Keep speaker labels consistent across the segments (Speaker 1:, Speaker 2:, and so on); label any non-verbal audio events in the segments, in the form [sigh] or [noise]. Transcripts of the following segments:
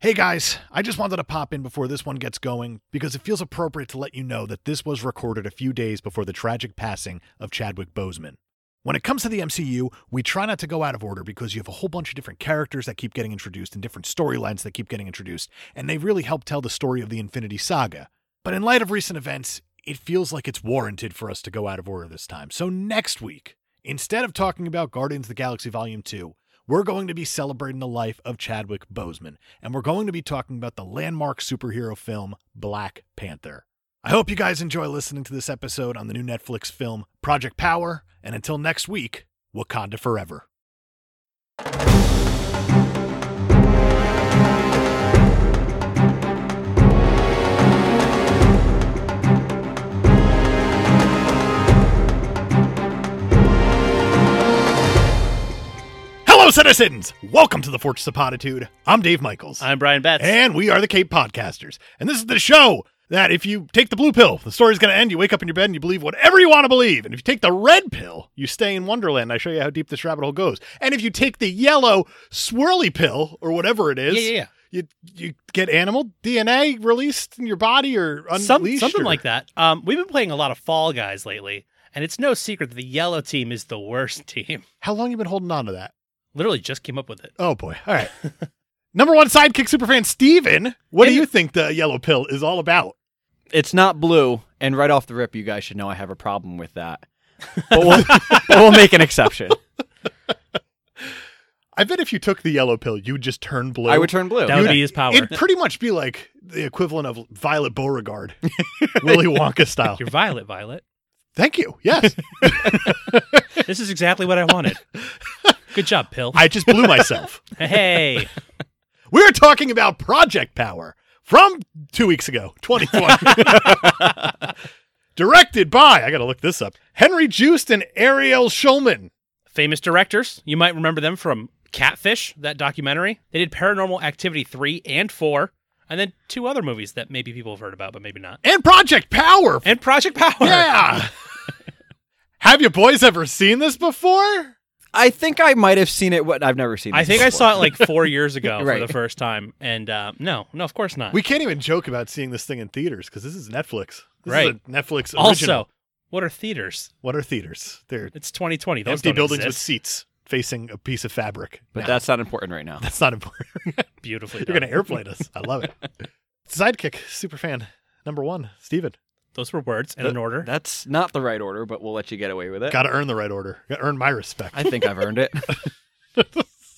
Speaker 1: Hey guys, I just wanted to pop in before this one gets going because it feels appropriate to let you know that this was recorded a few days before the tragic passing of Chadwick Boseman. When it comes to the MCU, we try not to go out of order because you have a whole bunch of different characters that keep getting introduced and different storylines that keep getting introduced, and they really help tell the story of the Infinity Saga. But in light of recent events, it feels like it's warranted for us to go out of order this time. So next week, instead of talking about Guardians of the Galaxy Volume 2, we're going to be celebrating the life of Chadwick Boseman, and we're going to be talking about the landmark superhero film Black Panther. I hope you guys enjoy listening to this episode on the new Netflix film Project Power, and until next week, Wakanda Forever. Hello, citizens! Welcome to the Fortress of Potitude. I'm Dave Michaels.
Speaker 2: I'm Brian Betts.
Speaker 1: And we are the Cape Podcasters. And this is the show that if you take the blue pill, the story's going to end. You wake up in your bed and you believe whatever you want to believe. And if you take the red pill, you stay in Wonderland. I show you how deep this rabbit hole goes. And if you take the yellow swirly pill or whatever it is,
Speaker 2: yeah, yeah,
Speaker 1: you you get animal DNA released in your body or
Speaker 2: yeah.
Speaker 1: unleashed
Speaker 2: Some, something
Speaker 1: or-
Speaker 2: like that. Um, we've been playing a lot of Fall Guys lately, and it's no secret that the yellow team is the worst [laughs] team.
Speaker 1: How long you been holding on to that?
Speaker 2: Literally just came up with it.
Speaker 1: Oh boy! All right. [laughs] Number one sidekick superfan Steven, what do
Speaker 2: Hey.
Speaker 1: you think the yellow pill is all about?
Speaker 2: [laughs]
Speaker 3: it's not blue, and right off the rip, you guys should know I have a problem with that. But we'll, but we'll make an exception.
Speaker 1: [laughs] I bet if you took the yellow pill, you'd just turn [laughs] blue.
Speaker 3: I would turn
Speaker 1: Oh,
Speaker 3: blue.
Speaker 2: That would be his power.
Speaker 1: It'd pretty much be like the equivalent of Violet Beauregard, [laughs] Willy Wonka style.
Speaker 2: You're Violet, Violet.
Speaker 1: Thank you. Yes.
Speaker 2: This is exactly what I wanted.
Speaker 1: [laughs]
Speaker 2: Good job, Pill.
Speaker 1: I just blew
Speaker 2: [laughs]
Speaker 1: myself.
Speaker 2: Hey,
Speaker 1: We're talking about Project Power from two weeks ago,
Speaker 2: [laughs]
Speaker 1: 2020. Directed by, I got to look this up, Henry Joost and Ariel Schulman.
Speaker 2: famous directors. You might remember them from Catfish, that documentary. They did Paranormal Activity 3 and 4, and then two other movies that maybe people have heard about, but maybe not.
Speaker 1: And Project Power.
Speaker 2: And Project Power. [laughs]
Speaker 1: yeah. Have you boys ever seen this before?
Speaker 3: I think I might have seen it. What I've never seen.
Speaker 2: I
Speaker 3: this
Speaker 2: think I
Speaker 3: before.
Speaker 2: saw it like four
Speaker 3: [laughs]
Speaker 2: years ago
Speaker 3: Right.
Speaker 2: for the first time, and uh, no, no, of course not.
Speaker 1: We can't even joke about seeing this thing in theaters because this is Netflix. This
Speaker 2: Right.
Speaker 1: is a Netflix original.
Speaker 2: also, what are theaters?
Speaker 1: what are theaters? They're
Speaker 2: It's 2020. Those
Speaker 1: empty
Speaker 2: don't
Speaker 1: buildings with
Speaker 2: exist.
Speaker 1: seats facing a piece of fabric.
Speaker 3: but
Speaker 1: No,
Speaker 3: that's not important right now.
Speaker 1: [laughs] that's not important.
Speaker 2: beautifully
Speaker 1: [laughs] You're
Speaker 2: done.
Speaker 1: going to airplane us. I
Speaker 2: [laughs]
Speaker 1: love it. Sidekick, superfan number one, Steven.
Speaker 2: Those were words in
Speaker 1: Th-
Speaker 2: an order.
Speaker 3: That's not the right order, but we'll let you get away with it.
Speaker 1: Got to earn the right order. Got to earn my respect.
Speaker 3: I think I've earned it. [laughs]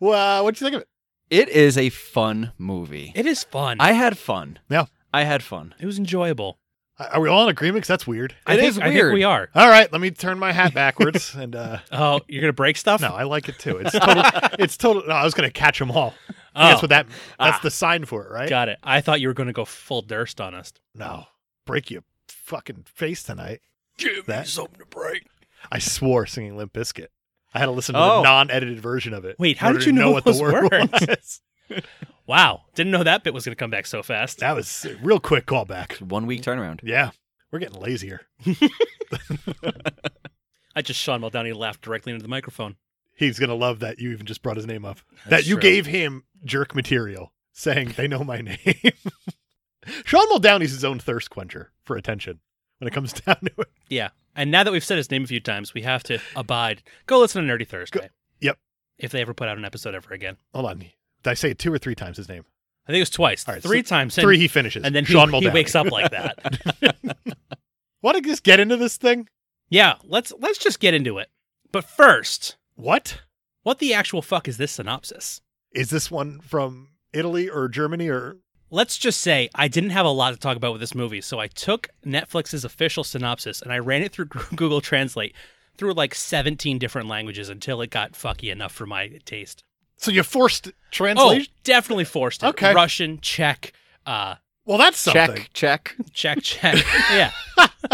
Speaker 1: well, what'd you think of it?
Speaker 3: It is a fun movie.
Speaker 2: it is fun.
Speaker 3: I had fun.
Speaker 1: Yeah.
Speaker 3: I had fun.
Speaker 2: it was enjoyable.
Speaker 1: Are are we all in agreement? 'Cause that's weird.
Speaker 2: I
Speaker 3: It
Speaker 2: think,
Speaker 3: is
Speaker 2: I think
Speaker 3: weird.
Speaker 2: we are.
Speaker 1: All right, let me turn my hat
Speaker 2: [laughs]
Speaker 1: backwards. and uh,
Speaker 2: Oh, you're gonna break stuff?
Speaker 1: no, I like it too. It's
Speaker 2: [laughs]
Speaker 1: total. it's total. No, I was going to catch them all.
Speaker 2: Oh,
Speaker 1: That's what that. That's
Speaker 2: Ah.
Speaker 1: the sign for it, right?
Speaker 2: got it. I thought you were gonna go full Durst on us.
Speaker 1: No, break your fucking face tonight.
Speaker 2: Give
Speaker 1: That-
Speaker 2: something to break.
Speaker 1: I swore singing Limp Bizkit. I had to listen to the
Speaker 3: Oh.
Speaker 1: non-edited version of it. in
Speaker 2: Wait, how
Speaker 1: order
Speaker 2: did
Speaker 1: to
Speaker 2: you know
Speaker 1: what the
Speaker 2: those
Speaker 1: word
Speaker 2: words?
Speaker 1: was. [laughs]
Speaker 2: Wow, didn't know that bit was gonna come back so fast.
Speaker 1: That was a real quick callback.
Speaker 3: One week turnaround.
Speaker 1: Yeah, we're getting lazier.
Speaker 2: I just Sean Muldowney laughed directly into the microphone.
Speaker 1: He's gonna love that you even just brought his name up. that
Speaker 2: That's
Speaker 1: you
Speaker 2: true.
Speaker 1: gave him jerk material, saying they know my [laughs] name. Sean Muldowney's his own thirst quencher for attention when it comes [laughs] down to it.
Speaker 2: Yeah. And now that we've said his name a few times, we have to abide. Go listen to Nerdy Thursday.
Speaker 1: yep.
Speaker 2: If they ever put out an episode ever again.
Speaker 1: Hold on, did I say it two or three times his name?
Speaker 2: I think it was twice.
Speaker 1: All right,
Speaker 2: three times.
Speaker 1: three he finishes,
Speaker 2: And, and then he-
Speaker 1: Sean
Speaker 2: he
Speaker 1: Muldowney
Speaker 2: wakes
Speaker 1: [laughs]
Speaker 2: up like that.
Speaker 1: Want to just get into this thing?
Speaker 2: Yeah, let's let's just get into it. But first,
Speaker 1: What
Speaker 2: what the actual fuck is this synopsis?
Speaker 1: is this one from Italy or Germany or
Speaker 2: Let's just say I didn't have a lot to talk about with this movie, so I took Netflix's official synopsis and I ran it through [laughs] Google Translate through like 17 different languages until it got fucky enough for my taste.
Speaker 1: So you forced
Speaker 2: Oh,
Speaker 1: translation?
Speaker 2: definitely forced it.
Speaker 1: Okay.
Speaker 2: Russian, Czech, uh,
Speaker 1: well, that's something.
Speaker 3: Check,
Speaker 2: Czech,
Speaker 3: check.
Speaker 2: Czech. [laughs] yeah,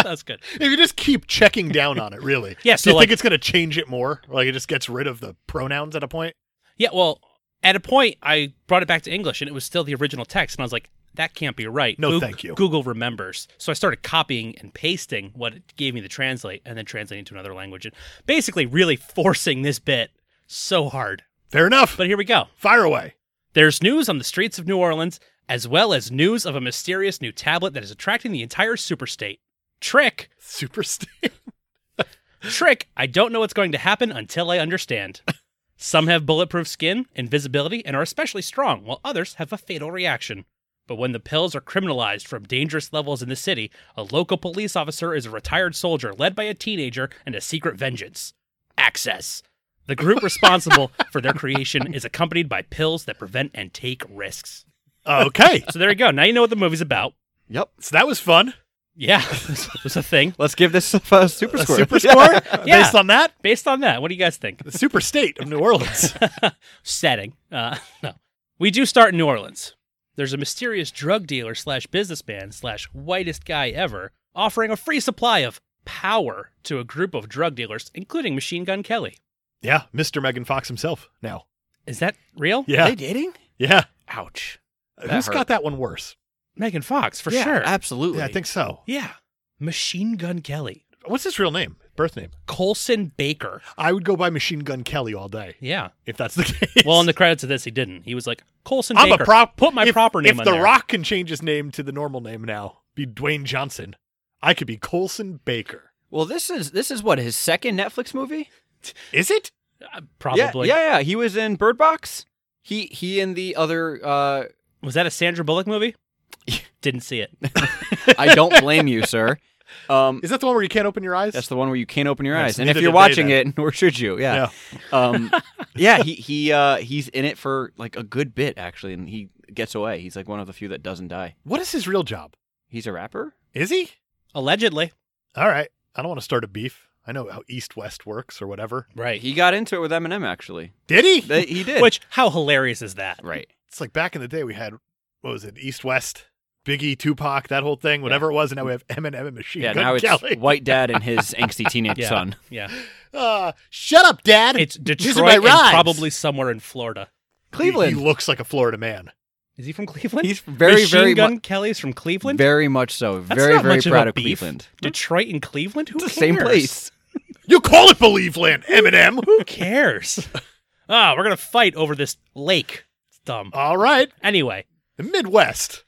Speaker 2: that's good.
Speaker 1: If you just keep checking down on it, really.
Speaker 2: Yeah,
Speaker 1: Do
Speaker 2: so
Speaker 1: you
Speaker 2: like,
Speaker 1: think it's going to change it more? Like it just gets rid of the pronouns at a point?
Speaker 2: yeah, well, at a point I brought it back to English and it was still the original text, and I was like, that can't be right.
Speaker 1: No,
Speaker 2: Goog-
Speaker 1: thank you.
Speaker 2: Google remembers. So I started copying and pasting what it gave me to translate and then translating to another language and basically really forcing this bit so hard.
Speaker 1: Fair enough.
Speaker 2: But here we go.
Speaker 1: Fire away.
Speaker 2: There's news on the streets of New Orleans, as well as news of a mysterious new tablet that is attracting the entire superstate. Trick,
Speaker 1: Super State.
Speaker 2: trick, I don't know what's going to happen until I understand. Some have bulletproof skin, invisibility, and are especially strong, while others have a fatal reaction. But when the pills are criminalized from dangerous levels in the city, a local police officer is a retired soldier led by a teenager and a secret vengeance. Access. The group responsible for their creation is accompanied by pills that prevent and take risks.
Speaker 1: [laughs] Okay.
Speaker 2: So there you go. Now you know what the movie's about.
Speaker 3: Yep.
Speaker 1: So that was fun.
Speaker 2: Yeah, [laughs] this was a thing.
Speaker 3: Let's give this [laughs] a, a super
Speaker 1: A
Speaker 3: score. [laughs]
Speaker 1: super score based on that.
Speaker 2: Based on that, what do you guys think?
Speaker 1: The super state of New Orleans.
Speaker 2: setting. Uh, [laughs] no, we do start in New Orleans. There's a mysterious drug dealer slash businessman slash whitest guy ever offering a free supply of power to a group of drug dealers, including Machine Gun Kelly.
Speaker 1: yeah, Mr. Megan Fox himself now.
Speaker 2: Is that real?
Speaker 3: Are
Speaker 1: Yeah.
Speaker 3: they dating?
Speaker 1: Yeah.
Speaker 2: Ouch.
Speaker 1: Who's
Speaker 3: That hurt.
Speaker 1: got that one worse?
Speaker 2: Megan Fox for
Speaker 3: Yeah,
Speaker 2: sure.
Speaker 3: Absolutely.
Speaker 1: Yeah, I think so.
Speaker 2: yeah. Machine Gun Kelly.
Speaker 1: What's his real name? Birth name?
Speaker 2: Colson Baker.
Speaker 1: I would go by Machine Gun Kelly all day
Speaker 2: Yeah.
Speaker 1: if that's the [laughs] case.
Speaker 2: Well, in the credits of this, he didn't. He was like Colson
Speaker 1: I'm
Speaker 2: Baker.
Speaker 1: a prop.
Speaker 2: Put my
Speaker 1: if,
Speaker 2: proper name
Speaker 1: If
Speaker 2: on
Speaker 1: The
Speaker 2: there.
Speaker 1: Rock can change his name to the normal name now, be Dwayne Johnson. I could be Colson Baker.
Speaker 3: Well, this is this is what his second Netflix movie.
Speaker 1: Is it?
Speaker 2: Uh, probably.
Speaker 3: Yeah, yeah, yeah. He was in Bird Box. He he and the other. Uh,
Speaker 2: Was that a Sandra
Speaker 1: [laughs]
Speaker 2: Bullock movie? didn't see it. [laughs]
Speaker 3: I don't blame you, sir. Um,
Speaker 1: Is that the one where you can't open your eyes?
Speaker 3: that's the one where you can't open your
Speaker 1: Yes,
Speaker 3: eyes, and if
Speaker 1: neither did
Speaker 3: you're
Speaker 1: they
Speaker 3: watching
Speaker 1: then.
Speaker 3: it, [laughs] nor should you. Yeah.
Speaker 2: [laughs]
Speaker 3: Um, yeah. He he uh, he's in it for like a good bit actually, and he gets away. He's like one of the few that doesn't die.
Speaker 1: What is his real job?
Speaker 3: He's a rapper.
Speaker 1: Is he?
Speaker 2: Allegedly.
Speaker 1: All right. I don't want to start a beef. I know how East West works or whatever.
Speaker 2: Right.
Speaker 3: He got into it with Eminem actually.
Speaker 1: Did he?
Speaker 3: They, he
Speaker 2: [laughs]
Speaker 3: did.
Speaker 2: Which how hilarious is that? [laughs]
Speaker 3: right.
Speaker 1: it's like back in the day we had what was it? East West, Biggie, Tupac, that whole thing, whatever it was, and now we have Eminem and Machine
Speaker 3: Yeah.
Speaker 1: Gun
Speaker 3: Now it's
Speaker 1: Kelly.
Speaker 3: white dad
Speaker 2: [laughs]
Speaker 3: and his angsty teenage
Speaker 2: Yeah.
Speaker 3: son.
Speaker 2: Yeah.
Speaker 1: Uh, shut up, Dad.
Speaker 2: It's
Speaker 1: These are my
Speaker 2: Detroit and
Speaker 1: rhymes.
Speaker 2: probably somewhere in Florida.
Speaker 1: He, he
Speaker 3: Cleveland.
Speaker 1: looks like a Florida man.
Speaker 2: Is he from Cleveland?
Speaker 3: He's very
Speaker 2: Machine
Speaker 3: very
Speaker 2: Gun
Speaker 3: mu-
Speaker 2: Kelly's from Cleveland.
Speaker 3: very much so.
Speaker 2: That's
Speaker 3: very
Speaker 2: not
Speaker 3: very
Speaker 2: much of
Speaker 3: proud
Speaker 2: a
Speaker 3: of
Speaker 2: beef.
Speaker 3: Cleveland.
Speaker 2: Detroit and Cleveland. Who
Speaker 3: It's the
Speaker 2: cares?
Speaker 3: same place.
Speaker 1: You call it Believe Land, Eminem.
Speaker 2: [laughs] Who cares? [laughs] Ah, we're gonna fight over this lake. It's dumb.
Speaker 1: All right,
Speaker 2: Anyway, [laughs]
Speaker 1: the Midwest.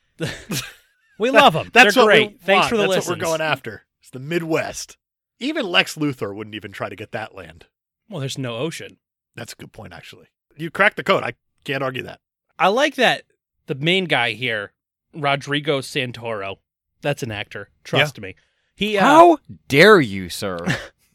Speaker 2: we love
Speaker 3: [laughs]
Speaker 2: them.
Speaker 1: That's
Speaker 2: They're
Speaker 1: what
Speaker 2: great.
Speaker 1: we
Speaker 2: Thanks
Speaker 1: want.
Speaker 2: for the
Speaker 1: That's
Speaker 2: listens.
Speaker 1: what we're going after. It's the Midwest. Even Lex Luthor wouldn't even try to get that land.
Speaker 2: Well, there's no ocean.
Speaker 1: That's a good point, actually. You cracked the code. I can't argue that.
Speaker 2: I like that the main guy here, Rodrigo Santoro. That's an actor. Trust me. He. Uh,
Speaker 3: How dare you, sir? [laughs]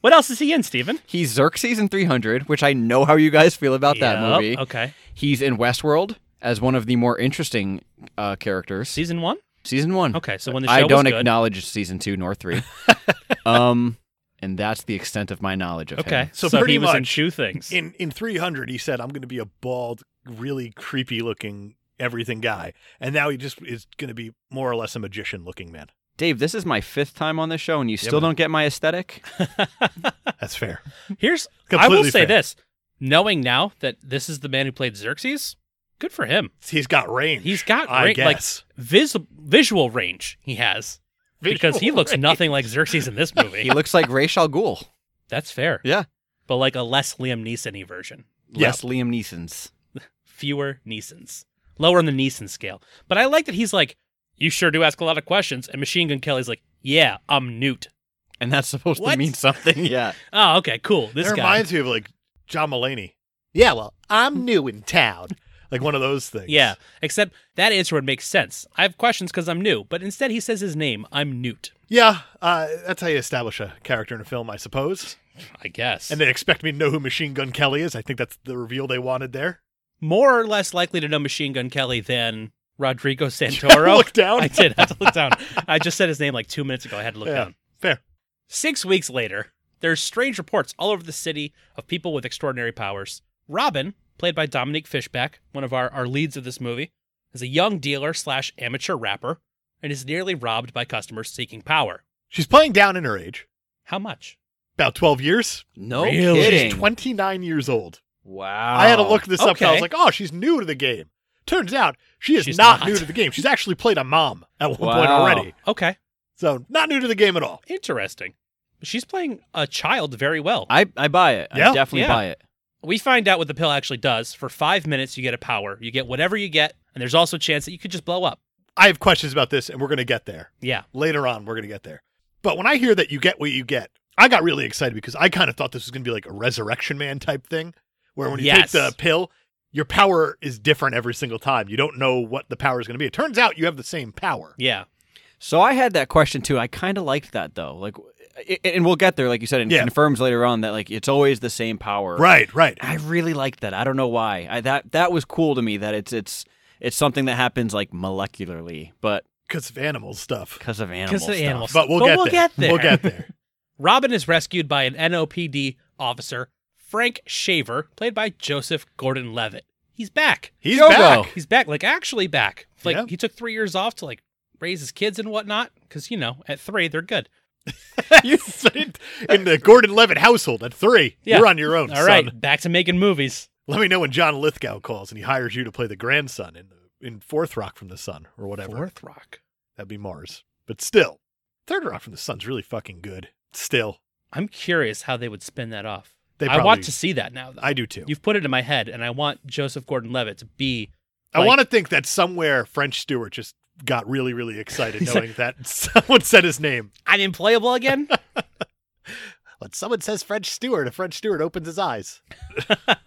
Speaker 2: What else is he in, Steven?
Speaker 3: He's Xerxes in 300, which I know how you guys feel about that
Speaker 2: Yep,
Speaker 3: movie.
Speaker 2: Okay.
Speaker 3: He's in Westworld as one of the more interesting uh, characters.
Speaker 2: Season one.
Speaker 3: season one.
Speaker 2: Okay, so when the show
Speaker 3: I don't
Speaker 2: was good,
Speaker 3: acknowledge season two nor three.
Speaker 2: [laughs]
Speaker 3: um, and that's the extent of my knowledge of
Speaker 2: Okay,
Speaker 3: him.
Speaker 1: So
Speaker 2: so,
Speaker 1: pretty
Speaker 2: he was in
Speaker 1: much
Speaker 2: two things.
Speaker 1: In in 300, he said, "I'm going to be a bald, really creepy looking everything guy," and now he just is going to be more or less a magician looking
Speaker 2: [laughs]
Speaker 1: man.
Speaker 3: Dave, this is my fifth time on this show, and you still
Speaker 1: but-
Speaker 3: don't get
Speaker 2: [laughs]
Speaker 3: my aesthetic.
Speaker 1: That's fair.
Speaker 2: Here's I
Speaker 1: Completely
Speaker 2: will say
Speaker 1: fair.
Speaker 2: this: knowing now that this is the man who played Xerxes, good for him.
Speaker 1: He's got range.
Speaker 2: He's got
Speaker 1: I
Speaker 2: range, like
Speaker 1: guess.
Speaker 2: vis- visual range he has because
Speaker 1: [laughs]
Speaker 2: he
Speaker 1: Visual
Speaker 2: looks
Speaker 1: range.
Speaker 2: nothing like Xerxes in
Speaker 3: [laughs]
Speaker 2: this movie.
Speaker 3: He looks like Ra's al Ghul.
Speaker 2: That's fair.
Speaker 3: Yeah.
Speaker 2: but like a less Liam Neeson-y version,
Speaker 1: Yeah.
Speaker 3: Less Liam Neeson's.
Speaker 2: fewer Neesons, lower on the Neeson scale. But I like that he's like, you sure do ask a lot of questions, and Machine Gun Kelly's like, yeah, I'm Newt.
Speaker 3: And that's supposed
Speaker 2: What?
Speaker 3: to
Speaker 2: [laughs]
Speaker 3: mean something. Yeah.
Speaker 2: Oh, okay, cool. This
Speaker 1: that
Speaker 2: guy.
Speaker 1: reminds me of like John Mulaney. Yeah, well, I'm new in town. Like one of those things.
Speaker 2: Yeah, except that answer would make sense. I have questions because I'm new, but instead he says his name. I'm Newt,
Speaker 1: Yeah. Uh, that's how you establish a character in a film, I suppose.
Speaker 2: I guess.
Speaker 1: And they expect me to know who Machine Gun Kelly is. I think that's the reveal they wanted there.
Speaker 2: more or less likely to know Machine Gun Kelly than Rodrigo Santoro. [laughs]
Speaker 1: Look down.
Speaker 2: I did have to look down. I just said his name like two minutes ago. I had to look
Speaker 1: Yeah.
Speaker 2: down.
Speaker 1: Fair.
Speaker 2: Six weeks later, there's strange reports all over the city of people with extraordinary powers. Robin, played by Dominique Fishback, one of our, our leads of this movie, is a young dealer slash amateur rapper and is nearly robbed by customers seeking power.
Speaker 1: She's playing down in her age.
Speaker 2: How much?
Speaker 1: About 12 years.
Speaker 3: No
Speaker 2: Really?
Speaker 3: kidding.
Speaker 1: She's 29 years old.
Speaker 3: wow.
Speaker 1: I had to look this up. 'cause I was
Speaker 2: okay.
Speaker 1: like, oh, she's new to the game. Turns out she is
Speaker 2: She's
Speaker 1: not,
Speaker 2: not.
Speaker 1: new to the game. She's actually played a mom at one point
Speaker 3: Wow.
Speaker 1: already.
Speaker 2: Okay,
Speaker 1: So not new to the game at all.
Speaker 2: interesting. She's playing a child very well.
Speaker 3: I, I buy it.
Speaker 1: Yeah?
Speaker 3: I definitely
Speaker 2: Yeah.
Speaker 3: buy it.
Speaker 2: we find out what the pill actually does. For five minutes, you get a power. You get whatever you get, and there's also a chance that you could just blow up.
Speaker 1: I have questions about this, and we're going to get there.
Speaker 2: Yeah.
Speaker 1: Later on, we're going to get there. But when I hear that you get what you get, I got really excited because I kind of thought this was going to be like a Resurrection Man type thing, where when you
Speaker 2: Yes.
Speaker 1: take the pill, your power is different every single time. You don't know what the power is going to be. It turns out you have the same power.
Speaker 2: Yeah.
Speaker 3: So I had that question too. I kind of liked that though. Like, i- i- and we'll get there. Like you said, and it
Speaker 1: Yeah.
Speaker 3: confirms later on that like it's always the same power.
Speaker 1: Right, right.
Speaker 3: I really liked that. I don't know why. I, that that was cool to me. That it's it's it's something that happens like molecularly, but
Speaker 1: Because of animal stuff.
Speaker 3: because of animals.
Speaker 2: Because of the animals.
Speaker 1: But we'll, get,
Speaker 2: we'll
Speaker 1: there.
Speaker 2: get there.
Speaker 1: We'll get
Speaker 2: [laughs]
Speaker 1: there.
Speaker 2: Robin is rescued by an NOPD officer, Frank Shaver, played by Joseph Gordon Levitt. He's back.
Speaker 1: He's
Speaker 3: Yo,
Speaker 1: back.
Speaker 3: bro.
Speaker 2: He's back, like actually back. Like
Speaker 1: Yeah.
Speaker 2: he took three years off to like raise his kids and whatnot. Cause you know, at three, they're good.
Speaker 1: [laughs] You said in the Gordon Levitt household at three.
Speaker 2: Yeah.
Speaker 1: You're on your own.
Speaker 2: All right,
Speaker 1: son.
Speaker 2: back to making movies.
Speaker 1: Let me know when John Lithgow calls and he hires you to play the grandson in in Fourth Rock from the Sun or whatever.
Speaker 2: Fourth Rock.
Speaker 1: That'd be Mars. But still, Third Rock from the Sun's really fucking good. Still,
Speaker 2: I'm curious how they would spin that off.
Speaker 1: they.
Speaker 2: I
Speaker 1: Probably,
Speaker 2: want to see that now, though.
Speaker 1: I do too.
Speaker 2: You've put it in my head, and I want Joseph Gordon-Levitt to be.
Speaker 1: I
Speaker 2: like-
Speaker 1: want to think that somewhere French Stewart just got really, really excited
Speaker 2: He's
Speaker 1: knowing that someone said his name.
Speaker 2: I'm
Speaker 1: [laughs]
Speaker 2: implayable again. [laughs]
Speaker 1: When someone says French Stewart, a French Stewart opens his eyes.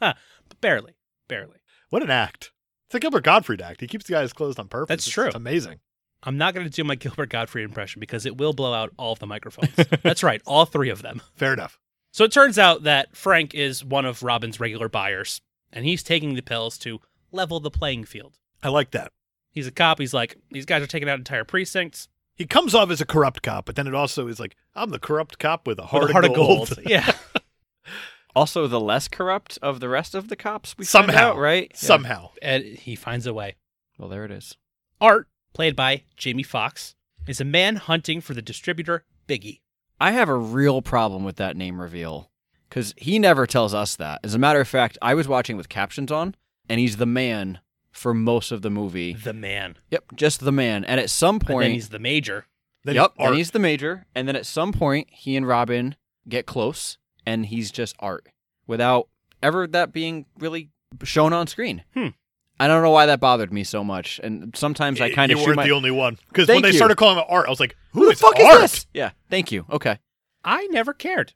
Speaker 2: but barely, barely.
Speaker 1: What an act! It's a Gilbert Gottfried act. He keeps the eyes closed on purpose.
Speaker 2: That's
Speaker 1: It's-
Speaker 2: true.
Speaker 1: It's amazing.
Speaker 2: I'm not going to do my Gilbert Godfrey impression because it will blow out all of the microphones.
Speaker 1: [laughs]
Speaker 2: That's right, all three of them.
Speaker 1: Fair enough.
Speaker 2: So it turns out that Frank is one of Robin's regular buyers, and he's taking the pills to level the playing field.
Speaker 1: I like that.
Speaker 2: He's a cop. He's like, these guys are taking out entire precincts.
Speaker 1: He comes off as a corrupt cop, but then it also is like, I'm the corrupt cop with a heart,
Speaker 2: with a heart
Speaker 1: of gold. [laughs]
Speaker 2: [laughs] yeah.
Speaker 3: Also, the less corrupt of the rest of the cops. We find
Speaker 1: Somehow.
Speaker 3: out, right? Yeah.
Speaker 1: Somehow.
Speaker 2: And he finds a way.
Speaker 3: Well, there it is.
Speaker 2: Art, played by Jamie Foxx, is a man hunting for the distributor Biggie.
Speaker 3: I have a real problem with that name reveal because he never tells us that. As a matter of fact, I was watching with captions on, and he's the man for most of the movie.
Speaker 2: The man.
Speaker 3: Yep, just the man. And at some
Speaker 2: And
Speaker 3: point,
Speaker 2: then he's the major.
Speaker 1: Then
Speaker 3: yep,
Speaker 1: Art.
Speaker 3: and he's the major. And then at some point, he and Robin get close, and he's just art without ever that being really shown on screen.
Speaker 2: Hmm.
Speaker 3: I don't know why that bothered me so much. And sometimes I kind of
Speaker 1: Eh, you
Speaker 3: shoot
Speaker 1: weren't
Speaker 3: my.
Speaker 1: the only one because when
Speaker 3: Thank
Speaker 1: they
Speaker 3: you.
Speaker 1: started calling him Art, I was like, "Who,
Speaker 3: Who the
Speaker 1: is
Speaker 3: fuck
Speaker 1: Art?"
Speaker 3: is this? Yeah, thank you. Okay.
Speaker 2: I
Speaker 1: [laughs]
Speaker 2: never cared.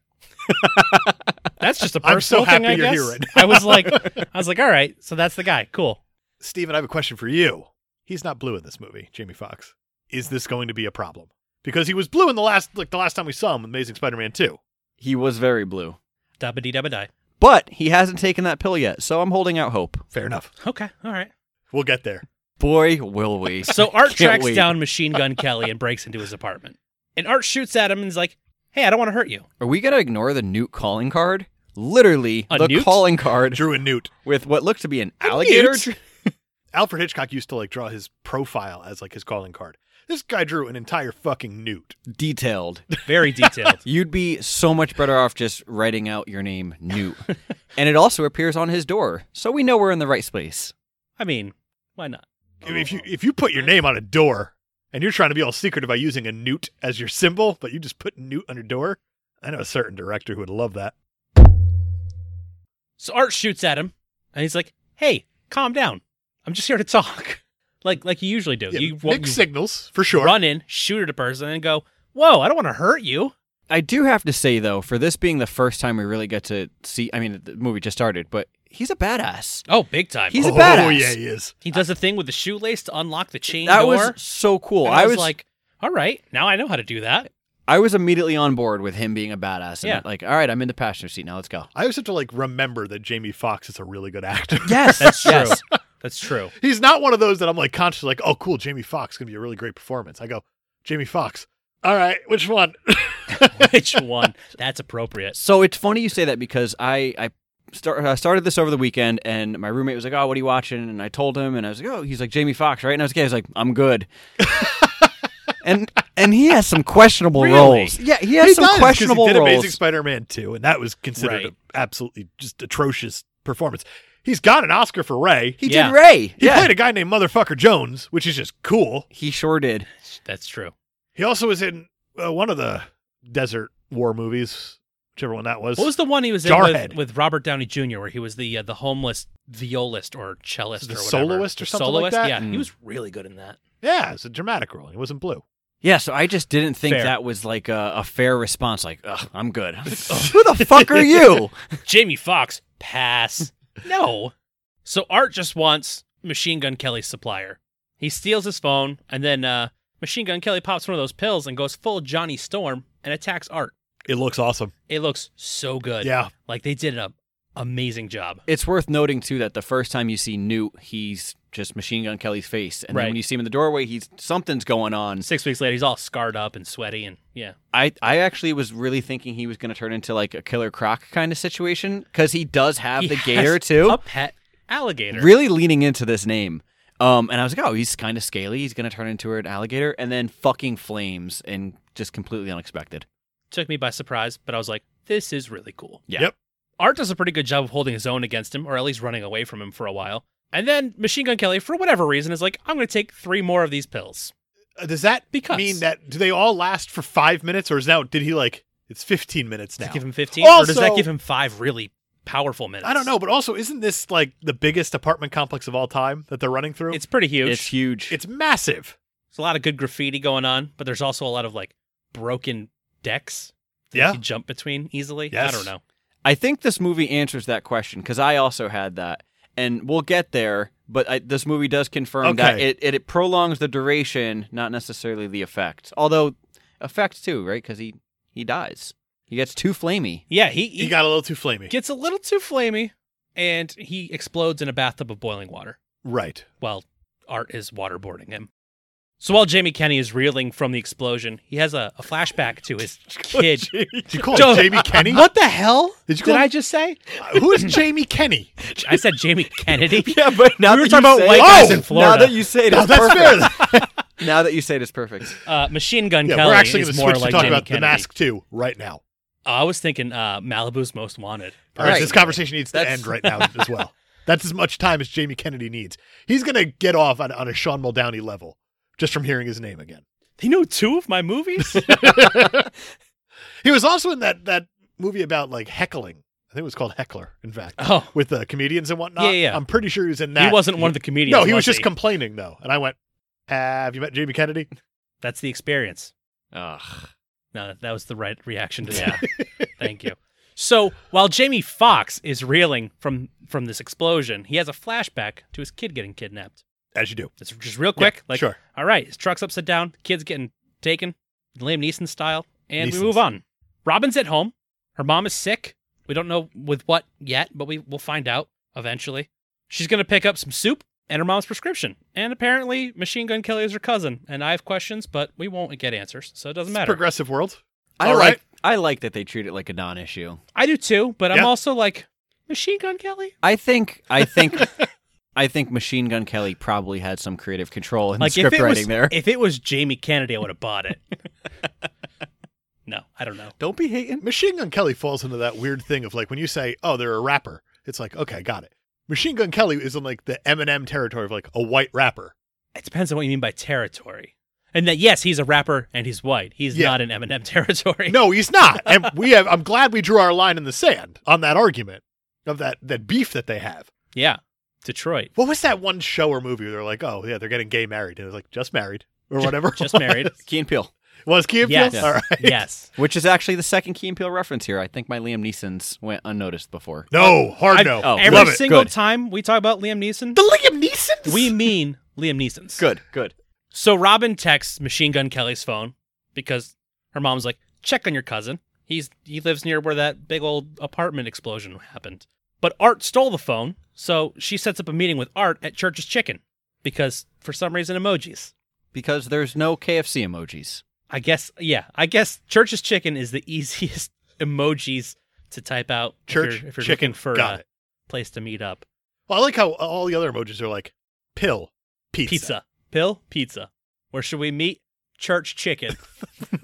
Speaker 2: that's just a
Speaker 1: I'm so
Speaker 2: personal thing,
Speaker 1: happy
Speaker 2: I
Speaker 1: you're
Speaker 2: guess.
Speaker 1: here right
Speaker 2: I
Speaker 1: [laughs]
Speaker 2: was like, I was like, all right, so that's the guy. Cool.
Speaker 1: Steven, I have a question for you. He's not blue in this movie, Jamie Foxx. Is this going to be a problem? Because he was blue in the last, like the last time we saw him, in Amazing Spider-Man Two.
Speaker 3: He was very blue.
Speaker 2: Dabba dee dabba die.
Speaker 3: But he hasn't taken that pill yet, so I'm holding out hope.
Speaker 1: Fair enough.
Speaker 2: Okay, all right.
Speaker 1: We'll get there.
Speaker 3: Boy, will
Speaker 1: [laughs]
Speaker 2: [laughs]
Speaker 3: we.
Speaker 2: So Art
Speaker 3: [laughs] Can't
Speaker 2: tracks
Speaker 3: wait.
Speaker 2: down Machine Gun Kelly and breaks into his apartment. And Art shoots at him and is like, hey, I don't want to hurt you.
Speaker 3: Are we going to ignore the Newt calling card? Literally,
Speaker 2: A
Speaker 3: the
Speaker 2: newt?
Speaker 3: calling card
Speaker 1: Drew and Newt.
Speaker 3: with what looked to be an alligator.
Speaker 2: newt?
Speaker 1: Alfred Hitchcock used to like draw his profile as like his calling card. This guy drew an entire fucking Newt.
Speaker 3: Detailed.
Speaker 2: Very detailed.
Speaker 3: You'd be so much better off just writing out your name,
Speaker 2: [laughs]
Speaker 3: Newt. and it also appears on his door, so we know we're in the right place.
Speaker 2: I mean, why not?
Speaker 1: I mean, if
Speaker 3: Oh.
Speaker 1: you if you put your name on a door and you're trying to be all secretive by using a Newt as your symbol, but you just put Newt on your door, I know a certain director who would love that.
Speaker 2: So Art shoots at him, and he's like, "Hey, calm down. I'm just here to talk, [laughs] like like you usually do.
Speaker 1: Yeah,
Speaker 2: you
Speaker 1: mixed
Speaker 2: won't
Speaker 1: signals for sure.
Speaker 2: run in, shoot at a person, and go, whoa, I don't want to hurt you.
Speaker 3: I do have to say, though, for this being the first time we really get to see, I mean, the movie just started, but he's a badass.
Speaker 2: Oh, big time.
Speaker 3: He's a
Speaker 1: oh,
Speaker 3: badass.
Speaker 1: yeah, he is.
Speaker 2: he does a thing with the shoelace to unlock the chain
Speaker 3: That
Speaker 2: door.
Speaker 3: was so cool.
Speaker 2: and I, was like, all right, now I know how to do that.
Speaker 3: I was immediately on board with him being a badass. And
Speaker 2: Yeah.
Speaker 3: Like, all right, I'm in the passenger seat now. Let's go.
Speaker 1: I always have to like remember that Jamie Foxx is a really good actor.
Speaker 2: [laughs]
Speaker 3: Yes, [laughs]
Speaker 2: That's true.
Speaker 3: Yes.
Speaker 2: That's [laughs] true.
Speaker 1: [laughs] He's not one of those that I'm like conscious, like, oh, cool, Jamie Foxx gonna be a really great performance. I go, Jamie Foxx. All right, which one?
Speaker 2: Which one? That's appropriate.
Speaker 3: So it's funny you say that because I I, start, I started this over the weekend and my roommate was like, "Oh, what are you watching?" And I told him, and I was like, "Oh, he's like Jamie Foxx, right?" And I was, okay, I was like, "I'm
Speaker 1: [laughs]
Speaker 3: good." and and he has some questionable
Speaker 2: Really?
Speaker 3: roles. Yeah, he
Speaker 1: [laughs]
Speaker 3: has
Speaker 1: he
Speaker 3: some
Speaker 1: does, 'cause
Speaker 3: questionable
Speaker 1: he did
Speaker 3: roles.
Speaker 1: Amazing Spider-Man 2, and that was considered
Speaker 2: Right.
Speaker 1: an absolutely just atrocious performance. He's got an Oscar for Ray.
Speaker 3: he
Speaker 2: Yeah.
Speaker 3: did Ray.
Speaker 1: He
Speaker 3: yeah,
Speaker 1: played a guy named Motherfucker Jones, which is just cool.
Speaker 3: he sure did.
Speaker 2: That's true.
Speaker 1: He also was in uh, one of the Desert War movies, which whichever one that was.
Speaker 2: What was the one he was in
Speaker 1: Jarhead.
Speaker 2: with, with Robert Downey Jr., where he was the uh, the homeless violist or cellist
Speaker 1: The
Speaker 2: or whatever.
Speaker 1: soloist or
Speaker 2: The
Speaker 1: something like
Speaker 2: soloist?
Speaker 1: that?
Speaker 2: Yeah,
Speaker 3: Mm.
Speaker 2: he was really good in that.
Speaker 1: yeah, it's a dramatic role. He wasn't blue.
Speaker 3: Yeah, so I just didn't think
Speaker 2: Fair.
Speaker 3: that was like a, a fair response. Like, Ugh, I'm good. I
Speaker 1: [laughs]
Speaker 3: was like, Who the fuck are you?
Speaker 2: Jamie Fox pass. no. So Art just wants Machine Gun Kelly's supplier. He steals his phone, and then uh, Machine Gun Kelly pops one of those pills and goes full Johnny Storm and attacks Art.
Speaker 1: It looks awesome.
Speaker 2: It looks so good.
Speaker 1: Yeah.
Speaker 2: Like they did an amazing job.
Speaker 3: It's worth noting too that the first time you see Newt, he's just Machine Gun Kelly's face, and
Speaker 2: Right.
Speaker 3: then when you see him in the doorway, he's something's going on.
Speaker 2: Six weeks later, he's all scarred up and sweaty, and yeah.
Speaker 3: I I actually was really thinking he was going to turn into like a Killer Croc kind of situation because he does have
Speaker 2: He
Speaker 3: the
Speaker 2: has
Speaker 3: gator too.
Speaker 2: A pet alligator.
Speaker 3: Really leaning into this name. Um, and I was like, oh, he's kind of scaly. He's going to turn into an alligator, and then fucking flames and just completely unexpected.
Speaker 2: Took me by surprise, but I was like, this is really cool.
Speaker 3: Yeah.
Speaker 1: Yep.
Speaker 2: Art does a pretty good job of holding his own against him, or at least running away from him for a while. And then Machine Gun Kelly, for whatever reason, is like, I'm going to take three more of these pills.
Speaker 1: Uh, Does that
Speaker 2: Because.
Speaker 1: mean that do they all last for five minutes, or is now did he like it's fifteen minutes now?
Speaker 2: Does that give him 15? or does that
Speaker 1: Also-
Speaker 2: give him five really powerful minutes?
Speaker 1: I don't know, but also isn't this like the biggest apartment complex of all time that they're running through?
Speaker 2: It's pretty huge.
Speaker 3: It's huge.
Speaker 1: it's massive.
Speaker 2: There's a lot of good graffiti going on, but there's also a lot of like broken decks that
Speaker 1: Yeah.
Speaker 2: you jump between easily.
Speaker 1: Yes.
Speaker 2: I don't know.
Speaker 3: I think this movie answers that question because I also had that, and we'll get there. But I, this movie does confirm that
Speaker 1: Okay.
Speaker 3: it, it it prolongs the duration, not necessarily the effect. Although effect too, right? Because he he dies. He gets too flamey.
Speaker 2: Yeah, he,
Speaker 1: He got a little too flamey.
Speaker 2: gets a little too flamey and he explodes in a bathtub of boiling water. [laughs]
Speaker 1: right.
Speaker 2: while Art is waterboarding him. So while Jamie Kenny is reeling from the explosion, he has a, a flashback
Speaker 1: [laughs]
Speaker 2: to his kid.
Speaker 1: Did you call him
Speaker 2: Don't-
Speaker 1: Jamie
Speaker 2: [laughs]
Speaker 1: Kenny?
Speaker 2: What the hell?
Speaker 1: Did you
Speaker 2: Did
Speaker 1: call
Speaker 2: I
Speaker 1: him-
Speaker 2: just say?
Speaker 1: Uh, Who is Jamie
Speaker 2: [laughs]
Speaker 1: Kenny?
Speaker 2: I said Jamie Kennedy.
Speaker 3: [laughs] Yeah, but now
Speaker 2: We were
Speaker 3: that
Speaker 2: talking
Speaker 3: you
Speaker 2: about
Speaker 3: say
Speaker 2: white
Speaker 3: it- oh,
Speaker 1: guys in
Speaker 2: Florida.
Speaker 3: Now that you say it, [laughs]
Speaker 1: No,
Speaker 3: it's
Speaker 1: that's
Speaker 3: perfect.
Speaker 1: fair.
Speaker 2: [laughs]
Speaker 3: Now that you say it, it's perfect.
Speaker 2: Uh, Machine Gun
Speaker 1: yeah,
Speaker 2: Kelly
Speaker 1: we're actually going
Speaker 2: is
Speaker 1: to
Speaker 2: more
Speaker 1: switch to
Speaker 2: like
Speaker 1: talk
Speaker 2: Jamie
Speaker 1: about
Speaker 2: Kennedy.
Speaker 1: the mask too right now.
Speaker 2: Uh, I was thinking uh, Malibu's Most Wanted.
Speaker 1: All right,
Speaker 3: Right.
Speaker 1: this conversation needs to
Speaker 3: That's-
Speaker 1: end right
Speaker 2: [laughs]
Speaker 1: now as well. That's as much time as Jamie Kennedy needs. He's going to get off on, on a Sean Muldowney level just from hearing his name again.
Speaker 2: They know two of my movies.
Speaker 1: He was also in that that movie about like heckling. I think it was called Heckler, in fact,
Speaker 2: [laughs] oh,
Speaker 1: with the comedians and whatnot.
Speaker 2: Yeah, yeah.
Speaker 1: I'm pretty sure he was in that.
Speaker 2: he wasn't one of the comedians.
Speaker 1: No, he was
Speaker 2: was
Speaker 1: just
Speaker 2: He?
Speaker 1: complaining though, and I went, "Have you met Jamie Kennedy?"
Speaker 2: That's the experience.
Speaker 3: Ugh.
Speaker 2: No, that- that was the right reaction to
Speaker 1: [laughs]
Speaker 2: that. Thank you. So while Jamie Fox is reeling from from this explosion, he has a flashback to his kid getting kidnapped.
Speaker 1: As you do,
Speaker 2: It's just real quick.
Speaker 1: Yeah,
Speaker 2: like,
Speaker 1: sure.
Speaker 2: all right, his truck's upside down, kid's getting taken, Liam Neeson style, and
Speaker 1: Neeson's.
Speaker 2: we move on. Robin's at home. Her mom is sick. We don't know with what yet, but we will find out eventually. She's gonna pick up some soup and her mom's prescription. And apparently, Machine Gun Kelly is her cousin. And I have questions, but we won't get answers, so it doesn't
Speaker 1: It's
Speaker 2: matter.
Speaker 1: progressive world.
Speaker 3: I
Speaker 1: All
Speaker 3: like
Speaker 1: right.
Speaker 3: I like that they treat it like a non-issue.
Speaker 2: I do too, but
Speaker 1: Yeah.
Speaker 2: I'm also like Machine Gun Kelly.
Speaker 3: I think I think [laughs] I think Machine Gun Kelly probably had some creative control in
Speaker 2: Like
Speaker 3: the script
Speaker 2: if it
Speaker 3: writing
Speaker 2: was
Speaker 3: there.
Speaker 2: if it was Jamie Kennedy, I would have bought
Speaker 3: [laughs]
Speaker 2: it. no, I don't know.
Speaker 3: Don't be hating.
Speaker 1: Machine Gun Kelly falls into that weird thing of like when you say, "Oh, they're a rapper," it's like, "Okay, got it." Machine Gun Kelly is in like the Eminem territory of like a white rapper.
Speaker 2: It depends on what you mean by territory. And that yes, he's a rapper and he's white. He's
Speaker 1: Yeah.
Speaker 2: not in Eminem [laughs] territory.
Speaker 1: No, he's not. And we have. I'm glad we drew our line in the sand on that argument of that that beef that they have.
Speaker 2: Yeah, Detroit.
Speaker 1: What was that one show or movie where they're like, "Oh, yeah, they're getting gay married," and it was like, "Just married." Or whatever.
Speaker 2: Just
Speaker 1: [laughs]
Speaker 2: married.
Speaker 3: Key and Peele,
Speaker 1: Was Key and
Speaker 2: yes.
Speaker 1: Peele?
Speaker 2: [laughs]
Speaker 1: All right.
Speaker 2: Yes.
Speaker 3: which is actually the second Key and Peele reference here. I think my Liam Neeson's went unnoticed before.
Speaker 1: No, hard
Speaker 2: I've-
Speaker 1: no.
Speaker 3: oh,
Speaker 2: Every
Speaker 1: Love it.
Speaker 2: single
Speaker 3: Good.
Speaker 2: time we talk about Liam Neeson,
Speaker 1: The Liam Neesons?
Speaker 2: we mean Liam Neeson's.
Speaker 3: Good, good.
Speaker 2: So Robin texts Machine Gun Kelly's phone because her mom's like, check on your cousin. He's he lives near where that big old apartment explosion happened. But Art stole the phone, so she sets up a meeting with Art at Church's Chicken because for some reason emojis.
Speaker 3: Because there's no KFC emojis.
Speaker 2: I guess yeah, I guess Church's Chicken is the [laughs] easiest emojis to type out if
Speaker 1: Church
Speaker 2: you're- if you're
Speaker 1: Chicken.
Speaker 2: looking for uh,
Speaker 1: Got
Speaker 2: a
Speaker 1: it.
Speaker 2: place to meet up.
Speaker 1: Well, I like how all the other emojis are like pill, pizza.
Speaker 2: Pizza. Pill, pizza. Where should we meet?
Speaker 1: [laughs]
Speaker 2: Church Chicken.
Speaker 1: [laughs]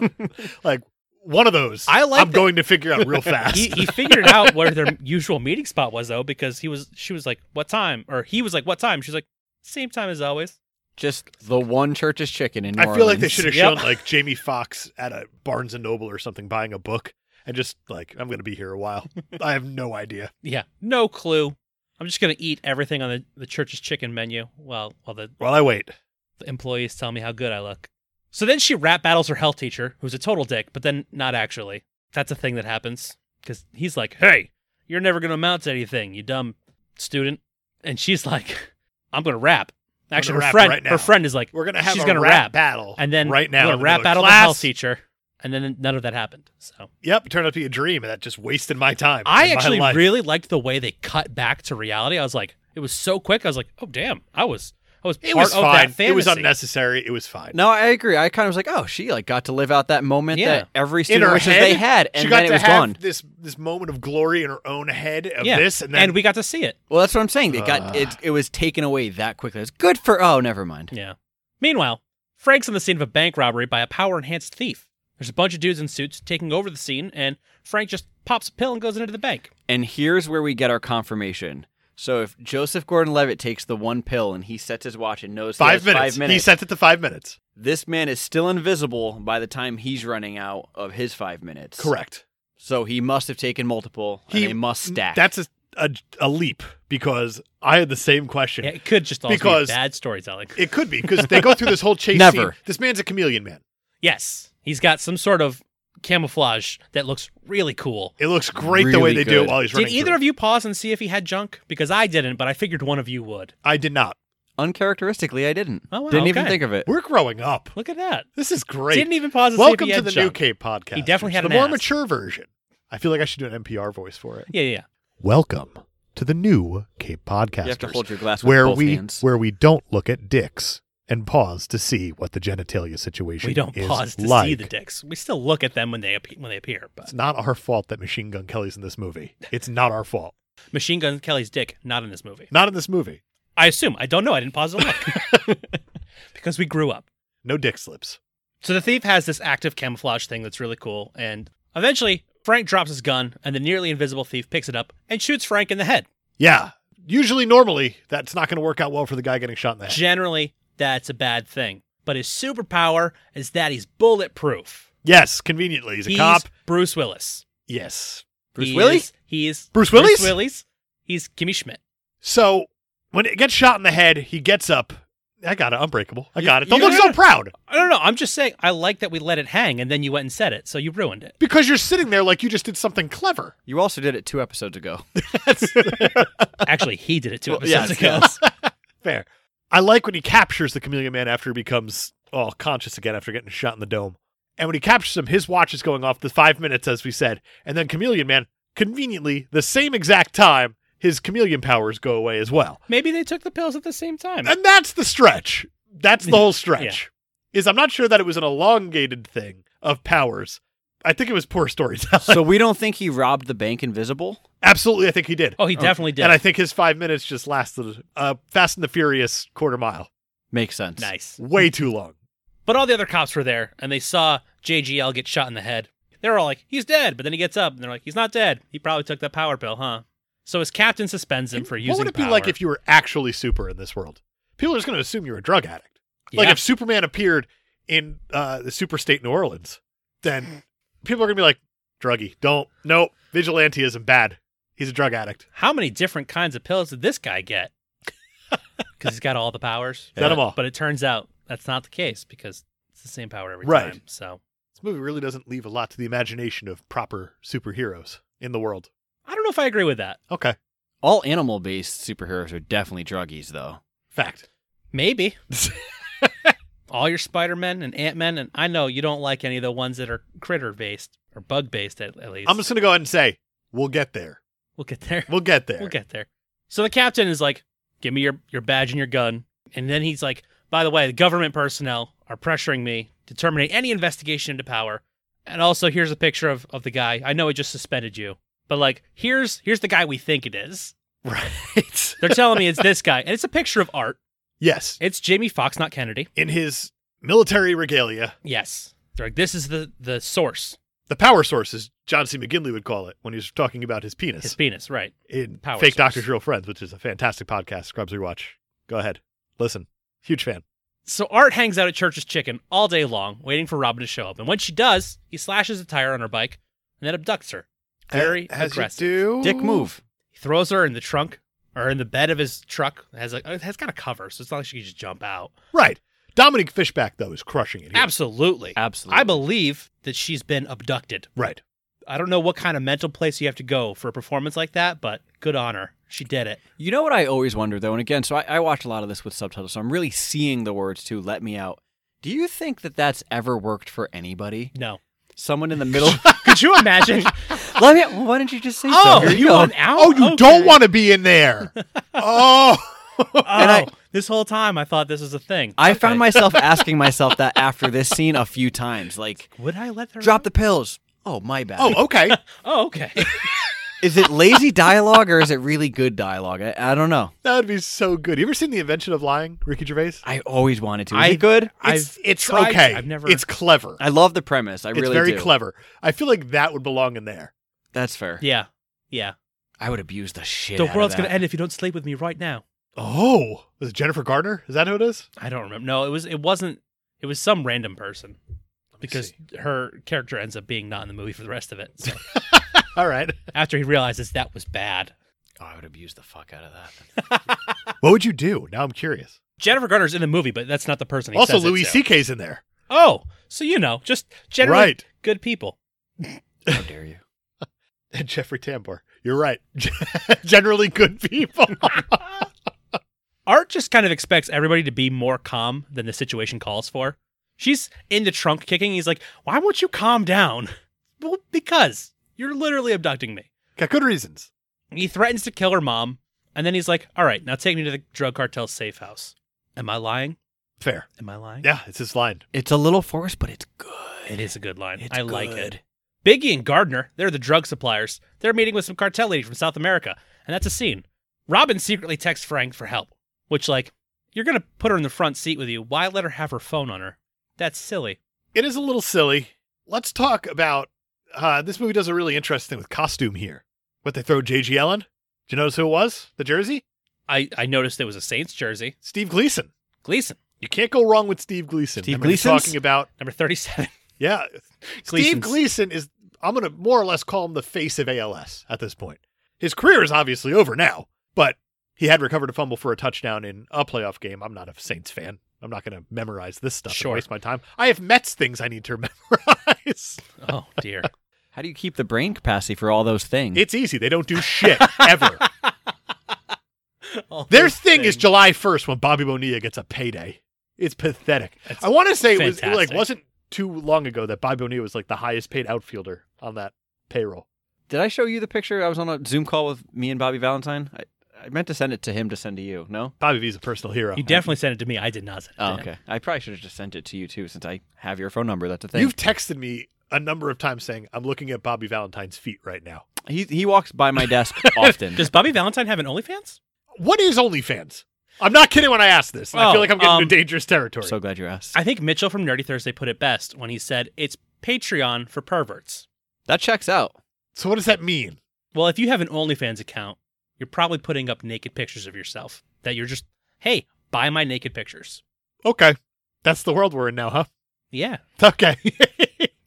Speaker 1: Like one of those.
Speaker 2: I like
Speaker 1: I'm
Speaker 2: that-
Speaker 1: going to figure out
Speaker 2: [laughs]
Speaker 1: real fast.
Speaker 2: he, he figured out where their usual meeting spot was though because he was she was like what time or he was like what time she's like same time as always
Speaker 3: Just the one church's chicken in New
Speaker 1: I feel like they
Speaker 3: Orleans.
Speaker 1: should have
Speaker 2: Yep.
Speaker 1: shown like Jamie Fox at a Barnes and Noble or something buying a book, and just like, I'm going to be here a while. [laughs] I have no idea.
Speaker 2: Yeah, no clue. I'm just gonna eat everything on the, the church's chicken menu while while the,
Speaker 1: While I wait,
Speaker 2: the employees tell me how good I look. So then she rap battles her health teacher, who's a total dick, but then not actually. That's a thing that happens because he's like, "Hey, you're never gonna amount to anything, you dumb student," and she's like, "I'm gonna rap."
Speaker 1: I'm
Speaker 2: Actually,
Speaker 1: gonna
Speaker 2: her
Speaker 1: rap
Speaker 2: friend,
Speaker 1: right now.
Speaker 2: her friend is like,
Speaker 1: we're going to have
Speaker 2: She's
Speaker 1: a
Speaker 2: gonna
Speaker 1: rap,
Speaker 2: rap.
Speaker 1: battle.
Speaker 2: and then
Speaker 1: right now, in
Speaker 2: I'm gonna
Speaker 1: the
Speaker 2: rap
Speaker 1: middle of
Speaker 2: battle the health
Speaker 1: class.
Speaker 2: teacher, and then none of that happened. So
Speaker 1: Yep, it turned out to be a dream, and that just wasted my time.
Speaker 2: I
Speaker 1: and my
Speaker 2: actually
Speaker 1: life.
Speaker 2: really liked the way they cut back to reality. I was like, it was so quick. I was like, oh damn, I was, I was
Speaker 1: It
Speaker 2: part
Speaker 1: was
Speaker 2: of
Speaker 1: fine.
Speaker 2: that fantasy.
Speaker 1: It was unnecessary. It was fine.
Speaker 3: No, I agree. I kind of was like, oh, she like got to live out that moment
Speaker 2: Yeah.
Speaker 3: that every
Speaker 1: in
Speaker 3: student
Speaker 1: her
Speaker 3: wishes
Speaker 1: head,
Speaker 3: they had, and
Speaker 1: she got
Speaker 3: then it
Speaker 1: to
Speaker 3: was
Speaker 1: have
Speaker 3: gone.
Speaker 1: this this moment of glory in her own head of
Speaker 2: Yeah,
Speaker 1: this, and then
Speaker 2: we got to see it.
Speaker 3: Well, that's what I'm saying. It
Speaker 1: Ugh.
Speaker 3: got it, it was taken away that quickly. It's good for oh, never mind.
Speaker 2: Yeah. Meanwhile, Frank's on the scene of a bank robbery by a power enhanced thief. There's a bunch of dudes in suits taking over the scene, and Frank just pops a pill and goes into
Speaker 1: [laughs]
Speaker 2: the bank.
Speaker 3: And here's where we get our confirmation. So if Joseph Gordon-Levitt takes the one pill and he sets his watch and knows he
Speaker 1: five,
Speaker 3: has
Speaker 1: minutes.
Speaker 3: five minutes,
Speaker 1: He sent it to five minutes.
Speaker 3: this man is still invisible by the time he's running out of his five minutes.
Speaker 1: Correct.
Speaker 3: So he must have taken multiple. and
Speaker 1: He-
Speaker 3: they must stack.
Speaker 1: That's a, a a leap because I had the same question.
Speaker 2: Yeah, it could just also
Speaker 1: Because-
Speaker 2: be bad storytelling.
Speaker 1: It could be because they go through this whole chase.
Speaker 3: Never.
Speaker 1: scene. This man's a chameleon man.
Speaker 2: yes, he's got some sort of camouflage that looks really cool.
Speaker 1: It looks great the way they
Speaker 3: Really
Speaker 1: do it
Speaker 3: good.
Speaker 1: while he's
Speaker 2: Did
Speaker 1: running.
Speaker 2: either
Speaker 1: through.
Speaker 2: of you pause and see if he had junk? Because I didn't, but I figured one of you would.
Speaker 1: I did not.
Speaker 3: uncharacteristically. I didn't.
Speaker 2: Oh, wow,
Speaker 3: didn't even
Speaker 2: okay.
Speaker 3: think of it.
Speaker 1: We're growing up.
Speaker 2: Look at that.
Speaker 1: This is great.
Speaker 2: Didn't even pause to see if
Speaker 1: Welcome
Speaker 2: he
Speaker 1: to
Speaker 2: had
Speaker 1: the New
Speaker 2: junk.
Speaker 1: Cave podcast.
Speaker 2: He definitely had
Speaker 1: the
Speaker 2: an
Speaker 1: more
Speaker 2: ass.
Speaker 1: mature version. I feel like I should do an NPR voice for it.
Speaker 2: Yeah, yeah, yeah.
Speaker 1: Welcome to the New Cave podcast.
Speaker 3: You have to hold your glass with
Speaker 1: where
Speaker 3: both
Speaker 1: we
Speaker 3: hands.
Speaker 1: where we don't look at dicks and pause to see what the genitalia situation
Speaker 2: We don't
Speaker 1: is
Speaker 2: pause to
Speaker 1: like.
Speaker 2: see the dicks. We still look at them when they appe- when they appear. But
Speaker 1: It's not our fault that Machine Gun Kelly's in this movie. It's not our fault.
Speaker 2: Machine Gun Kelly's dick not in this movie.
Speaker 1: Not in this movie.
Speaker 2: I assume. I don't know. I didn't pause to
Speaker 1: [laughs]
Speaker 2: look because we grew up.
Speaker 1: No dick slips.
Speaker 2: So the thief has this active camouflage thing that's really cool, and eventually Frank drops his gun, and the nearly invisible thief picks it up and shoots Frank in the head.
Speaker 1: Yeah. Usually, normally, that's not going to work out well for the guy getting shot in the head.
Speaker 2: Generally, that's a bad thing. But his superpower is that he's bulletproof.
Speaker 1: Yes, conveniently, he's a
Speaker 2: he's
Speaker 1: cop.
Speaker 2: Bruce Willis.
Speaker 1: Yes.
Speaker 3: Bruce
Speaker 2: he
Speaker 3: Willis?
Speaker 2: Is, he is
Speaker 1: Bruce Willis?
Speaker 2: Bruce Willis. He's Kimmy Schmidt.
Speaker 1: So when it gets shot in the head, he gets up. I got it. Unbreakable. I
Speaker 3: You-
Speaker 1: got it. Don't
Speaker 3: you-
Speaker 1: look so proud
Speaker 2: I don't know. I'm just saying. I like that we let it hang, and then you went and said it, so you ruined it.
Speaker 1: because you're sitting there like you just did something clever.
Speaker 3: You also did it two episodes ago.
Speaker 2: Actually, he did it two
Speaker 3: Well,
Speaker 2: episodes
Speaker 3: yes,
Speaker 2: ago.
Speaker 3: yes.
Speaker 1: Fair. I like when he captures the chameleon man after he becomes oh conscious again after getting shot in the dome. And when he captures him, his watch is going off the five minutes, as we said. And then chameleon man, conveniently, the same exact time, his chameleon powers go away as well.
Speaker 2: [laughs] Maybe they took the pills at the same time.
Speaker 1: And that's the stretch. That's
Speaker 2: [laughs]
Speaker 1: the whole stretch. Is I'm not sure that it was an elongated thing of powers. I think it was poor
Speaker 2: [laughs]
Speaker 1: storytelling. [laughs]
Speaker 3: so we don't think he robbed the bank invisible.
Speaker 1: Absolutely, I think he did.
Speaker 2: Oh, he definitely did.
Speaker 1: And I think his five minutes just lasted uh, Fast and the Furious quarter mile.
Speaker 3: Makes sense.
Speaker 2: nice.
Speaker 1: Way too long.
Speaker 2: But all the other cops were there, and they saw JGL get shot in the head. They're all like, "He's dead," but then he gets up, and they're like, "He's not dead. He probably took that power pill, huh?" So his captain suspends him for using.
Speaker 1: What would it be
Speaker 2: power.
Speaker 1: like if you were actually super in this world? People are just going to assume you're a drug addict. Like
Speaker 2: Yeah.
Speaker 1: if Superman appeared in uh, the super state New Orleans, then people are going to be like, druggy, don't, no, vigilanteism, bad. He's a drug addict.
Speaker 2: How many different kinds of pills did this guy
Speaker 1: [laughs]
Speaker 2: get? Because he's got all the powers.
Speaker 1: Got 'em all.
Speaker 2: But it turns out that's not the case because it's the same power every
Speaker 1: Right.
Speaker 2: time. So
Speaker 1: This movie really doesn't leave a lot to the imagination of proper superheroes in the world.
Speaker 2: I don't know if I agree with that.
Speaker 1: Okay,
Speaker 3: All animal-based superheroes are definitely druggies, though.
Speaker 1: fact. [laughs]
Speaker 2: Maybe. All your Spider Men and Ant Men, and I know you don't like any of the ones that are critter based or bug based at, at least.
Speaker 1: I'm just going to go ahead and say, we'll get there.
Speaker 2: We'll get there.
Speaker 1: We'll get there.
Speaker 2: We'll get there. So the captain is like, "Give me your your badge and your gun," and then he's like, "By the way, the government personnel are pressuring me to terminate any investigation into power." And also, here's a picture of of the guy. I know I just suspended you, but like, here's here's the guy we think it is.
Speaker 1: Right. [laughs]
Speaker 2: They're telling me it's this guy, and it's a picture of art.
Speaker 1: yes.
Speaker 2: It's Jamie Foxx, not Kennedy.
Speaker 1: In his military regalia,
Speaker 2: Yes, they're like, "This is the the source,
Speaker 1: the power source, as John C. McGinley would call it when he was talking about his penis
Speaker 2: his penis." Right?
Speaker 1: in
Speaker 2: power
Speaker 1: Fake
Speaker 2: source.
Speaker 1: Doctors, Real Friends, which is a fantastic podcast. Scrubs Rewatch. Go ahead. Listen. Huge fan.
Speaker 2: So Art hangs out at Church's Chicken all day long, waiting for Robin to show up. And when she does, he slashes a tire on her bike, and then abducts her. Very
Speaker 1: as
Speaker 2: aggressive.
Speaker 1: You do.
Speaker 3: Dick move.
Speaker 2: He throws her in the trunk or in the bed of his truck. It has like it has got a cover, so it's not like she can just jump out.
Speaker 1: Right. Dominic Fishback though is crushing it. Here.
Speaker 2: Absolutely.
Speaker 3: Absolutely.
Speaker 2: I believe that she's been abducted.
Speaker 1: Right.
Speaker 2: I don't know what kind of mental place you have to go for a performance like that, but good on her. She did it.
Speaker 3: You know what I always wonder though, and again, so I, I watch a lot of this with subtitles, so I'm really seeing the words too. Let me out. Do you think that that's ever worked for anybody?
Speaker 2: No.
Speaker 3: Someone in
Speaker 2: [laughs]
Speaker 3: the middle.
Speaker 2: Could you
Speaker 3: [laughs]
Speaker 2: imagine?
Speaker 3: Let me. Out. Well, why didn't you just say
Speaker 2: oh,
Speaker 3: so? Here
Speaker 2: you
Speaker 3: go.
Speaker 2: want out?
Speaker 1: Oh, you don't
Speaker 2: Okay.
Speaker 1: want to be in
Speaker 2: [laughs]
Speaker 1: there. oh. [laughs]
Speaker 2: Oh,
Speaker 3: I-
Speaker 2: this whole time I thought this was a thing.
Speaker 3: I
Speaker 2: Okay. [laughs]
Speaker 3: found myself asking myself that after this scene a few times. Like,
Speaker 2: Would I let her
Speaker 3: drop the pills. Oh my bad.
Speaker 1: Oh, okay.
Speaker 2: Oh, okay.
Speaker 3: is it lazy dialogue or is it really good dialogue? I, I don't know.
Speaker 1: that would be so good. You ever seen The Invention of Lying, Ricky Gervais?
Speaker 3: I always wanted to. Is
Speaker 2: I-
Speaker 3: it good?
Speaker 1: It's
Speaker 2: I've
Speaker 1: it's
Speaker 2: tried-
Speaker 1: okay.
Speaker 2: I've never-
Speaker 1: It's clever.
Speaker 3: I love the premise. I
Speaker 1: it's
Speaker 3: really
Speaker 1: very
Speaker 3: do.
Speaker 1: clever. I feel like that would belong in there.
Speaker 3: That's fair.
Speaker 2: yeah. Yeah.
Speaker 3: I would abuse the shit.
Speaker 2: the world's going to end if you don't sleep with me right now.
Speaker 1: Oh, was it Jennifer Gardner? Is that who it is?
Speaker 2: I don't remember. No, it was it wasn't it was some random person because her character ends up being not in the movie for the rest of it. So
Speaker 1: [laughs]
Speaker 2: [laughs]
Speaker 1: All right.
Speaker 2: after he realizes that was bad.
Speaker 3: Oh, I would abuse the fuck out of that.
Speaker 1: What would you do? Now I'm curious.
Speaker 2: Jennifer Garner's in the movie, but that's not the person he
Speaker 1: also,
Speaker 2: says it
Speaker 1: Louis
Speaker 2: to.
Speaker 1: C.K.'s in there. [laughs]
Speaker 2: Oh, so you know, just generally
Speaker 1: Right.
Speaker 2: good people.
Speaker 3: How dare you?
Speaker 1: And Jeffrey Tambor. You're right. [laughs] Generally good people. [laughs]
Speaker 2: Art just kind of expects everybody to be more calm than the situation calls for. She's in the trunk kicking. He's like, "Why won't you calm down?" [laughs] Well, because you're literally abducting me.
Speaker 1: Got good reasons.
Speaker 2: He threatens to kill her mom, and then he's like, "All right, now take me to the drug cartel's safe house." Am I lying?
Speaker 1: Fair.
Speaker 2: Am I lying?
Speaker 1: Yeah, it's his line.
Speaker 3: [laughs] It's a little forced, but it's good.
Speaker 2: It is a good line.
Speaker 3: It's
Speaker 2: I like it.
Speaker 3: good.
Speaker 2: Biggie and Gardner, they're the drug suppliers. They're meeting with some cartel lady from South America, and that's a scene. Robin secretly texts Frank for help, which, like, you're going to put her in the front seat with you. Why let her have her phone on her? That's silly.
Speaker 1: It is a little silly. Let's talk about uh, this movie does a really interesting thing with costume here. What they throw J.G. Ellen. Do you notice who it was? The jersey?
Speaker 2: I, I noticed there was a Saints jersey.
Speaker 1: Steve Gleason.
Speaker 2: Gleason,
Speaker 1: You can't go wrong with Steve Gleason.
Speaker 3: Steve
Speaker 1: I mean, he's
Speaker 3: Gleason's?
Speaker 1: talking about
Speaker 2: number 37.
Speaker 1: yeah. Steve
Speaker 2: Gleason's.
Speaker 1: Gleason is I'm going to more or less call him the face of ALS at this point. His career is obviously over now, but he had recovered a fumble for a touchdown in a playoff game. I'm not a Saints fan. I'm not going to memorize this stuff
Speaker 2: Sure.
Speaker 1: and waste my time. I have Mets things I need to [laughs] memorize.
Speaker 2: [laughs] Oh, dear.
Speaker 3: How do you keep the brain capacity for all those
Speaker 2: Mm.
Speaker 3: things?
Speaker 1: It's easy. They don't do shit
Speaker 2: [laughs]
Speaker 1: ever.
Speaker 2: [laughs] All
Speaker 1: Their
Speaker 2: those
Speaker 1: thing is
Speaker 2: things.
Speaker 1: July 1st when Bobby Bonilla gets a payday. It's pathetic. I want to say it was it, like
Speaker 2: fantastic.
Speaker 1: wasn't too long ago that Bobby Bonilla was like the highest paid outfielder on that payroll.
Speaker 3: Did I show you the picture? I was on a Zoom call with me and Bobby Valentine. I, I meant to send it to him to send to you. No.
Speaker 1: Bobby V's a personal hero.
Speaker 2: You definitely sent it to me. I did not send it to
Speaker 3: Oh,
Speaker 2: him.
Speaker 3: okay. I probably should have just sent it to you too, since I have your phone number. That's a thing.
Speaker 1: You've texted me a number of times saying I'm looking at Bobby Valentine's feet right now.
Speaker 3: He he walks by my desk [laughs] often.
Speaker 2: Does Bobby Valentine have an OnlyFans?
Speaker 1: What is OnlyFans? I'm not kidding when I ask this. and I
Speaker 2: Oh,
Speaker 1: feel like I'm getting
Speaker 2: um,
Speaker 1: into dangerous territory.
Speaker 3: so glad you asked.
Speaker 2: I think Mitchell from Nerdy Thursday put it best when he said, it's Patreon for perverts.
Speaker 3: that checks out.
Speaker 1: so what does that mean?
Speaker 2: Well, if you have an OnlyFans account, you're probably putting up naked pictures of yourself that you're just, hey, buy my naked pictures.
Speaker 1: Okay, that's the world we're in now, huh? [laughs]
Speaker 2: Yeah.
Speaker 1: Okay.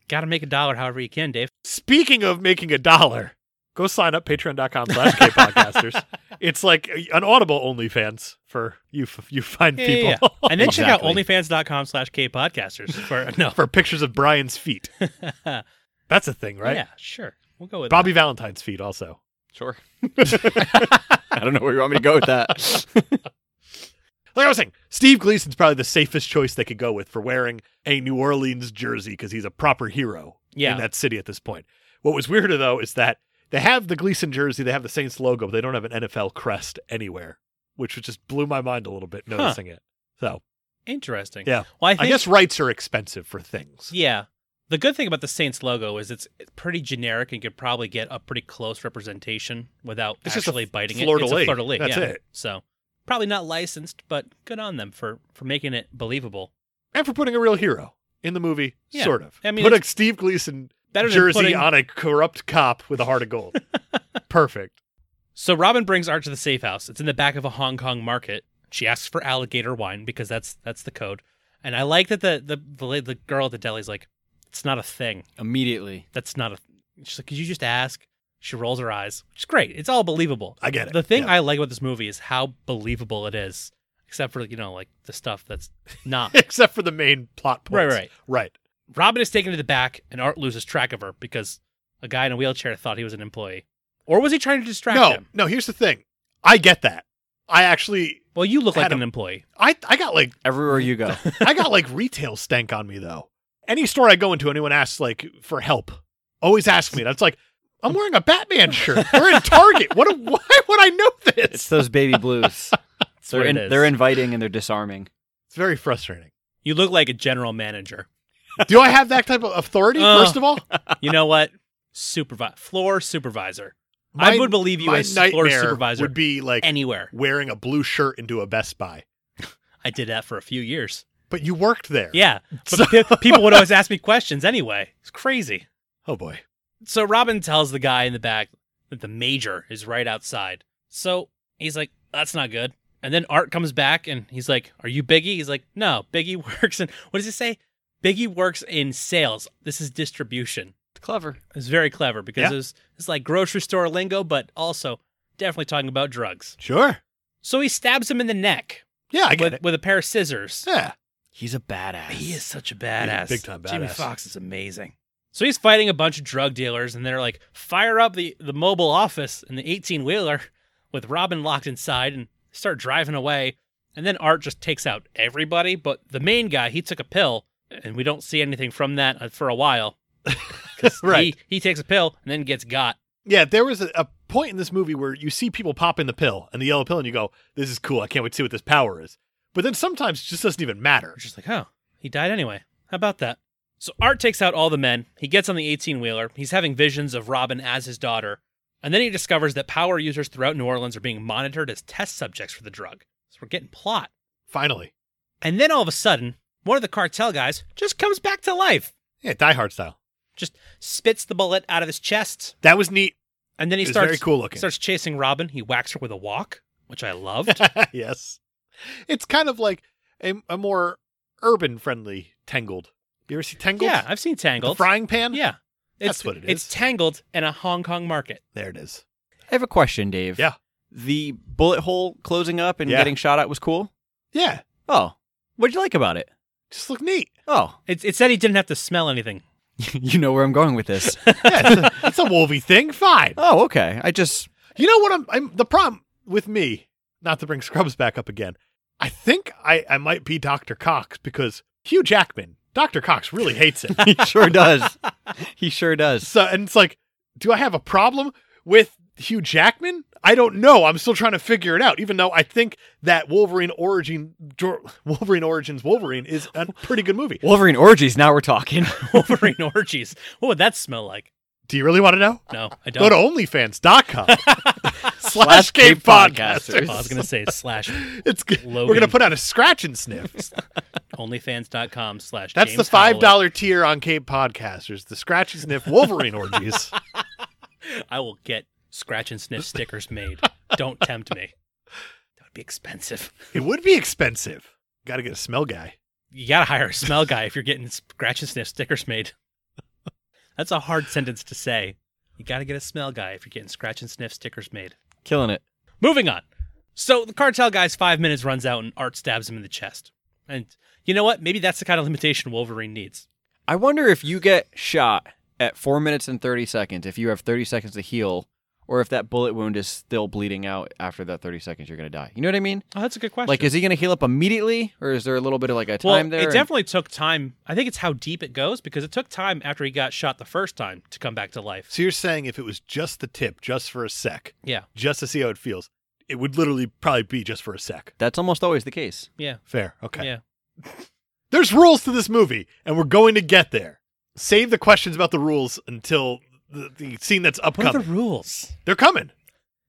Speaker 2: Got to make a dollar however you can, Dave.
Speaker 1: Speaking of making a dollar, go sign up patreon.com slash [laughs] kpodcasters. it's like an Audible OnlyFans for you f- you find
Speaker 2: Yeah,
Speaker 1: people.
Speaker 2: yeah, yeah. And then check out
Speaker 1: Exactly.
Speaker 2: OnlyFans.com slash K podcasters for no.
Speaker 1: for pictures of Brian's feet.
Speaker 2: [laughs]
Speaker 1: That's a thing, right?
Speaker 2: Yeah, sure. We'll go with
Speaker 1: Bobby Valentine's feet also. [laughs]
Speaker 3: Sure. [laughs] I don't know where you want me to go with that.
Speaker 1: Like I was saying, Steve Gleason's probably the safest choice they could go with for wearing a New Orleans jersey because he's a proper hero
Speaker 2: Yeah.
Speaker 1: in that city at this point. What was weirder though is that they have the Gleason jersey, they have the Saints logo, but they don't have an NFL crest anywhere, which just blew my mind a little bit noticing it. So
Speaker 2: that. Interesting.
Speaker 1: Yeah.
Speaker 2: Well, I
Speaker 1: I
Speaker 2: think,
Speaker 1: guess rights are expensive for things.
Speaker 2: yeah. The good thing about the Saints logo is it's pretty generic and could probably get a pretty close representation without
Speaker 1: It's just a
Speaker 2: actually biting it.
Speaker 1: fleur-de-lis.
Speaker 2: It's a fleur-de-lis,
Speaker 1: That's
Speaker 2: yeah.
Speaker 1: it.
Speaker 2: So probably not licensed, but good on them for for making it believable.
Speaker 1: And for putting a real hero in the movie,
Speaker 2: Yeah.
Speaker 1: sort of.
Speaker 2: I mean,
Speaker 1: Put a
Speaker 2: it's-
Speaker 1: Steve Gleason
Speaker 2: Better than
Speaker 1: jersey
Speaker 2: putting-
Speaker 1: on a corrupt cop with a heart of
Speaker 2: [laughs]
Speaker 1: gold. Perfect. [laughs]
Speaker 2: So Robin brings Art to the safe house. It's in the back of a Hong Kong market. She asks for alligator wine because that's that's the code. And I like that the the the, la- the girl at the deli's like, it's not a thing.
Speaker 3: [laughs] Immediately.
Speaker 2: That's not a She's like, could you just ask? She rolls her eyes, which is great. It's all believable.
Speaker 1: I get it.
Speaker 2: The thing
Speaker 1: Yeah.
Speaker 2: I like about this movie is how believable it is, except for you know like the stuff that's [laughs] not.
Speaker 1: except for the main plot
Speaker 2: right,
Speaker 1: points.
Speaker 2: right.
Speaker 1: right.
Speaker 2: Robin is taken to the back, and Art loses track of her because a guy in a wheelchair thought he was an employee, or was he trying to distract
Speaker 1: No,
Speaker 2: him?
Speaker 1: no. Here's the thing. I get that. I actually,
Speaker 2: Well, you look like
Speaker 1: Adam.
Speaker 2: an employee.
Speaker 1: I, I got like,
Speaker 3: Everywhere you [laughs] go.
Speaker 1: I got like retail stank on me though. Any store I go into, anyone asks like for help. Always ask me. That's like, I'm wearing a Batman shirt. We're in Target. What? A, [laughs] why would I know this?
Speaker 3: It's those baby blues. they're,
Speaker 2: what it
Speaker 3: in,
Speaker 2: is.
Speaker 3: they're inviting and they're disarming.
Speaker 1: It's very frustrating.
Speaker 2: You look like a general manager.
Speaker 1: Do I have that type of authority?
Speaker 2: Uh,
Speaker 1: first of all,
Speaker 2: You know what? Supervi- floor supervisor.
Speaker 1: My-
Speaker 2: I would believe you
Speaker 1: my
Speaker 2: as floor
Speaker 1: nightmare
Speaker 2: supervisor
Speaker 1: would be like
Speaker 2: anywhere.
Speaker 1: wearing a blue shirt into a Best Buy.
Speaker 2: I did that for a
Speaker 1: [laughs]
Speaker 2: few years.
Speaker 1: But you worked there.
Speaker 2: Yeah. But
Speaker 1: So-
Speaker 2: pe- people would always ask me questions anyway. It's crazy.
Speaker 1: Oh boy.
Speaker 2: So Robin tells the guy in the back that the major is right outside. So he's like, that's not good. And then Art comes back and he's like, Are you Biggie? He's like, No, Biggie [laughs] works in what does it say? Biggie works in sales. This is distribution.
Speaker 3: Clever.
Speaker 2: It's very clever because
Speaker 1: Yeah.
Speaker 2: it was, it's like grocery store lingo, but also definitely talking about drugs.
Speaker 1: Sure.
Speaker 2: So he stabs him in the neck
Speaker 1: Yeah, I get
Speaker 2: with,
Speaker 1: it. Ah.
Speaker 2: with a pair of scissors.
Speaker 1: Yeah.
Speaker 3: He's a badass.
Speaker 2: He is such a badass.
Speaker 1: big time
Speaker 2: Jimmy
Speaker 1: badass.
Speaker 2: Fox is amazing. So he's fighting a bunch of drug dealers, and they're like, fire up the, the mobile office in the 18 wheeler with Robin locked inside and start driving away. And then Art just takes out everybody, but the main guy, he took a pill, and we don't see anything from that uh, for a while.
Speaker 1: [laughs]
Speaker 2: 'Cause
Speaker 1: Right.
Speaker 2: He, he takes a pill and then gets got.
Speaker 1: Yeah, there was a, a point in this movie where you see people popping the pill and the yellow pill, and you go, "This is cool. I can't wait to see what this power is." But then sometimes it just doesn't even matter.
Speaker 2: We're just like, oh, he died anyway. How about that? So Art takes out all the men. He gets on the 18 wheeler. He's having visions of Robin as his daughter. And then he discovers that power users throughout New Orleans are being monitored as test subjects for the drug. So we're getting plot.
Speaker 1: Finally,
Speaker 2: And then all of a sudden, one of the cartel guys just comes back to life,
Speaker 1: yeah, Die Hard style.
Speaker 2: just spits the bullet out of his chest.
Speaker 1: That was neat.
Speaker 2: And then he
Speaker 1: It was
Speaker 2: starts,
Speaker 1: very cool looking.
Speaker 2: starts chasing Robin. He whacks her with a walk, which I loved.
Speaker 1: [laughs] yes, it's kind of like a, a more urban-friendly Tangled. You ever see Tangled?
Speaker 2: yeah, I've seen
Speaker 1: the
Speaker 2: Tangled.
Speaker 1: frying pan.
Speaker 2: yeah.
Speaker 1: That's what it
Speaker 2: It's
Speaker 1: is.
Speaker 2: Tangled in a Hong Kong market.
Speaker 1: there it is.
Speaker 3: I have a question, Dave.
Speaker 1: Yeah.
Speaker 3: The bullet hole closing up and
Speaker 1: Yeah.
Speaker 3: getting shot at was cool.
Speaker 1: Yeah,
Speaker 3: Oh. What'd you like about it?
Speaker 1: just look
Speaker 2: [laughs]
Speaker 1: neat.
Speaker 3: Oh.
Speaker 2: It, it said he didn't have to smell anything. [laughs]
Speaker 3: [laughs] you know where I'm going with this.
Speaker 1: Yeah, it's a, it's a Wolvie thing. Fine.
Speaker 3: oh, okay. I just
Speaker 1: You know what? I'm, I'm the problem with me. Not to bring Scrubs back up again. I think I, I might be Dr. Cox because Hugh Jackman, Dr. Cox really hates [laughs] it.
Speaker 3: he sure does. He sure does.
Speaker 1: so and it's like, do I have a problem with Hugh Jackman? I don't know. I'm still trying to figure it out. Even though I think that Wolverine origin, Dor- Wolverine origins Wolverine is a pretty good movie.
Speaker 3: Wolverine orgies. Now we're talking.
Speaker 1: [laughs]
Speaker 2: Wolverine orgies. What would that smell like?
Speaker 1: Do you really want to know?
Speaker 2: No, I
Speaker 1: Go
Speaker 2: don't.
Speaker 1: to [laughs] OnlyFans.com slash
Speaker 3: Slash
Speaker 1: Cape
Speaker 3: Cape Podcasters.
Speaker 1: Podcasters.
Speaker 2: Oh, I was gonna say slash
Speaker 1: It's good. We're
Speaker 2: Logan.
Speaker 1: gonna put out a scratch and sniff.
Speaker 2: onlyfans.com slash.
Speaker 1: That's the
Speaker 2: James
Speaker 1: five
Speaker 2: Holloway.
Speaker 1: dollar tier on Cape Podcasters. The scratchy sniff Wolverine
Speaker 2: [laughs]
Speaker 1: orgies.
Speaker 2: I will get scratch
Speaker 1: [laughs]
Speaker 2: and sniff stickers made. Don't tempt me. That would be expensive.
Speaker 1: It would be expensive. Got to get a smell guy.
Speaker 2: You gotta hire a smell guy if you're getting scratch and sniff stickers made. That's a hard sentence to say. You gotta get a smell guy if you're getting scratch and sniff stickers made.
Speaker 3: [laughs] Killing it.
Speaker 2: Moving on. So the cartel guy's five minutes runs out, and Art stabs him in the chest. And you know what? Maybe that's the kind of limitation Wolverine needs.
Speaker 3: I wonder if you get shot at four minutes and thirty seconds, if you have thirty seconds to heal, or if that bullet wound is still bleeding out after that thirty seconds, you're gonna die. You know what I mean?
Speaker 2: Oh, that's a good question.
Speaker 3: Like, is he gonna heal up immediately, or is there a little bit of like a
Speaker 2: well,
Speaker 3: time there?
Speaker 2: it
Speaker 3: and-
Speaker 2: definitely took time. I think it's how deep it goes because it took time after he got shot the first time to come back to life.
Speaker 1: So you're saying if it was just the tip, just for a sec,
Speaker 2: Yeah,
Speaker 1: just to see how it feels, it would literally probably be just for a sec.
Speaker 3: That's almost always the case.
Speaker 2: yeah,
Speaker 1: Fair. Okay.
Speaker 2: yeah.
Speaker 1: There's rules to this movie, and we're going to get there. Save the questions about the rules until the, the scene that's
Speaker 2: What are
Speaker 1: upcoming.
Speaker 2: the rules?
Speaker 1: They're coming.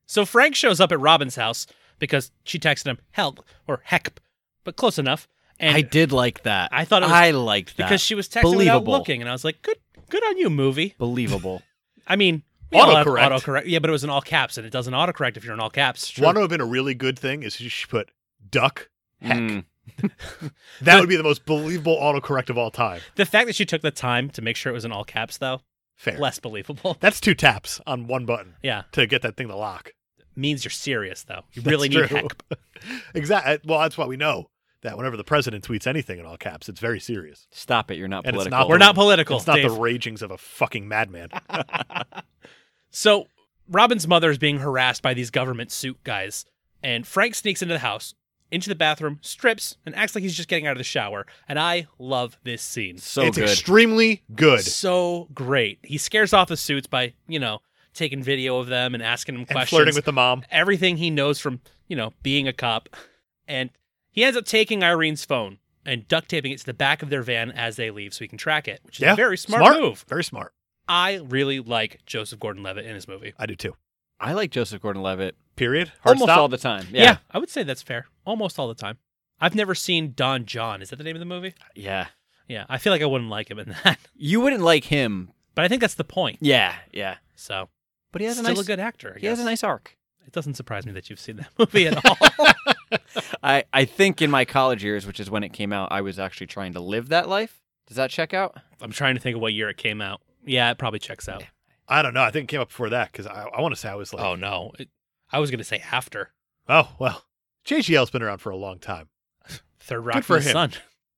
Speaker 2: So Frank shows up at Robin's house because she texted him "help" or "heck," but close enough. And
Speaker 3: I did like that.
Speaker 2: I thought it was-
Speaker 3: I liked that
Speaker 2: because she was texting without
Speaker 3: Believable.
Speaker 2: looking, and I was like, "Good, good on you, movie."
Speaker 3: [laughs] believable.
Speaker 2: I mean, we all have
Speaker 1: Autocorrect.
Speaker 2: autocorrect. Yeah, but it was in all caps, and it doesn't autocorrect if you're in all caps.
Speaker 1: What would have been a really good thing is you should put duck. Heck.
Speaker 3: Mm.
Speaker 1: That would be the most believable autocorrect of all time.
Speaker 2: The fact that she took the time to make sure it was in all caps, though,
Speaker 1: Fair.
Speaker 2: less believable.
Speaker 1: That's two taps on one button
Speaker 2: [laughs] Yeah,
Speaker 1: to get that thing to lock.
Speaker 2: means you're serious though. You
Speaker 1: That's
Speaker 2: really need
Speaker 1: true.
Speaker 2: heck.
Speaker 1: exactly. uh, Well, that's why we know that whenever the president tweets anything in all caps, it's very serious.
Speaker 3: Stop it. You're not
Speaker 1: And it's
Speaker 3: political.
Speaker 1: not-
Speaker 2: We're not political.
Speaker 1: it's not
Speaker 2: Dave.
Speaker 1: the ragings of a fucking
Speaker 2: [laughs]
Speaker 1: madman.
Speaker 2: So Robin's mother is being harassed by these government suit guys, and Frank sneaks into the house, into the bathroom, strips, and acts like he's just getting out of the shower. And I love this scene.
Speaker 3: so
Speaker 1: it's
Speaker 3: good.
Speaker 1: extremely good.
Speaker 2: So great. He scares off the suits by, you know, taking video of them and asking them
Speaker 1: And
Speaker 2: questions.
Speaker 1: flirting with the mom.
Speaker 2: everything he knows from, you know, being a cop. And he ends up taking Irene's phone and duct taping it to the back of their van as they leave so he can track it, which is
Speaker 1: Yeah,
Speaker 2: a very smart, move.
Speaker 1: Very smart.
Speaker 2: I really like Joseph Gordon Levitt in his movie.
Speaker 1: I do too.
Speaker 3: I like Joseph Gordon-Levitt
Speaker 1: Period. Hard
Speaker 3: almost
Speaker 1: stop.
Speaker 3: all the time.
Speaker 2: Yeah.
Speaker 3: Yeah.
Speaker 2: I would say that's fair. Almost all the time. I've never seen Don John. Is that the name of the movie?
Speaker 3: Yeah.
Speaker 2: Yeah, I feel like I wouldn't like him in [laughs] that,
Speaker 3: You wouldn't like him.
Speaker 2: but I think that's the point.
Speaker 3: Yeah. Yeah.
Speaker 2: So
Speaker 3: But he has
Speaker 2: still
Speaker 3: a nice.
Speaker 2: a good actor. I
Speaker 3: he has a
Speaker 2: guess.
Speaker 3: nice arc.
Speaker 2: It doesn't surprise me that you've seen that [laughs] movie at all.
Speaker 3: I, I think in my college years, which is when it came out, I was actually trying to live that life. Does that check out?
Speaker 2: I'm trying to think of what year it came out. Yeah, it probably checks out.
Speaker 1: I don't know. I think it came up before that because I, I want to say I was like,
Speaker 2: Oh no, It- I was gonna say after
Speaker 1: oh well, JGL's been around for a long time.
Speaker 2: Third Rock
Speaker 1: for
Speaker 2: from the
Speaker 1: him.
Speaker 2: Sun.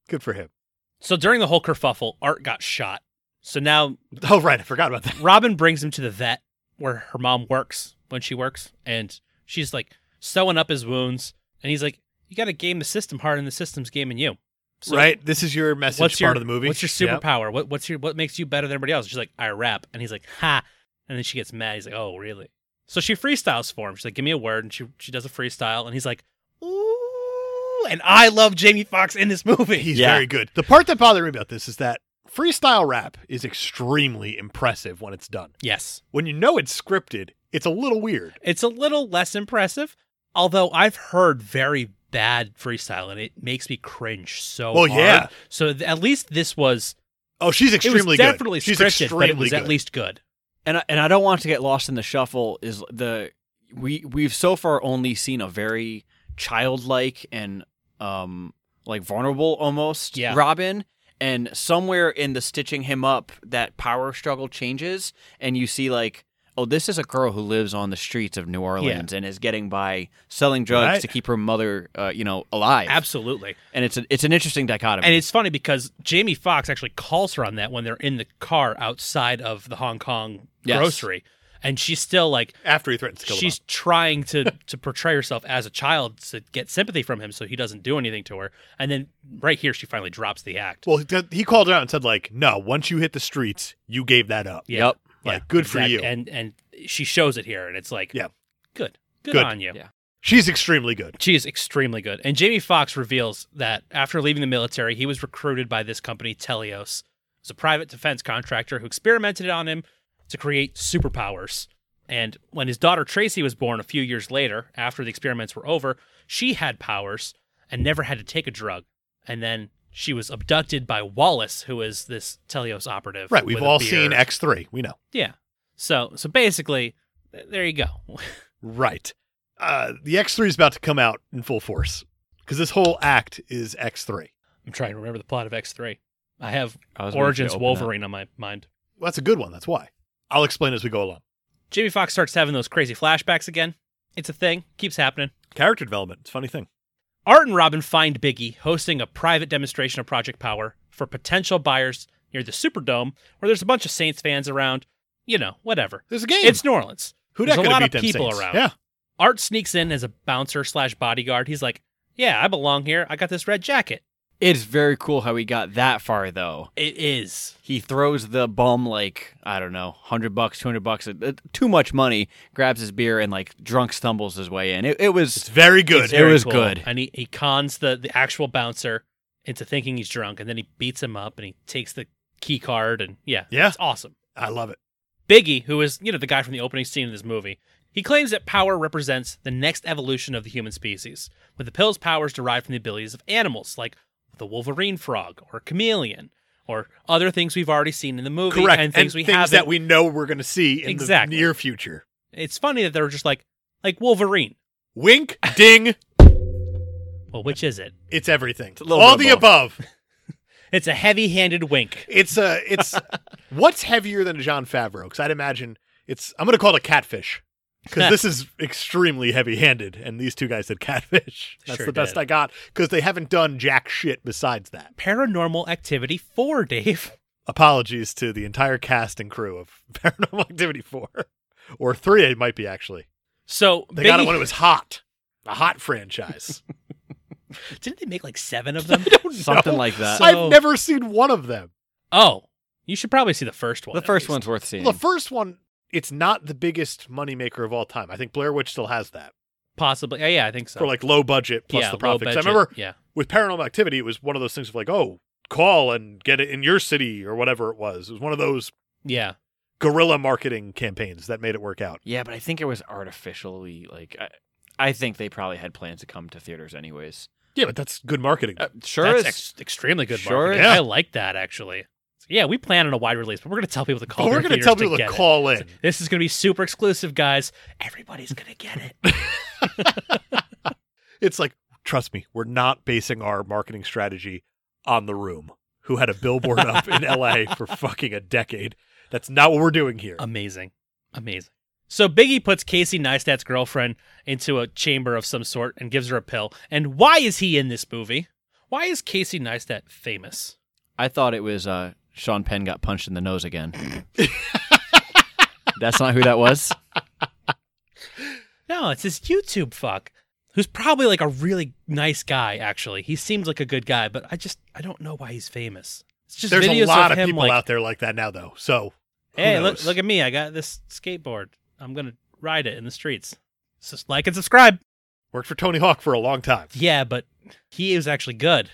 Speaker 1: Good for him. [laughs]
Speaker 2: So during the whole kerfuffle, Art got shot. So now
Speaker 1: Oh right, I forgot about that.
Speaker 2: Robin brings him to the vet where her mom works when she works, and she's like sewing up his wounds, and he's like, "You got to game the system harder than the system's gaming you." So
Speaker 1: right, this is your message
Speaker 2: What's
Speaker 1: part
Speaker 2: your
Speaker 1: of the movie.
Speaker 2: What's your
Speaker 1: Yeah.
Speaker 2: superpower? What what's your what makes you better than everybody else? She's like, I rap, and he's like, ha, and then she gets mad. He's like, oh really? So she freestyles for him. She's like, give me a word, and she she does a freestyle, and he's like, ooh, and I love Jamie Foxx in this movie.
Speaker 1: He's
Speaker 3: Yeah.
Speaker 1: very good. The part that bothered me about this is that freestyle rap is extremely impressive when it's done.
Speaker 2: yes,
Speaker 1: When you know it's scripted, it's a little weird.
Speaker 2: It's a little less impressive, although I've heard very bad freestyle, and it makes me cringe so.
Speaker 1: Well,
Speaker 2: hard.
Speaker 1: yeah.
Speaker 2: So th- at least this was
Speaker 1: Oh, she's
Speaker 2: it
Speaker 1: extremely
Speaker 2: was definitely
Speaker 1: good. She's
Speaker 2: scripted,
Speaker 1: extremely
Speaker 2: but it was
Speaker 1: good.
Speaker 2: at least good.
Speaker 3: and I, and I don't want to get lost in the shuffle is the we we've so far only seen a very childlike and um like vulnerable almost
Speaker 2: Yeah.
Speaker 3: Robin and somewhere in the stitching him up that power struggle changes and you see like oh this is a girl who lives on the streets of New Orleans and is getting by selling drugs
Speaker 1: Right.
Speaker 3: to keep her mother uh, you know alive
Speaker 2: Absolutely,
Speaker 3: and it's a, it's an interesting dichotomy
Speaker 2: and it's funny because Jamie Foxx actually calls her on that when they're in the car outside of the Hong Kong
Speaker 3: Yes.
Speaker 2: grocery, and she's still like
Speaker 1: after he threatens to kill
Speaker 2: she's
Speaker 1: him.
Speaker 2: trying to to portray herself as a child to get sympathy from him, so he doesn't do anything to her, and then right here she finally drops the act.
Speaker 1: Well, he got- he called her out and said like, "No, once you hit the streets, you gave that up."
Speaker 2: Yeah.
Speaker 3: Yep.
Speaker 1: Like, good for you.
Speaker 2: And and she shows it here, and it's like,
Speaker 1: Yeah.
Speaker 2: good, good,
Speaker 1: Good.
Speaker 2: on you.
Speaker 3: Yeah.
Speaker 1: She's extremely good.
Speaker 2: She is extremely good. And Jamie Foxx reveals that after leaving the military, he was recruited by this company, Telios. It's a private defense contractor who experimented on him to create superpowers. And when his daughter Tracy was born a few years later, after the experiments were over, she had powers and never had to take a drug. And then she was abducted by Wallace, who is this Telios operative.
Speaker 1: Right, we've
Speaker 2: with a
Speaker 1: all
Speaker 2: beard.
Speaker 1: seen X3. We know.
Speaker 2: Yeah. So so basically, th- there you go. [laughs]
Speaker 1: Right. Uh, the X3 is about to come out in full force because this whole act is X3.
Speaker 2: I'm trying to remember the plot of X three. I have
Speaker 3: I was waiting for you to
Speaker 2: Origins
Speaker 3: open that.
Speaker 2: Wolverine on my mind.
Speaker 1: Well, that's a good one. That's why. I'll explain as we go along.
Speaker 2: Jamie Foxx starts having those crazy flashbacks again. It's a thing. Keeps happening.
Speaker 1: Character development. It's a funny thing.
Speaker 2: Art and Robin find Biggie hosting a private demonstration of Project Power for potential buyers near the Superdome, where there's a bunch of Saints fans around. You know, whatever.
Speaker 1: There's a game.
Speaker 2: It's New Orleans.
Speaker 1: Who
Speaker 2: there's
Speaker 1: dat
Speaker 2: a
Speaker 1: gonna
Speaker 2: lot
Speaker 1: beat
Speaker 2: of
Speaker 1: them
Speaker 2: people
Speaker 1: Saints?
Speaker 2: around.
Speaker 1: Yeah.
Speaker 2: Art sneaks in as a bouncer slash bodyguard. He's like, "Yeah, I belong here. I got this red jacket."
Speaker 3: it's very cool how he got that far though
Speaker 2: It is.
Speaker 3: he throws the bum like I don't know, hundred bucks, two hundred bucks, uh, too much money. Grabs his beer and like drunk stumbles his way in. It, it
Speaker 1: It's
Speaker 3: was
Speaker 1: very good.
Speaker 3: It
Speaker 2: Very
Speaker 3: was
Speaker 2: cool.
Speaker 3: good.
Speaker 2: And he, he cons the, the actual bouncer into thinking he's drunk, and then he beats him up and he takes the key card and yeah,
Speaker 1: Yeah.
Speaker 2: it's awesome.
Speaker 1: I love it.
Speaker 2: Biggie, who is, you know, the guy from the opening scene of this movie, he claims that power represents the next evolution of the human species, with the pill's powers derived from the abilities of animals, like the wolverine frog or chameleon, or other things we've already seen in the movie
Speaker 1: Correct.
Speaker 2: and things we haven't.
Speaker 1: that we know we're going to see in
Speaker 2: Exactly.
Speaker 1: the near future.
Speaker 2: It's funny that they're just like, like Wolverine.
Speaker 1: Wink, ding, [laughs]
Speaker 2: Well, which is it?
Speaker 1: it's everything.
Speaker 3: a little
Speaker 1: All
Speaker 3: bit
Speaker 1: the
Speaker 3: of
Speaker 1: above.
Speaker 2: It's a heavy-handed wink.
Speaker 1: It's a
Speaker 2: [laughs]
Speaker 1: it's what's heavier than a John Favreau? Because I'd imagine it's I'm gonna call it a catfish because this is extremely heavy-handed, and these two guys did catfish. That's
Speaker 2: Sure
Speaker 1: the best
Speaker 2: did.
Speaker 1: I got because they haven't done jack shit besides that.
Speaker 2: Paranormal Activity 4, Dave.
Speaker 1: Apologies to the entire cast and crew of [laughs] Paranormal Activity Four or three. It might be actually
Speaker 2: [laughs] So
Speaker 1: they got it
Speaker 2: Biggie-
Speaker 1: when it was hot, a hot franchise.
Speaker 2: Didn't they make like seven
Speaker 1: [laughs]
Speaker 2: of them?
Speaker 3: [laughs] Something
Speaker 1: No.
Speaker 3: like that.
Speaker 2: So-
Speaker 1: I've never seen one of them.
Speaker 2: oh, you should probably see the first one.
Speaker 3: the
Speaker 2: at
Speaker 3: first
Speaker 2: least.
Speaker 3: one's worth seeing.
Speaker 1: Well, the first one, it's not the biggest moneymaker of all time. I think Blair Witch still has that
Speaker 2: possibly. Yeah, yeah, I think so.
Speaker 1: for like low budget plus
Speaker 2: yeah,
Speaker 1: the
Speaker 2: low
Speaker 1: profits. I
Speaker 2: budget.
Speaker 1: remember
Speaker 2: Yeah,
Speaker 1: with Paranormal Activity, it was one of those things of like, oh, call and get it in your city or whatever it was. It was one of those
Speaker 2: yeah.
Speaker 1: guerrilla marketing campaigns that made it work out.
Speaker 3: yeah, but I think it was artificially like. I, I think they probably had plans to come to theaters anyways.
Speaker 1: Yeah, but that's good marketing.
Speaker 3: Uh, sure
Speaker 2: That's
Speaker 3: is.
Speaker 2: ex- extremely good
Speaker 3: Sure
Speaker 2: marketing.
Speaker 1: is.
Speaker 2: I like that actually. So, yeah, we plan on a wide release, but we're going to tell people to call.
Speaker 1: but we're
Speaker 2: going
Speaker 1: going to tell people to
Speaker 2: get it.
Speaker 1: call in.
Speaker 2: This is going to be super exclusive, guys. Everybody's going to get it.
Speaker 1: It's like, trust me, we're not basing our marketing strategy on the room, who had a billboard up
Speaker 2: [laughs]
Speaker 1: in LA for fucking a decade. That's not what we're doing here.
Speaker 2: Amazing, amazing. So Biggie puts Casey Neistat's girlfriend into a chamber of some sort and gives her a pill. And why is he in this movie? Why is Casey Neistat famous?
Speaker 3: I thought it was uh, Sean Penn got punched in the nose [laughs] again. That's not who that was.
Speaker 2: No, it's this YouTube fuck who's probably like a really nice guy. Actually, he seems like a good guy, but I just I don't know why he's famous. It's just
Speaker 1: There's
Speaker 2: videos
Speaker 1: a lot
Speaker 2: of,
Speaker 1: of,
Speaker 2: him
Speaker 1: people
Speaker 2: like,
Speaker 1: out there like that now, though. So, who
Speaker 2: hey, look
Speaker 1: knows?
Speaker 2: look at me! I got this skateboard. I'm gonna ride it in the streets. So like and subscribe.
Speaker 1: worked for Tony Hawk for a long time.
Speaker 2: Yeah, but he is actually good.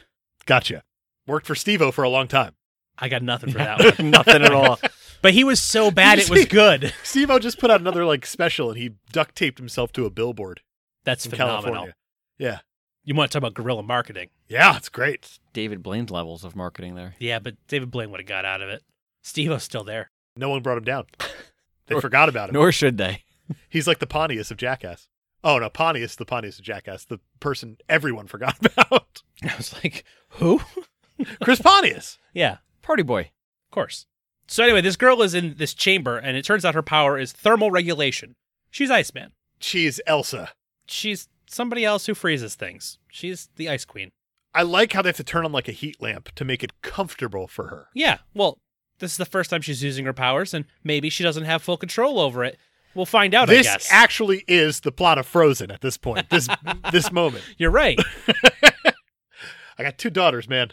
Speaker 1: Gotcha. Worked for Stevo for a long time.
Speaker 2: I got nothing
Speaker 1: [laughs]
Speaker 2: for that one.
Speaker 3: [laughs] Nothing at all.
Speaker 2: But he was so bad
Speaker 1: You
Speaker 2: it was
Speaker 1: see-
Speaker 2: good.
Speaker 1: Stevo just put out another like special, and he duct taped himself to a billboard
Speaker 2: That's
Speaker 1: in
Speaker 2: phenomenal.
Speaker 1: California. Yeah,
Speaker 2: You want to talk about guerrilla marketing?
Speaker 1: yeah, it's great.
Speaker 3: David Blaine's levels of marketing there.
Speaker 2: Yeah, but David Blaine would have got out of it. Steve-O's still there.
Speaker 1: No one brought him down.
Speaker 2: [laughs]
Speaker 1: They
Speaker 3: Nor-
Speaker 1: forgot about him.
Speaker 3: Nor should they.
Speaker 1: He's like the Pontius of Jackass. Oh no, Pontius, the Pontius of Jackass, the person everyone [laughs] forgot about.
Speaker 2: I was like, who?
Speaker 1: Chris Pontius.
Speaker 2: [laughs] Yeah.
Speaker 3: Party boy.
Speaker 2: Of course. So anyway, this girl is in this chamber, and it turns out her power is thermal regulation. She's Iceman.
Speaker 1: She's Elsa.
Speaker 2: She's somebody else who freezes things. She's the Ice Queen.
Speaker 1: I like how they have to turn on like a heat lamp to make it comfortable for her.
Speaker 2: Yeah, well, this is the first time she's using her powers, and maybe she doesn't have full control over it. We'll find out,
Speaker 1: this
Speaker 2: I guess.
Speaker 1: actually is the plot of Frozen at this point.
Speaker 2: [laughs]
Speaker 1: This this moment.
Speaker 2: You're right.
Speaker 1: I got two daughters, man.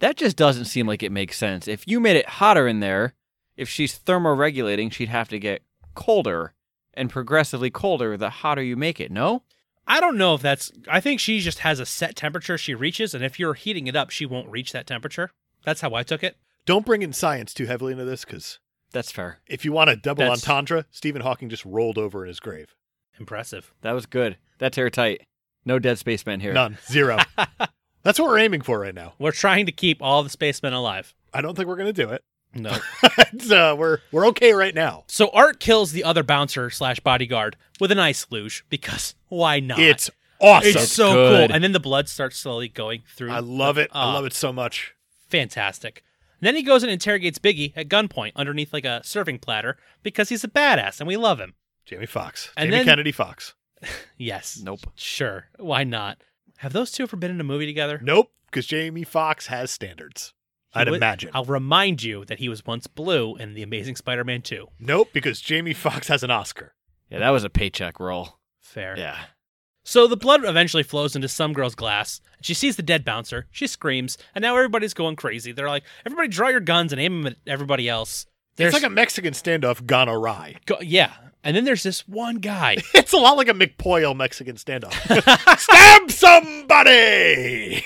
Speaker 3: That just doesn't seem like it makes sense. If you made it hotter in there, if she's thermoregulating, she'd have to get colder and progressively colder the hotter you make it, no?
Speaker 2: I don't know if that's. I think she just has a set temperature she reaches, and if you're heating it up, she won't reach that temperature. That's how I took it.
Speaker 1: Don't bring in science too heavily into this because
Speaker 3: That's fair.
Speaker 1: if you want a double
Speaker 2: That's-
Speaker 1: entendre, Stephen Hawking just rolled over in his grave.
Speaker 2: Impressive.
Speaker 3: That was good. That's airtight. No dead spacemen here.
Speaker 1: None.
Speaker 2: [laughs]
Speaker 1: Zero. That's what we're aiming for right now.
Speaker 2: We're trying to keep all the spacemen alive.
Speaker 1: I don't think we're going to do it. [laughs]
Speaker 2: No.
Speaker 1: It's, uh, we're we're okay right now.
Speaker 2: [laughs] so Art kills the other bouncer slash bodyguard with an ice luge because why not?
Speaker 1: It's awesome.
Speaker 2: It's
Speaker 3: That's
Speaker 2: so
Speaker 3: good.
Speaker 2: cool. And then the blood starts slowly going through.
Speaker 1: I love it. I
Speaker 2: Ah.
Speaker 1: love it so much.
Speaker 2: Fantastic. And then he goes and interrogates Biggie at gunpoint underneath like a serving platter because he's a badass and we love him.
Speaker 1: Jamie Fox.
Speaker 2: And
Speaker 1: Jamie
Speaker 2: then-
Speaker 1: Kennedy Fox.
Speaker 2: Yes.
Speaker 3: Nope.
Speaker 2: Sure. Why not? Have those two ever been in a movie together?
Speaker 1: Nope, because Jamie Fox has standards.
Speaker 2: He
Speaker 1: I'd
Speaker 2: wa-
Speaker 1: imagine.
Speaker 2: I'll remind you that he was once blue in The Amazing Spider-Man 2.
Speaker 1: Nope, because Jamie Fox has an Oscar.
Speaker 3: Yeah, that was a paycheck roll.
Speaker 2: Fair.
Speaker 3: Yeah.
Speaker 2: So the blood eventually flows into some girl's glass. She sees the dead bouncer. She screams, and now everybody's going crazy. They're like, "Everybody, draw your guns and aim them at everybody else." There's
Speaker 1: It's like a Mexican standoff gone awry.
Speaker 2: go- yeah, and then there's this one guy.
Speaker 1: [laughs] It's a lot like a McPoyle Mexican standoff. [laughs] Stab somebody!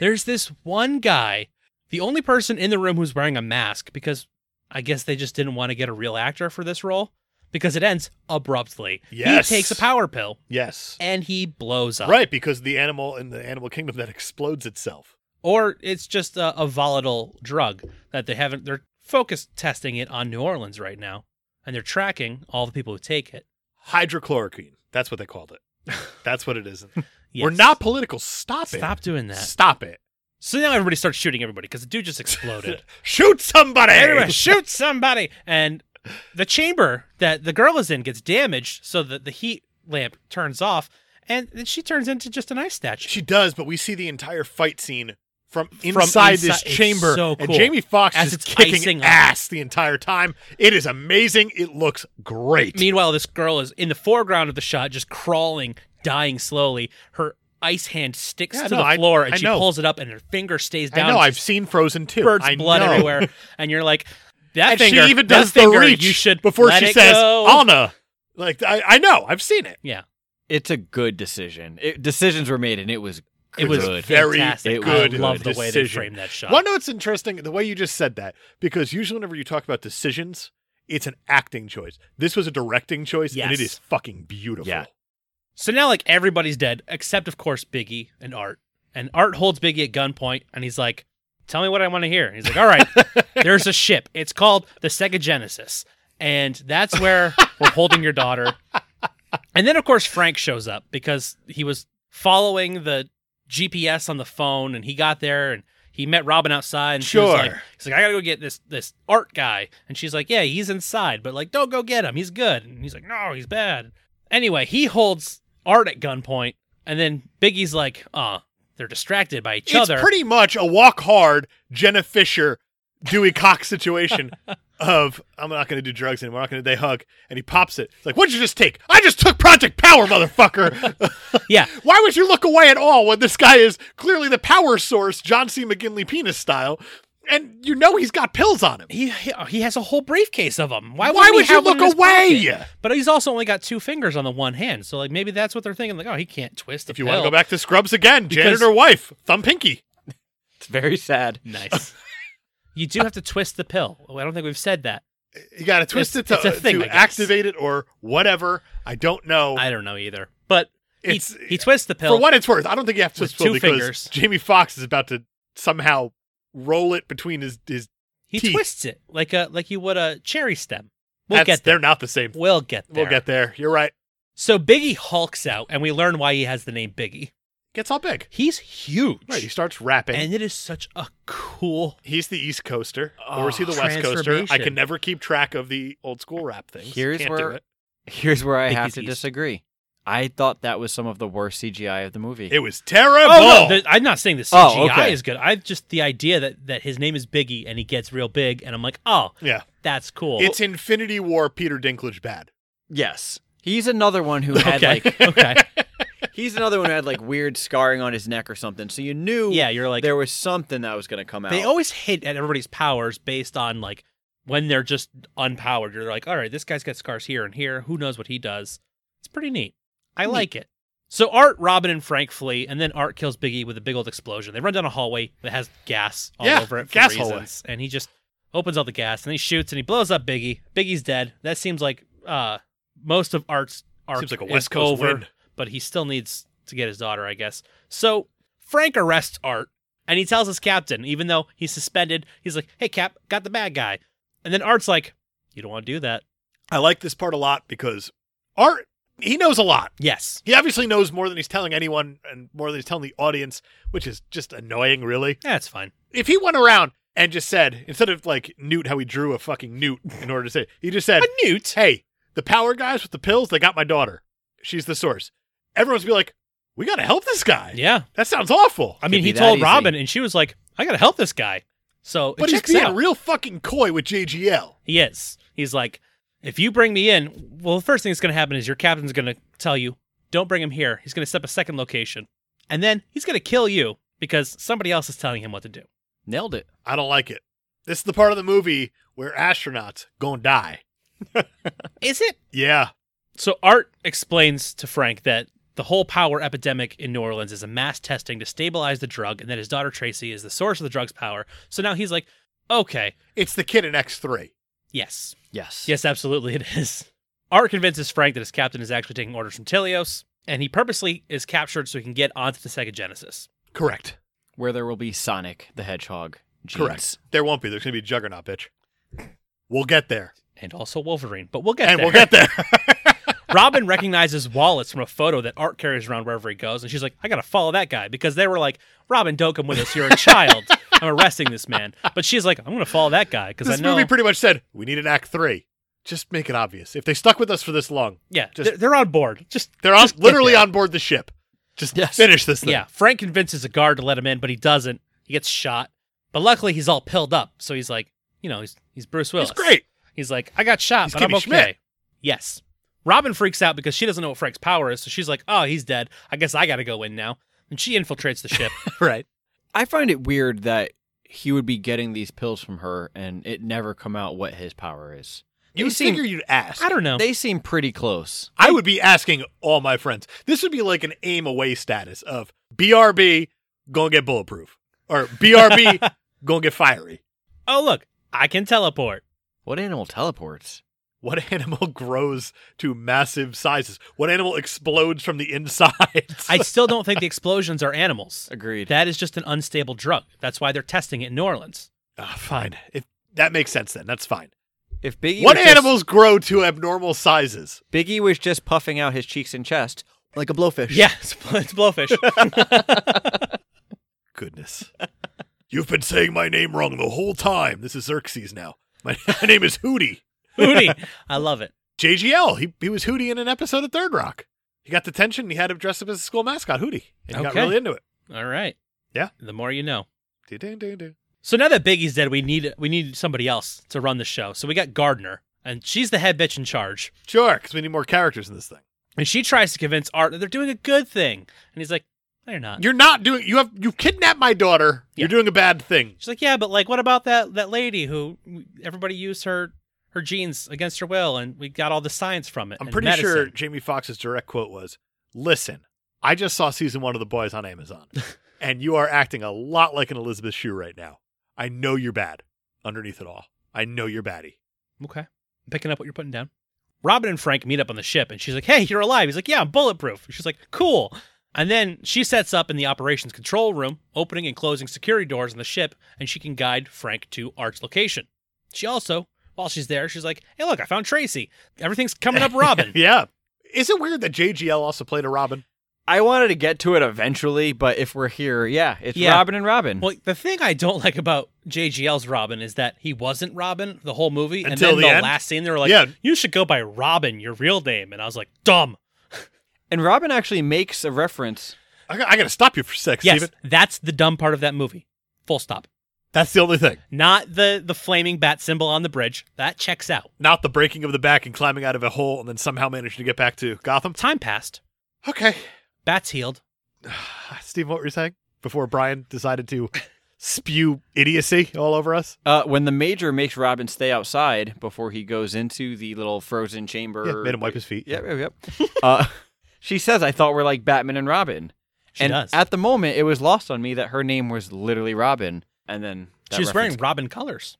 Speaker 2: there's this one guy, the only person in the room who's wearing a mask because I guess they just didn't want to get a real actor for this role because it ends abruptly.
Speaker 1: Yes.
Speaker 2: He takes a power pill
Speaker 1: Yes.
Speaker 2: and he blows up.
Speaker 1: Right, because the animal in the animal kingdom that explodes itself.
Speaker 2: or it's just a, a volatile drug that they haven't they're focus testing it on new orleans right now and they're tracking all the people who take it
Speaker 1: Hydrochloroquine. That's what [laughs] they called it. That's what it is.
Speaker 2: Yes.
Speaker 1: We're not political. Stop it.
Speaker 2: stop doing that
Speaker 1: Stop it.
Speaker 2: So now everybody starts shooting everybody because the dude just exploded.
Speaker 4: Shoot somebody!
Speaker 2: Everybody shoot somebody, and the chamber that the girl is in gets damaged, so that the heat lamp turns off, and then she turns into just an ice statue.
Speaker 1: She does, but we see the entire fight scene from inside, this
Speaker 2: inside- it's
Speaker 1: chamber.
Speaker 2: so
Speaker 1: And
Speaker 2: cool.
Speaker 1: Jamie Foxx
Speaker 2: As
Speaker 1: is
Speaker 2: it's
Speaker 1: kicking
Speaker 2: icing up.
Speaker 1: ass the entire time. It is amazing. It looks great.
Speaker 2: Meanwhile, this girl is in the foreground of the shot, just crawling, dying slowly. Her ice hand sticks
Speaker 1: Yeah,
Speaker 2: to
Speaker 1: no,
Speaker 2: the
Speaker 1: I-
Speaker 2: floor, and
Speaker 1: I
Speaker 2: she
Speaker 1: know.
Speaker 2: pulls it up, and her finger stays
Speaker 1: I
Speaker 2: down.
Speaker 1: know.
Speaker 2: and
Speaker 1: I've
Speaker 2: just
Speaker 1: seen Frozen too.
Speaker 2: spurts
Speaker 1: I
Speaker 2: blood
Speaker 1: know.
Speaker 2: everywhere, and you're like, that
Speaker 1: And
Speaker 2: finger.
Speaker 1: she even
Speaker 2: that
Speaker 1: does the
Speaker 2: finger,
Speaker 1: reach
Speaker 2: You should
Speaker 1: before
Speaker 2: let
Speaker 1: she
Speaker 2: it
Speaker 1: says
Speaker 2: go.
Speaker 1: Anna. Like I, I know. I've seen it.
Speaker 2: yeah,
Speaker 3: It's a good decision. It, decisions were made, and it was
Speaker 2: it was
Speaker 3: good.
Speaker 1: Very
Speaker 2: fantastic.
Speaker 3: good
Speaker 2: I love the way they
Speaker 1: decision.
Speaker 2: framed that shot.
Speaker 1: Well, no, it's interesting the way you just said that because usually whenever you talk about decisions, it's an acting choice. This was a directing choice, and it
Speaker 2: Yes.
Speaker 1: is fucking beautiful.
Speaker 3: Yeah.
Speaker 2: So now, like, everybody's dead, except, of course, Biggie and Art. And Art holds Biggie at gunpoint, and he's like, Tell me what I want to hear. And he's like, All right, there's a ship. It's called the Sega Genesis. And that's where we're holding your daughter. And then, of course, Frank shows up because he was following the GPS on the phone, and he got there and he met Robin outside. And she was
Speaker 1: Sure.
Speaker 2: like, He's like, I gotta go get this this Art guy. And she's like, Yeah, he's inside, but like, don't go get him. He's good. And he's like, No, he's bad. Anyway, he holds Art at gunpoint, and then Biggie's like, uh, they're distracted by each
Speaker 1: it's
Speaker 2: other.
Speaker 1: pretty much a walk hard Jenna Fisher Dewey Cox [laughs] situation of I'm not going to do drugs anymore. I'm not going to. They hug and he pops it. It's like, what'd you just take? I just took Project Power, motherfucker. [laughs]
Speaker 2: yeah.
Speaker 1: Why would you look away at all when this guy is clearly the power source, John C. McGinley penis style, and you know he's got pills on him?
Speaker 2: He, he uh, he has a whole briefcase of them. Why,
Speaker 1: Why
Speaker 2: wouldn't he
Speaker 1: would you
Speaker 2: have one
Speaker 1: look
Speaker 2: in his
Speaker 1: away?
Speaker 2: pocket? But he's also only got two fingers on the one hand, so like maybe that's what they're thinking. Like, oh, he can't twist.
Speaker 1: If you want to go back to Scrubs again,
Speaker 2: Because-
Speaker 1: janitor wife, thumb pinky.
Speaker 3: It's very sad.
Speaker 2: [laughs] nice. you do have to twist the pill. Oh, I don't think we've said that.
Speaker 1: You got to twist
Speaker 2: It's-
Speaker 1: it
Speaker 2: it's a
Speaker 1: to, uh,
Speaker 2: thing,
Speaker 1: to
Speaker 2: I guess.
Speaker 1: activate it or whatever. I don't know.
Speaker 2: I don't know either. But he,
Speaker 1: It's-
Speaker 2: he twists the pill.
Speaker 1: For what it's worth, I don't think you have to
Speaker 2: With
Speaker 1: twist pill
Speaker 2: two
Speaker 1: because
Speaker 2: fingers.
Speaker 1: Jamie Foxx is about to somehow roll it between his his.
Speaker 2: he
Speaker 1: teeth.
Speaker 2: twists it like a like you would a cherry stem. We'll
Speaker 1: That's-
Speaker 2: get
Speaker 1: They're
Speaker 2: there.
Speaker 1: not the same.
Speaker 2: We'll get there.
Speaker 1: We'll get there. You're right.
Speaker 2: So Biggie hulks out, and we learn why he has the name Biggie.
Speaker 1: Gets all big.
Speaker 2: He's huge,
Speaker 1: Right. He starts rapping.
Speaker 2: and it is such a cool.
Speaker 1: He's the East Coaster, or is he the
Speaker 2: Oh,
Speaker 1: West Coaster? I
Speaker 2: transformation.
Speaker 1: can never keep track of the old school rap things.
Speaker 3: Here's
Speaker 1: Can't
Speaker 3: where-
Speaker 1: do it.
Speaker 3: Here's where I
Speaker 2: Think
Speaker 3: have
Speaker 2: he's
Speaker 3: to
Speaker 2: East.
Speaker 3: disagree. I thought that was some of the worst CGI of the movie.
Speaker 1: it was terrible.
Speaker 2: Oh, no, the, I'm not saying the CGI
Speaker 3: Oh, okay.
Speaker 2: is good. I just the idea that that his name is Biggie and he gets real big, and I'm like, oh,
Speaker 1: yeah,
Speaker 2: that's cool.
Speaker 1: it's Infinity War. Peter Dinklage bad.
Speaker 3: yes. He's another one who had
Speaker 2: okay,
Speaker 3: like
Speaker 2: okay,
Speaker 3: he's another one who had like weird scarring on his neck or something. So you knew
Speaker 2: yeah. You're like,
Speaker 3: there was something that was going to come out.
Speaker 2: they always hit at everybody's powers based on like when they're just unpowered. You're like, all right, this guy's got scars here and here. Who knows what he does? It's pretty neat. I
Speaker 3: Neat.
Speaker 2: like it. So Art, Robin, and Frank flee, and then Art kills Biggie with a big old explosion. They run down a hallway that has gas all
Speaker 1: Yeah,
Speaker 2: over it for
Speaker 1: gas
Speaker 2: reasons,
Speaker 1: hallway.
Speaker 2: and he just opens all the gas and then he shoots and he blows up Biggie. Biggie's dead. That seems like uh most of Art's arc
Speaker 1: Seems like a
Speaker 2: is
Speaker 1: West Coast
Speaker 2: over,
Speaker 1: win.
Speaker 2: but he still needs to get his daughter, I guess. So Frank arrests Art and he tells his captain, even though he's suspended, he's like, "Hey, Cap, got the bad guy." And then Art's like, "You don't want to do that."
Speaker 1: I like this part a lot because Art he knows a lot.
Speaker 2: Yes,
Speaker 1: He obviously knows more than he's telling anyone and more than he's telling the audience, which is just annoying, really.
Speaker 2: that's fine.
Speaker 1: If he went around and just said, instead of like Newt, how he drew a fucking Newt in order to say, he just said,
Speaker 2: newt.
Speaker 1: Hey, the power guys with the pills, they got my daughter. She's the source. Everyone's be like, We got to help this guy.
Speaker 2: Yeah,
Speaker 1: That sounds awful.
Speaker 2: I mean,
Speaker 3: be
Speaker 2: he
Speaker 3: that
Speaker 2: told
Speaker 3: easy.
Speaker 2: Robin, and she was like, "I gotta help this guy." So
Speaker 1: but
Speaker 2: it
Speaker 1: he's
Speaker 2: checks
Speaker 1: being
Speaker 2: out.
Speaker 1: real fucking coy with JGL.
Speaker 2: He is. He's like, if you bring me in, well, the first thing that's going to happen is your captain's going to tell you, don't bring him here. He's going to set up a second location. And then he's going to kill you because somebody else is telling him what to do.
Speaker 3: nailed it.
Speaker 1: I don't like it. This is the part of the movie where astronauts gonna die.
Speaker 2: Is it?
Speaker 1: Yeah.
Speaker 2: So Art explains to Frank that the whole power epidemic in New Orleans is a mass testing to stabilize the drug and that his daughter Tracy is the source of the drug's power. So now he's like, okay,
Speaker 1: It's the kid in X3.
Speaker 2: yes,
Speaker 3: Yes.
Speaker 2: Yes, absolutely, it is. Art convinces Frank that his captain is actually taking orders from Telios, and he purposely is captured so he can get onto the Sega Genesis.
Speaker 1: Correct.
Speaker 3: Where there will be Sonic the Hedgehog. Jeans.
Speaker 1: Correct. There won't be. There's going to be Juggernaut, bitch. We'll get there.
Speaker 2: And also Wolverine, but we'll get
Speaker 1: and
Speaker 2: [laughs] there.
Speaker 1: we'll get there.
Speaker 2: Robin recognizes wallets from a photo that Art carries around wherever he goes, and she's like, "I gotta follow that guy because they were like, Robin, don't come with
Speaker 1: [laughs]
Speaker 2: us. You're a child. I'm arresting this man." But she's like, "I'm gonna follow that guy because I
Speaker 1: This
Speaker 2: know."
Speaker 1: movie pretty much said we need an act three. Just make it obvious. If they stuck with us for this long,
Speaker 2: yeah,
Speaker 1: just-
Speaker 2: they're, they're on board. Just
Speaker 1: they're on,
Speaker 2: Just get
Speaker 1: literally
Speaker 2: there.
Speaker 1: on board the ship. Just
Speaker 3: Yes.
Speaker 1: finish this thing.
Speaker 2: yeah. Frank convinces a guard to let him in, but he doesn't. He gets shot, but luckily he's all pilled up, so he's like, you know, he's he's Bruce Willis.
Speaker 1: it's great.
Speaker 2: He's like, I got shot,
Speaker 1: He's
Speaker 2: but I'm
Speaker 1: Kimmy
Speaker 2: okay.
Speaker 1: Schmidt.
Speaker 2: Yes. Robin freaks out because she doesn't know what Frank's power is, so she's like, "Oh, he's dead. I guess I got to go in now." And she infiltrates the ship.
Speaker 1: Right.
Speaker 3: I find it weird that he would be getting these pills from her and it never come out what his power is.
Speaker 1: You
Speaker 3: They
Speaker 1: would
Speaker 3: seem-
Speaker 1: figure you'd ask.
Speaker 2: I don't know.
Speaker 3: They seem pretty close.
Speaker 1: I would be asking all my friends. This would be like an aim away status of BRB gonna get bulletproof or BRB gonna get fiery.
Speaker 2: oh, look, I can teleport.
Speaker 3: What animal teleports?
Speaker 1: What [laughs] animal grows to massive sizes? What animal explodes from the inside?
Speaker 2: I still don't
Speaker 3: [laughs]
Speaker 2: think the explosions are animals.
Speaker 3: Agreed.
Speaker 2: That is just an unstable drug. That's why they're testing it in New Orleans.
Speaker 1: [laughs] Ah, fine. If that makes sense, then that's fine.
Speaker 3: if Biggie
Speaker 1: what
Speaker 3: was just-
Speaker 1: animals grow to abnormal sizes?
Speaker 3: Biggie was just puffing out his cheeks and chest like a blowfish.
Speaker 2: Yeah, it's, it's blowfish.
Speaker 3: [laughs]
Speaker 1: Goodness. You've been saying my name wrong the whole time. This is Xerxes now. My, [laughs] my name is Hootie.
Speaker 2: Hootie. I love it.
Speaker 1: JGL. He, he was Hootie in an episode of Third Rock. He got the tension. and He had him dressed up as a school mascot, Hootie. And he got
Speaker 2: Okay.
Speaker 1: really into it.
Speaker 2: All right.
Speaker 1: Yeah.
Speaker 2: The more you know.
Speaker 1: Ding-ding-ding-ding.
Speaker 2: So now that Biggie's dead, we need we need somebody else to run the show. So we got Gardner, and she's the head bitch in charge.
Speaker 1: Sure, because we need more characters in this thing.
Speaker 2: And she tries to convince Art that they're doing a good thing. And he's like, they're not.
Speaker 1: You're not doing. You have you kidnapped my daughter.
Speaker 2: Uh, Yeah.
Speaker 1: You're doing a bad thing.
Speaker 2: She's like, yeah, but like, what about that that lady who everybody used her her genes against her will, and we got all the science from it.
Speaker 1: I'm
Speaker 2: and
Speaker 1: pretty
Speaker 2: medicine."
Speaker 1: sure Jamie Foxx's direct quote was, "Listen, I just saw season one of The Boys on
Speaker 2: [laughs]
Speaker 1: Amazon, and you are acting a lot like an Elizabeth Shue right now. I know you're bad. Underneath it all, I know you're baddie.
Speaker 2: Okay, I'm picking up what you're putting down. Robin and Frank meet up on the ship, and she's like, hey, you're alive. He's like, yeah, I'm bulletproof. She's like, cool. And then she sets up in the operations control room, opening and closing security doors on the ship, and she can guide Frank to Art's location. She also, while she's there, she's like, hey, look, I found Tracy. Everything's
Speaker 1: [laughs]
Speaker 2: coming up, Robin.
Speaker 1: Yeah. Is it weird that JGL also played a Robin?
Speaker 3: I wanted to get to it eventually, but if we're here, yeah, it's
Speaker 2: Yeah.
Speaker 3: Robin and Robin.
Speaker 1: Hmm.
Speaker 2: Well, the thing I don't like about JGL's Robin is that he wasn't Robin the whole movie, and
Speaker 1: Until
Speaker 2: then
Speaker 1: the
Speaker 2: the,
Speaker 1: end?
Speaker 2: last scene they were like,
Speaker 1: Yeah.
Speaker 2: "You should go by Robin, your real name," and I was like, "Dumb."
Speaker 3: and Robin actually makes a reference.
Speaker 1: I, got- I got to stop you for a sec,
Speaker 2: Yes,
Speaker 1: Steven.
Speaker 2: that's the dumb part of that movie. Full stop.
Speaker 1: That's the only thing.
Speaker 2: Not the the flaming bat symbol on the bridge. That checks out.
Speaker 1: Not the breaking of the back and climbing out of a hole and then somehow managing to get back to Gotham.
Speaker 2: Time passed.
Speaker 1: Okay. Ah,
Speaker 2: Bats healed.
Speaker 1: Steve, what were you saying before Brian decided to spew idiocy all over us?
Speaker 3: Uh, when the major makes Robin stay outside before he goes into the little frozen chamber,
Speaker 1: Yeah, made him wipe his feet.
Speaker 3: [laughs] Yep, yep, yep. uh, she says, "I thought we're like Batman and Robin."
Speaker 2: She
Speaker 3: and
Speaker 2: does.
Speaker 3: at the moment, it was lost on me that her name was literally Robin. And then that
Speaker 2: She was wearing
Speaker 3: reference-
Speaker 2: Robin colors.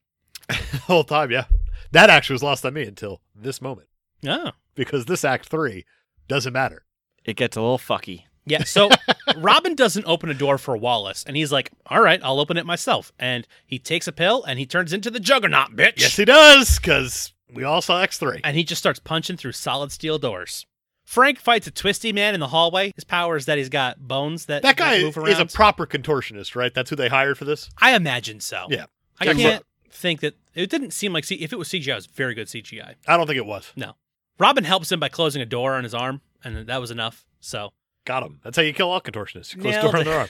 Speaker 1: [laughs] The whole time, yeah. That actually was lost on me until this moment
Speaker 2: Oh.
Speaker 1: because this act three doesn't matter.
Speaker 3: It gets a little fucky.
Speaker 2: Yeah, so [laughs] Robin doesn't open a door for Wallace, and he's like, "All right, I'll open it myself." And he takes a pill, and he turns into the Juggernaut, bitch.
Speaker 1: Yes, he does because we all saw X3.
Speaker 2: and he just starts punching through solid steel doors. Frank fights a twisty man in the hallway. His power is that he's got bones that,
Speaker 1: That guy
Speaker 2: move around.
Speaker 1: is a proper contortionist, right? That's who they hired for this.
Speaker 2: I imagine so.
Speaker 1: Yeah.
Speaker 2: I
Speaker 1: Check
Speaker 2: can't think that it didn't seem like C- if it was CGI, it was very good CGI.
Speaker 1: I don't think it was.
Speaker 2: Robin helps him by closing a door on his arm, and that was enough. So,
Speaker 1: Got him. That's how you kill all contortionists. You close
Speaker 2: Nailed
Speaker 1: door on
Speaker 2: it.
Speaker 1: their arm.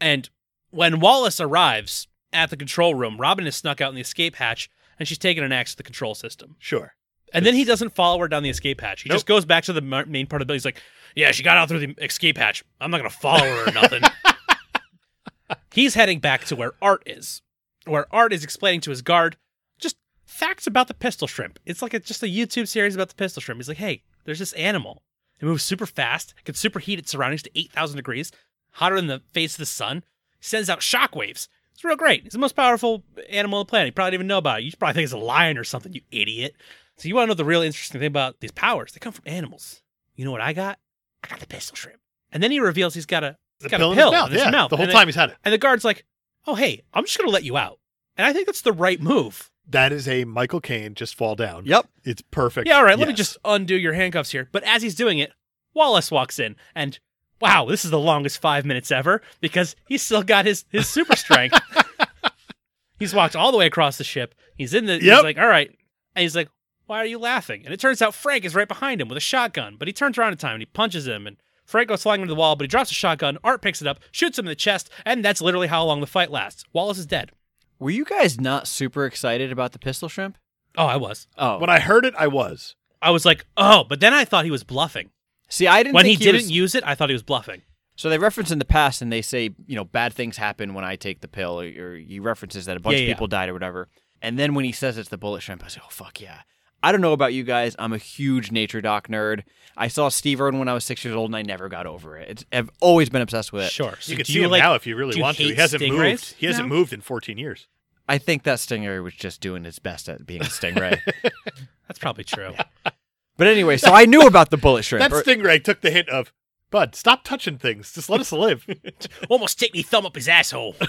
Speaker 2: and when Wallace arrives at the control room, Robin is snuck out in the escape hatch, and she's taken an axe to the control system.
Speaker 1: Sure.
Speaker 2: And then he doesn't follow her down the escape hatch. He
Speaker 1: Nope.
Speaker 2: just goes back to the mar- main part of the building. He's like, "Yeah, she got out through the escape hatch. I'm not gonna follow her or nothing." He's heading back to where Art is, where Art is explaining to his guard just facts about the pistol shrimp. It's like a, just a YouTube series about the pistol shrimp. He's like, "Hey, there's this animal. It moves super fast, can superheat its surroundings to 8,000 degrees, hotter than the face of the sun, sends out shockwaves. It's real great. It's the most powerful animal on the planet. You probably don't even know about it. You probably think it's a lion or something, you idiot. So you want to know the real interesting thing about these powers? They come from animals. You know what I got? I got the pistol shrimp. And then he reveals he's got a
Speaker 1: The
Speaker 2: got
Speaker 1: pill
Speaker 2: a
Speaker 1: in
Speaker 2: pill
Speaker 1: his mouth.
Speaker 2: in his
Speaker 1: yeah,
Speaker 2: mouth.
Speaker 1: the whole
Speaker 2: And
Speaker 1: time he's had it.
Speaker 2: and the guard's like, "Oh hey, I'm just gonna let you out." And I think that's the right move.
Speaker 1: That is a Michael Caine just fall down.
Speaker 3: Yep.
Speaker 1: It's perfect.
Speaker 2: Yeah, all right, let me
Speaker 1: Yes.
Speaker 2: just undo your handcuffs here. But as he's doing it, Wallace walks in and wow, this is the longest five minutes ever because he's still got his, his super strength. he's walked all the way across the ship. He's in the he's
Speaker 1: Yep.
Speaker 2: like, all right. And he's like, Why are you laughing? And it turns out Frank is right behind him with a shotgun, but he turns around in time and he punches him and Frank goes flying into the wall, but he drops a shotgun. Art picks it up, shoots him in the chest, and that's literally how long the fight lasts. Wallace is dead.
Speaker 3: Were you guys not super excited about the pistol shrimp?
Speaker 2: Oh, I was.
Speaker 3: Oh,
Speaker 1: When I heard it, I was.
Speaker 2: I was like, oh, but then I thought he was bluffing.
Speaker 3: see, I didn't.
Speaker 2: When he,
Speaker 3: think
Speaker 2: didn't
Speaker 3: was-
Speaker 2: use it, I thought he was bluffing.
Speaker 3: So they reference in the past, and they say, you know, bad things happen when I take the pill, or, or he references that a bunch
Speaker 2: Yeah,
Speaker 3: of
Speaker 2: yeah.
Speaker 3: people died or whatever. And then when he says it's the bullet shrimp, I say, oh fuck yeah! I don't know about you guys, I'm a huge nature doc nerd. I saw Steve Irwin when I was six years old, and I never got over it. It's, I've always been obsessed with it.
Speaker 2: Sure. So
Speaker 1: you can
Speaker 2: do
Speaker 1: see him
Speaker 2: like-
Speaker 1: now if you
Speaker 2: do
Speaker 1: really
Speaker 2: you
Speaker 1: want to. He
Speaker 2: hate
Speaker 1: hasn't
Speaker 2: stingrays?
Speaker 1: moved. He hasn't
Speaker 2: No?
Speaker 1: moved in 14 years.
Speaker 3: I think that stingray was just doing its best at being a stingray. [laughs]
Speaker 2: That's probably true.
Speaker 3: but anyway, so I knew about the bullet shrimp.
Speaker 1: That
Speaker 3: or-
Speaker 1: stingray took the hint of, Bud, stop touching things. Just let us live.
Speaker 2: [laughs] [laughs] Almost take me thumb up his asshole. [laughs]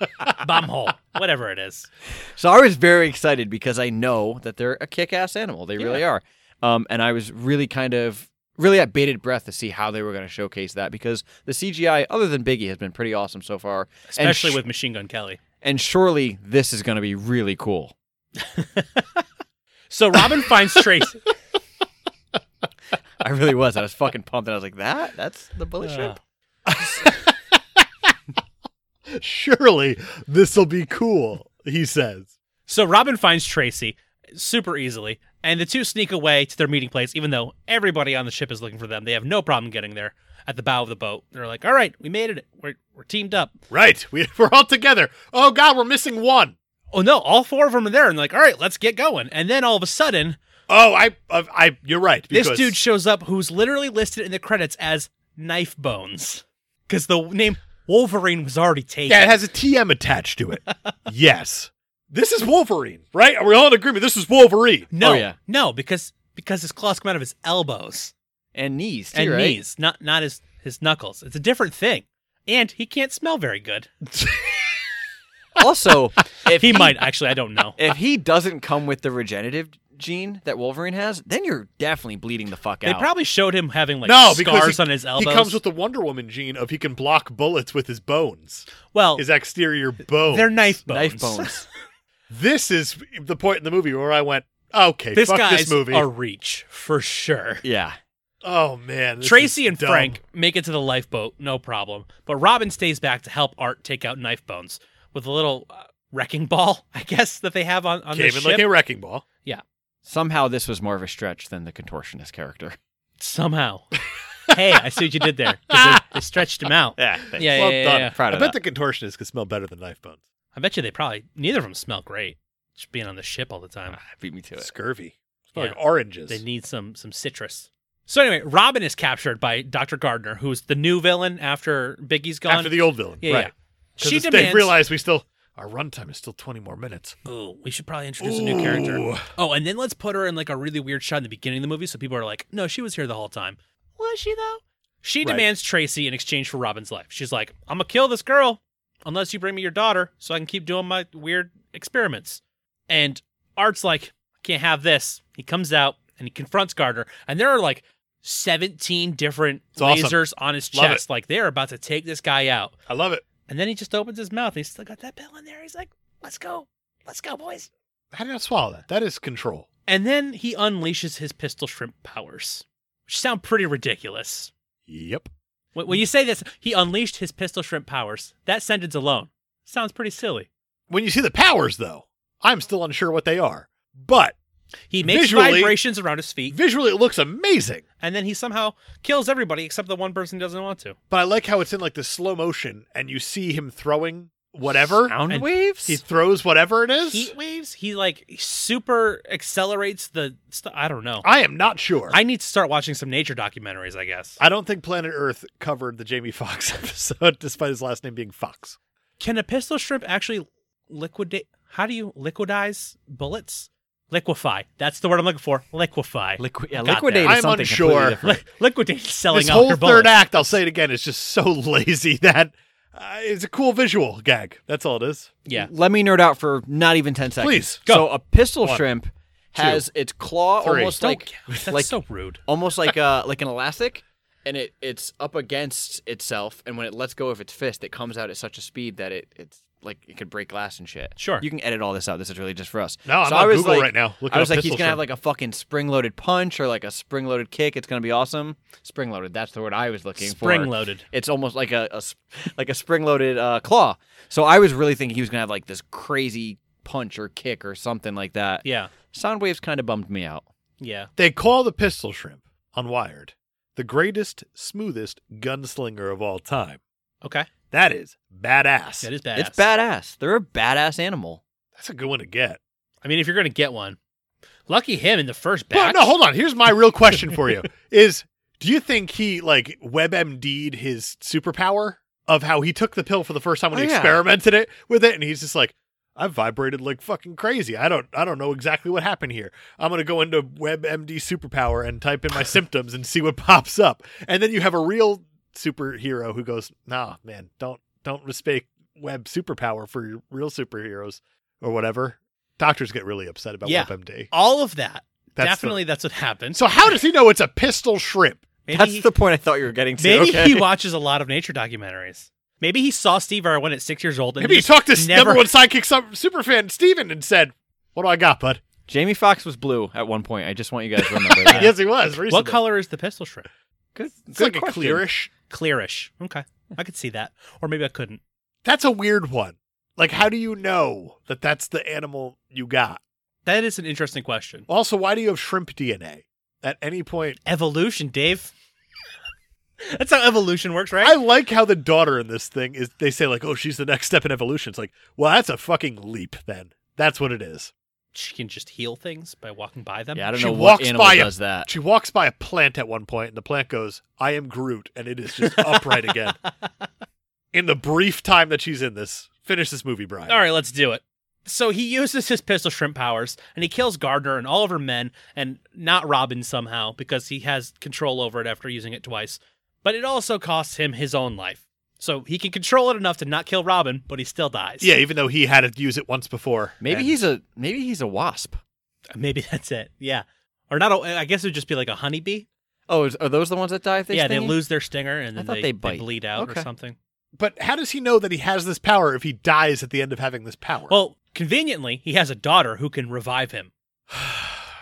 Speaker 2: Bumhole. Whatever it is.
Speaker 3: So I was very excited because I know that they're a kick-ass animal. They really are. Um, and I was really kind of really at bated breath to see how they were going to showcase that because the CGI, other than Biggie, has been pretty awesome so far. And
Speaker 2: Especially
Speaker 3: sh-
Speaker 2: with Machine Gun Kelly.
Speaker 3: and surely this is going to be really cool.
Speaker 2: So
Speaker 3: [laughs]
Speaker 2: Robin finds Tracy.
Speaker 3: I really was.
Speaker 2: [laughs]
Speaker 3: I was fucking pumped, and I was like, "That? That's the bullet shrimp."
Speaker 1: Surely this will be cool, he says.
Speaker 2: So Robin finds Tracy super easily, and the two sneak away to their meeting place, even though everybody on the ship is looking for them. They have no problem getting there at the bow of the boat. They're like, all right, we made it. We're, we're teamed up.
Speaker 1: Right. We, [laughs] we're all together. Oh, God, we're missing one.
Speaker 2: Oh, no, all four of them are there. And they're like, all right, let's get going. And then all of a sudden,
Speaker 1: Oh, I, I, I you're right.
Speaker 2: This
Speaker 1: because-
Speaker 2: dude shows up who's literally listed in the credits as Knife Bones because the name Wolverine was already taken.
Speaker 1: yeah, it has a TM attached
Speaker 2: [laughs]
Speaker 1: to it. yes. This is Wolverine, right? Are we all in agreement? This is Wolverine.
Speaker 2: no,
Speaker 3: Oh, yeah.
Speaker 2: no, because because his claws come out of his elbows
Speaker 3: And knees too,
Speaker 2: and
Speaker 3: right?
Speaker 2: knees, [laughs] not not his his knuckles. It's a different thing, and he can't smell very good.
Speaker 3: Also, if
Speaker 2: He might actually, I
Speaker 1: [laughs]
Speaker 2: don't know.
Speaker 3: if he doesn't come with the regenerative gene that Wolverine has, then you're definitely bleeding the fuck
Speaker 2: They
Speaker 3: out.
Speaker 2: probably showed him having like
Speaker 1: no, because
Speaker 2: scars
Speaker 1: he,
Speaker 2: on his elbows.
Speaker 1: He comes with the Wonder Woman gene of he can block bullets with his bones,
Speaker 2: well,
Speaker 1: his exterior bones.
Speaker 2: they're knife bones.
Speaker 3: knife bones.
Speaker 2: [laughs]
Speaker 1: This is the point in the movie where I went, okay,
Speaker 2: This
Speaker 1: fuck
Speaker 2: guy's
Speaker 1: this movie.
Speaker 2: a reach for sure.
Speaker 3: yeah.
Speaker 1: oh man, this
Speaker 2: Tracy
Speaker 1: is
Speaker 2: and
Speaker 1: dumb.
Speaker 2: Frank make it to the lifeboat, no problem. But Robin stays back to help Art take out knife bones with a little uh, wrecking ball, [laughs] I guess, that they have on, on the
Speaker 1: came in
Speaker 2: ship.
Speaker 1: like a wrecking ball.
Speaker 3: Somehow this was more of a stretch than the contortionist character.
Speaker 1: [laughs]
Speaker 2: Somehow. hey, I see what you did there. 'cause They, they stretched
Speaker 1: [laughs]
Speaker 2: him out.
Speaker 3: Yeah,
Speaker 2: Yeah,
Speaker 1: well
Speaker 2: yeah, yeah,
Speaker 1: done.
Speaker 2: yeah.
Speaker 3: Proud
Speaker 1: I
Speaker 3: of
Speaker 1: bet
Speaker 3: that.
Speaker 1: the contortionist could smell better than knife bones.
Speaker 2: I bet you they probably, neither of them smell great, just being on the ship all the time.
Speaker 1: Ah,
Speaker 3: beat me to it.
Speaker 1: Scurvy. Smell
Speaker 2: Yeah.
Speaker 1: like oranges.
Speaker 2: They need some some citrus. So anyway, Robin is captured by Dr. Gardner, who's the new villain after Biggie's gone.
Speaker 1: after the old villain.
Speaker 2: yeah,
Speaker 1: right.
Speaker 2: yeah.
Speaker 1: 'Cause
Speaker 2: She
Speaker 1: it's-
Speaker 2: demands.
Speaker 1: they realize we still our runtime is still twenty more minutes.
Speaker 2: Ooh, we should probably introduce a new character.
Speaker 1: Ooh.
Speaker 2: Oh, and then let's put her in like a really weird shot in the beginning of the movie so people are like, no, she was here the whole time. Was she though? She
Speaker 1: Right.
Speaker 2: demands Tracy in exchange for Robin's life. She's like, I'm going to kill this girl unless you bring me your daughter so I can keep doing my weird experiments. And Art's like, can't have this. He comes out and he confronts Gardner, and there are like 17 different
Speaker 1: It's awesome.
Speaker 2: lasers on his
Speaker 1: Love it.
Speaker 2: chest. Like they're about to take this guy out.
Speaker 1: I love it.
Speaker 2: And then he just opens his mouth. And he's still got that pill in there. He's like, let's go. Let's go, boys.
Speaker 1: How did I swallow that? That is control.
Speaker 2: And then he unleashes his pistol shrimp powers, which sound pretty ridiculous.
Speaker 1: Yep.
Speaker 2: When, when you say this, he unleashed his pistol shrimp powers. That sentence alone sounds pretty silly.
Speaker 1: When you see the powers though, I'm still unsure what they are. But
Speaker 2: He makes
Speaker 1: Visually-
Speaker 2: vibrations around his feet,
Speaker 1: visually it looks amazing.
Speaker 2: and then he somehow kills everybody except the one person who doesn't want to.
Speaker 1: But I like how it's in like the slow motion and you see him throwing whatever.
Speaker 3: Sound
Speaker 2: And
Speaker 3: waves?
Speaker 1: He throws whatever it is.
Speaker 2: Heat waves. He like super accelerates the. St- I don't know.
Speaker 1: I am not sure.
Speaker 2: I need to start watching some nature documentaries. I guess.
Speaker 1: I don't think Planet Earth covered the Jamie Fox [laughs] episode, despite his last name being Fox.
Speaker 2: Can a pistol shrimp actually liquidate? How do you liquidize bullets? Liquefy. That's the word I'm looking for. Liquefy.
Speaker 3: Liqui- yeah,
Speaker 2: Goddamn.
Speaker 3: liquidate is
Speaker 1: I'm
Speaker 3: something
Speaker 1: unsure.
Speaker 3: completely different.
Speaker 2: Li- Liquidate selling
Speaker 1: this
Speaker 2: out
Speaker 1: whole
Speaker 2: your
Speaker 1: third
Speaker 2: bullets.
Speaker 1: act, I'll say it again, is just so [laughs] lazy that Uh, it's a cool visual gag. That's all it is.
Speaker 2: Yeah.
Speaker 3: Let me nerd out for not even 10 seconds.
Speaker 1: Please,
Speaker 2: go.
Speaker 3: So a pistol
Speaker 1: One,
Speaker 3: shrimp has its claw
Speaker 1: three.
Speaker 3: almost
Speaker 2: Don't-
Speaker 3: like
Speaker 2: that's
Speaker 3: like
Speaker 2: so rude. [laughs]
Speaker 3: almost like uh like an elastic and it it's up against itself and when it lets go of its fist it comes out at such a speed that it it's like it could break glass and shit.
Speaker 2: Sure.
Speaker 3: You can edit all this out. This is really just for us.
Speaker 1: No, I'm
Speaker 3: so
Speaker 1: on
Speaker 3: I was
Speaker 1: Google
Speaker 3: like-
Speaker 1: right now. Look
Speaker 3: I was
Speaker 1: up
Speaker 3: like, he's
Speaker 1: pistol shrimp.
Speaker 3: gonna have like a fucking spring-loaded punch or like a spring-loaded kick. It's gonna be awesome. Spring-loaded. That's the word I was looking for.
Speaker 2: Spring-loaded.
Speaker 3: It's almost like a, a sp- like a spring-loaded uh, claw. So I was really thinking he was gonna have like this crazy punch or kick or something like that.
Speaker 2: Yeah.
Speaker 3: Soundwave's kind of bummed me out.
Speaker 2: Yeah.
Speaker 1: They call the pistol shrimp on Wired the greatest, smoothest gunslinger of all time.
Speaker 2: Okay.
Speaker 1: That is badass.
Speaker 2: That is badass.
Speaker 3: It's badass. They're a badass animal.
Speaker 1: That's a good one to get.
Speaker 2: I mean, if you're gonna get one, lucky him in the first
Speaker 1: But
Speaker 2: batch.
Speaker 1: no, hold on. Here's my real question for
Speaker 3: [laughs]
Speaker 1: you: Is do you think he like WebMD'd his superpower of how he took the pill for the first time when
Speaker 3: Oh,
Speaker 1: he
Speaker 3: yeah.
Speaker 1: experimented it with it, and he's just like, I vibrated like fucking crazy. I don't, I don't know exactly what happened here. I'm gonna go into WebMD superpower and type
Speaker 3: [laughs]
Speaker 1: in my symptoms and see what pops up, and then you have a real superhero who goes, Nah, man, don't, don't mistake web superpower for your real superheroes or whatever. Doctors get really upset about
Speaker 2: Yeah.
Speaker 1: WebMD.
Speaker 2: All of that.
Speaker 1: That's the-
Speaker 2: Definitely, that's what happened.
Speaker 1: So how does he know it's a pistol shrimp?
Speaker 2: maybe
Speaker 3: That's
Speaker 1: [laughs]
Speaker 2: he,
Speaker 3: the point I thought you were getting to.
Speaker 2: maybe
Speaker 3: okay?
Speaker 2: he watches a lot of nature documentaries. Maybe he saw Steve Irwin at six years old. And
Speaker 1: Maybe he
Speaker 2: just
Speaker 1: talked to s-
Speaker 2: never-
Speaker 1: number one sidekick su- superfan Steven and said, "What do I got,
Speaker 2: [laughs]
Speaker 1: bud?"
Speaker 3: Jamie Fox was blue at one point. I just want you guys to remember that.
Speaker 1: yes, he was. Recently.
Speaker 2: What color is the pistol shrimp?
Speaker 3: Good,
Speaker 1: It's
Speaker 3: good
Speaker 1: like a
Speaker 3: question.
Speaker 1: clearish.
Speaker 2: Clearish. Okay, I could see that, or maybe I couldn't.
Speaker 1: That's a weird one. Like, how do you know that that's the animal you got?
Speaker 2: That is an interesting question.
Speaker 1: Also, why do you have shrimp DNA? At any point,
Speaker 2: Evolution, Dave. [laughs] that's how evolution works, right?
Speaker 1: I like how the daughter in this thing is. They say like, "Oh, she's the next step in evolution." It's like, well, that's a fucking leap. Then that's what it is.
Speaker 2: she can just heal things by walking by them.
Speaker 3: Yeah, I don't
Speaker 1: She
Speaker 3: know
Speaker 1: walks
Speaker 3: what animal
Speaker 1: by a-
Speaker 3: does that.
Speaker 1: She walks by a plant at one point, and the plant goes, "I am Groot," and it is just upright
Speaker 2: [laughs]
Speaker 1: again. In the brief time that she's in this, finish this movie, Brian.
Speaker 2: All right, let's do it. So he uses his pistol shrimp powers and he kills Gardner and all of her men and not Robin somehow because he has control over it after using it twice. But it also costs him his own life. So he can control it enough to not kill Robin, but he still dies.
Speaker 1: Yeah, even though he had to use it once before.
Speaker 3: Maybe
Speaker 1: And-
Speaker 3: he's a maybe he's a wasp.
Speaker 2: [laughs] Maybe that's it. Yeah. Or not, a, I guess it would just be like a honeybee.
Speaker 3: Oh, is, are those the ones that die? If they
Speaker 2: yeah,
Speaker 3: sting
Speaker 2: they
Speaker 3: you?
Speaker 2: lose their stinger and
Speaker 3: I
Speaker 2: then
Speaker 3: thought
Speaker 2: they,
Speaker 3: they bite.
Speaker 2: bleed out
Speaker 3: Okay.
Speaker 2: or something.
Speaker 1: But how does he know that he has this power if he dies at the end of having this power?
Speaker 2: Well, conveniently, he has a daughter who can revive him.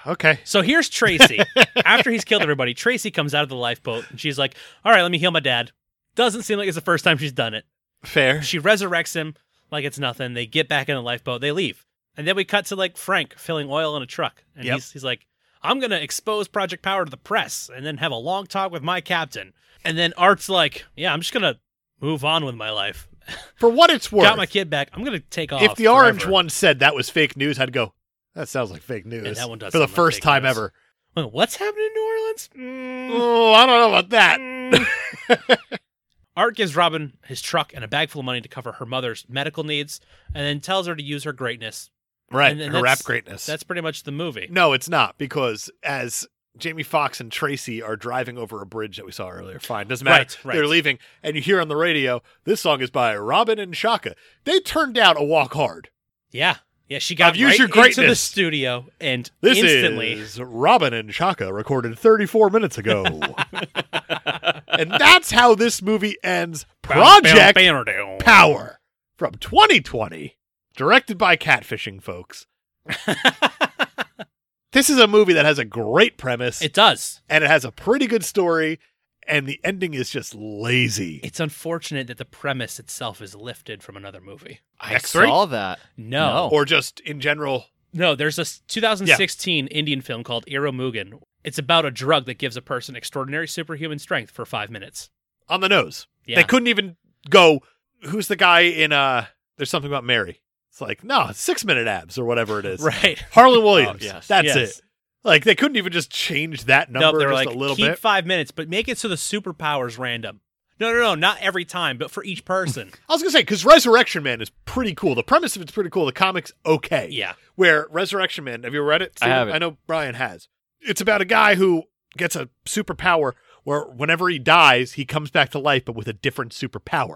Speaker 1: okay.
Speaker 2: So here's
Speaker 3: [laughs]
Speaker 2: Tracy. After he's killed everybody, Tracy comes out of the lifeboat and she's like, All right, let me heal my dad. Doesn't seem like it's the first time she's done it.
Speaker 1: Fair.
Speaker 2: She resurrects him like it's nothing. They get back in the lifeboat, they leave. And then we cut to like Frank filling oil in a truck. And
Speaker 1: Yep.
Speaker 2: he's, he's like, I'm going to expose Project Power to the press and then have a long talk with my captain. And then Art's like, Yeah, I'm just going to move on with my life.
Speaker 1: For what it's worth,
Speaker 2: Got my kid back. I'm going to take off.
Speaker 1: if the orange
Speaker 2: forever."
Speaker 1: one said that was fake news, I'd go, that sounds like fake news.
Speaker 2: that one does
Speaker 1: For the
Speaker 2: sound like
Speaker 1: first
Speaker 2: fake
Speaker 1: time
Speaker 2: news.
Speaker 1: ever.
Speaker 2: Wait, What's happening in New Orleans? Mm.
Speaker 1: Oh, I don't know about that.
Speaker 2: Art gives Robin his truck and a bag full of money to cover her mother's medical needs, and then tells her to use her greatness.
Speaker 1: [laughs] Right.
Speaker 2: And- and
Speaker 1: her rap
Speaker 2: that's-
Speaker 1: greatness.
Speaker 2: That's pretty much the movie.
Speaker 1: No, it's not, because as Jamie Foxx and Tracy are driving over a bridge that we saw earlier. Fine, doesn't matter.
Speaker 2: Right, right.
Speaker 1: They're leaving, and you hear on the radio, this song is by Robin and Shaka. They turned down a walk hard.
Speaker 2: Yeah, yeah. She got
Speaker 1: I've used
Speaker 2: right
Speaker 1: your
Speaker 2: into the
Speaker 1: greatness.
Speaker 2: studio and
Speaker 1: This
Speaker 2: instantly.
Speaker 1: is Robin and Shaka recorded 34 minutes
Speaker 2: [laughs]
Speaker 1: ago. and that's how this movie ends. Project Power from 2020, directed by Catfishing
Speaker 2: [laughs]
Speaker 1: folks. This is a movie that has a great premise
Speaker 2: It does.
Speaker 1: and it has a pretty good story and the ending is just lazy.
Speaker 2: It's unfortunate that the premise itself is lifted from another movie.
Speaker 3: I
Speaker 1: X-ray?
Speaker 3: saw that.
Speaker 2: No,
Speaker 1: or just in general,
Speaker 2: no. There's a s- 2016 Indian film called Iromugan. It's about a drug that gives a person extraordinary superhuman strength for five minutes.
Speaker 1: on the nose.
Speaker 2: Yeah.
Speaker 1: They couldn't even go who's the guy in uh there's something about Mary. It's like, no, 6-minute abs or whatever it is.
Speaker 2: [laughs] Right. Oh,
Speaker 1: Harlan Williams.
Speaker 3: yes.
Speaker 1: That's
Speaker 2: Yes.
Speaker 1: it. Like they couldn't even just change that number
Speaker 2: No, they were
Speaker 1: just
Speaker 2: like,
Speaker 1: a little
Speaker 2: keep
Speaker 1: bit.
Speaker 2: five minutes, but make it so the superpower's random. No, no, no, not every time, but for
Speaker 1: [laughs]
Speaker 2: each person.
Speaker 1: I was gonna say because Resurrection Man is pretty cool. The premise of it's pretty cool. The comics okay.
Speaker 2: yeah.
Speaker 1: Where Resurrection Man, have you read it?
Speaker 3: I
Speaker 1: Steven?
Speaker 3: haven't.
Speaker 1: I know Brian has. It's about a guy who gets a superpower where whenever he dies, he comes back to life, but with a different superpower.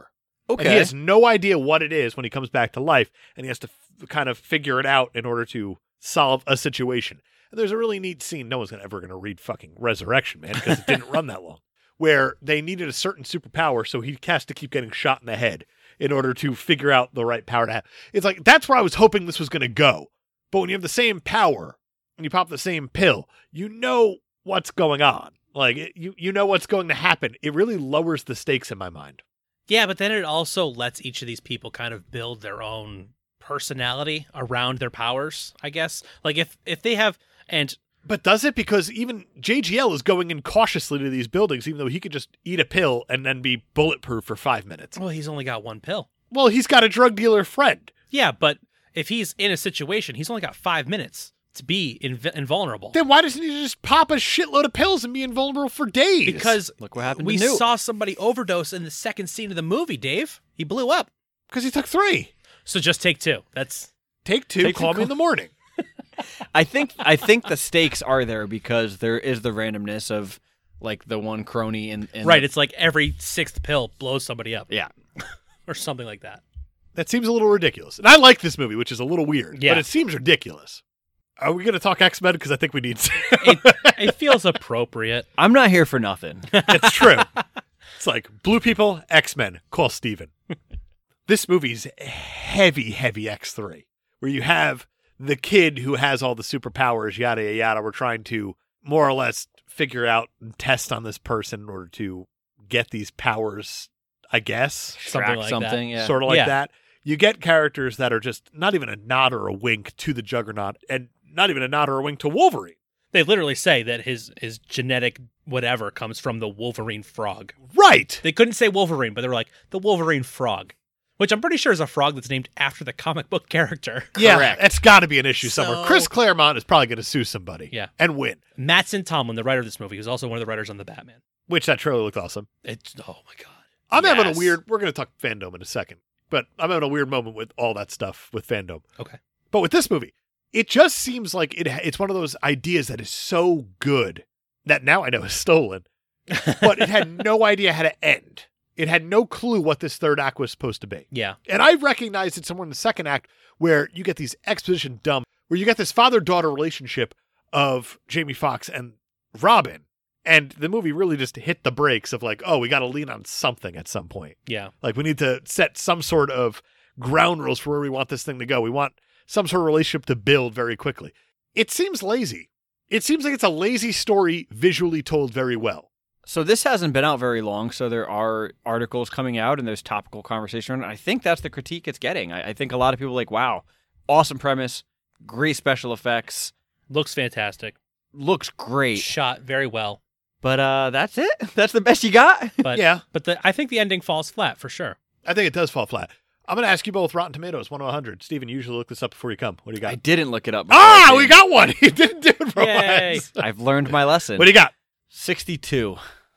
Speaker 1: And
Speaker 3: Okay.
Speaker 1: he has no idea what it is when he comes back to life, and he has to f- kind of figure it out in order to solve a situation. And there's a really neat scene. No one's gonna, ever going to read fucking Resurrection, man, because it didn't run that long. [laughs] Where they needed a certain superpower, so he has to keep getting shot in the head in order to figure out the right power to have. It's like that's where I was hoping this was going to go. But when you have the same power and you pop the same pill, you know what's going on. Like it, you, you know what's going to happen. It really lowers the stakes in my mind.
Speaker 2: Yeah, but then it also lets each of these people kind of build their own personality around their powers, I guess. Like if if they have and
Speaker 1: But does it? Because even JGL is going in cautiously to these buildings, even though he could just eat a pill and then be bulletproof for five minutes.
Speaker 2: well, he's only got one pill.
Speaker 1: Well, he's got a drug dealer friend.
Speaker 2: Yeah, but if he's in a situation, he's only got 5 minutes to be inv- invulnerable.
Speaker 1: Then why doesn't he just pop a shitload of pills and be invulnerable for days?
Speaker 2: Because
Speaker 3: Look what happened
Speaker 2: we
Speaker 3: to Newt.
Speaker 2: saw somebody overdose in the second scene of the movie, Dave. He blew up.
Speaker 1: because he took three.
Speaker 2: So just take two. That's
Speaker 1: Take two.
Speaker 3: Take two,
Speaker 1: call me in the morning.
Speaker 3: I think I think the stakes are there because there is the randomness of like the one crony in, in
Speaker 2: right. It's like every sixth pill blows somebody up
Speaker 3: yeah.
Speaker 2: or something like that.
Speaker 1: That seems a little ridiculous. And I like this movie, which is a little weird,
Speaker 2: Yeah.
Speaker 1: but it seems ridiculous. Are we going to talk X Men? Because I think we need to.
Speaker 2: It, it feels appropriate.
Speaker 3: I'm not here
Speaker 1: [laughs]
Speaker 3: for nothing.
Speaker 1: it's true. It's like blue people, X Men, call Steven. this movie's heavy, heavy X3, where you have the kid who has all the superpowers, yada, yada, yada. We're trying to more or less figure out and test on this person in order to get these powers, I guess
Speaker 2: Something like that.
Speaker 3: something, yeah.
Speaker 1: sort of like
Speaker 2: Yeah.
Speaker 1: that. You get characters that are just not even a nod or a wink to the Juggernaut, and not even a nod or a wink to Wolverine.
Speaker 2: They literally say that his his genetic whatever comes from the Wolverine frog.
Speaker 1: Right.
Speaker 2: They couldn't say Wolverine, but they were like the Wolverine frog, which I'm pretty sure is a frog that's named after the comic book [laughs] character.
Speaker 1: Yeah,
Speaker 3: Correct.
Speaker 1: that's got to be an issue somewhere.
Speaker 2: So-
Speaker 1: Chris Claremont is probably going to sue somebody.
Speaker 2: Yeah.
Speaker 1: and win.
Speaker 2: Mattson Tomlin, the writer of this movie, who's also one of the writers on the Batman.
Speaker 1: Which that trailer looked awesome.
Speaker 2: It's oh my god.
Speaker 1: I'm having a
Speaker 2: Yes.
Speaker 1: weird. We're going to talk fandom in a second, but I'm having a weird moment with all that stuff with fandom.
Speaker 2: Okay.
Speaker 1: But with this movie, it just seems like it. ha- It's one of those ideas that is so good that now I know is stolen, but it
Speaker 2: [laughs]
Speaker 1: had no idea how to end. It had no clue what this third act was supposed to be.
Speaker 2: Yeah.
Speaker 1: And I recognized it somewhere in the second act where you get these exposition dump, where you get this father daughter relationship of Jamie Foxx and Robin. And the movie really just hit the brakes of like, oh, we got to lean on something at some point.
Speaker 2: Yeah.
Speaker 1: Like, we need to set some sort of ground rules for where we want this thing to go. We want some sort of relationship to build very quickly. It seems lazy. It seems like it's a lazy story visually told very well.
Speaker 3: So this hasn't been out very long, so there are articles coming out and there's topical conversation. around it. I think that's the critique it's getting. I, I think a lot of people are like, wow, awesome premise, great special effects,
Speaker 2: Looks fantastic.
Speaker 3: looks great.
Speaker 2: Shot very well.
Speaker 3: But uh that's it? [laughs] That's the best you got?
Speaker 2: But
Speaker 1: yeah.
Speaker 2: but the, I think the ending falls flat for sure.
Speaker 1: I think it does fall flat. I'm going to ask you both Rotten Tomatoes, 1 to 100. Steven, you usually look this up before you come. What do you
Speaker 3: I
Speaker 1: got?
Speaker 3: didn't look it up. before I
Speaker 1: Ah,
Speaker 3: came.
Speaker 1: we got one. [laughs] He didn't do it for
Speaker 2: Yay.
Speaker 1: once.
Speaker 3: I've learned my lesson.
Speaker 1: What do you got?
Speaker 3: 62.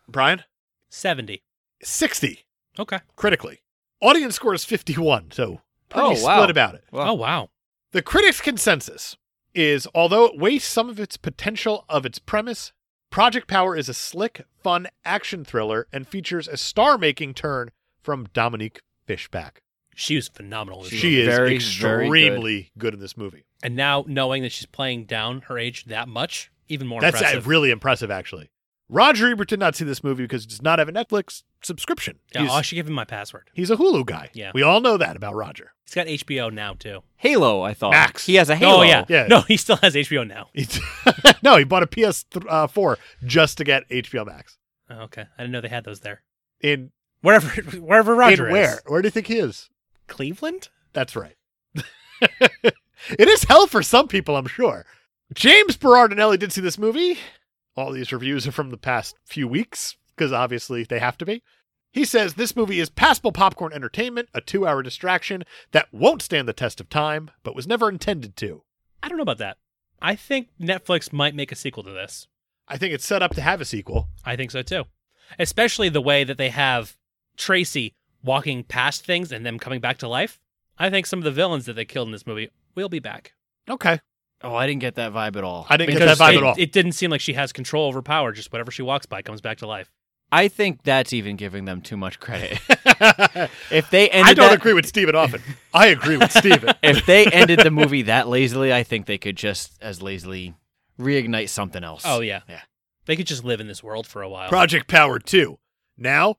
Speaker 1: Brian?
Speaker 2: 70.
Speaker 1: 60
Speaker 2: Okay.
Speaker 1: critically. Audience score is 51, so pretty
Speaker 3: Oh, wow.
Speaker 1: split about it.
Speaker 3: Wow.
Speaker 2: Oh wow.
Speaker 1: The critics' consensus is although it wastes some of its potential of its premise, Project Power is a slick, fun action thriller and features a star making turn from Dominique Fishback.
Speaker 2: She was phenomenal. in this
Speaker 3: She
Speaker 1: She is
Speaker 3: very, very good.
Speaker 1: extremely good in this movie.
Speaker 2: And now knowing that she's playing down her age that much, even more
Speaker 1: That's uh,
Speaker 2: impressive.
Speaker 1: really impressive, actually. Roger Ebert did not see this movie because he does not have a Netflix subscription.
Speaker 2: yeah,
Speaker 1: he's,
Speaker 2: oh, I should give him my password.
Speaker 1: he's a Hulu guy.
Speaker 2: Yeah.
Speaker 1: We all know that about Roger. [laughs]
Speaker 2: He's got HBO now too.
Speaker 3: Halo, I thought.
Speaker 1: Max.
Speaker 3: He has a Halo.
Speaker 2: Oh yeah.
Speaker 1: Yeah.
Speaker 2: No, he still has HBO now.
Speaker 1: It's- [laughs] no, he bought a PS4 uh, just to get HBO Max.
Speaker 2: Oh, okay. I didn't know they had those there.
Speaker 1: In,
Speaker 2: Wherever [laughs] wherever Roger
Speaker 1: in
Speaker 2: is.
Speaker 1: where? Where do you think he is?
Speaker 2: Cleveland?
Speaker 1: That's right. [laughs] it is hell for some people, I'm sure. James Berardinelli did see this movie. All these reviews are from the past few weeks because obviously they have to be. He says this movie is passable popcorn entertainment, a two hour distraction that won't stand the test of time, but was never intended to.
Speaker 2: I don't know about that. I think Netflix might make a sequel to this.
Speaker 1: I think it's set up to have a sequel.
Speaker 2: I think so too. Especially the way that they have Tracy walking past things and them coming back to life. I think some of the villains that they killed in this movie will be back.
Speaker 1: Okay.
Speaker 3: Oh, I didn't get that vibe at all.
Speaker 1: I didn't get that vibe
Speaker 2: it,
Speaker 1: at all.
Speaker 2: it didn't seem like she has control over power. Just whatever she walks by comes back to life.
Speaker 3: I think that's even giving them too much credit. If they ended
Speaker 1: I don't
Speaker 3: that-
Speaker 1: agree with Steven often. I agree with Steven.
Speaker 3: if they ended the movie that lazily, I think they could just as lazily reignite something else.
Speaker 2: Oh yeah,
Speaker 3: Yeah.
Speaker 2: They could just live in this world for a while.
Speaker 1: Project Power 2. Now,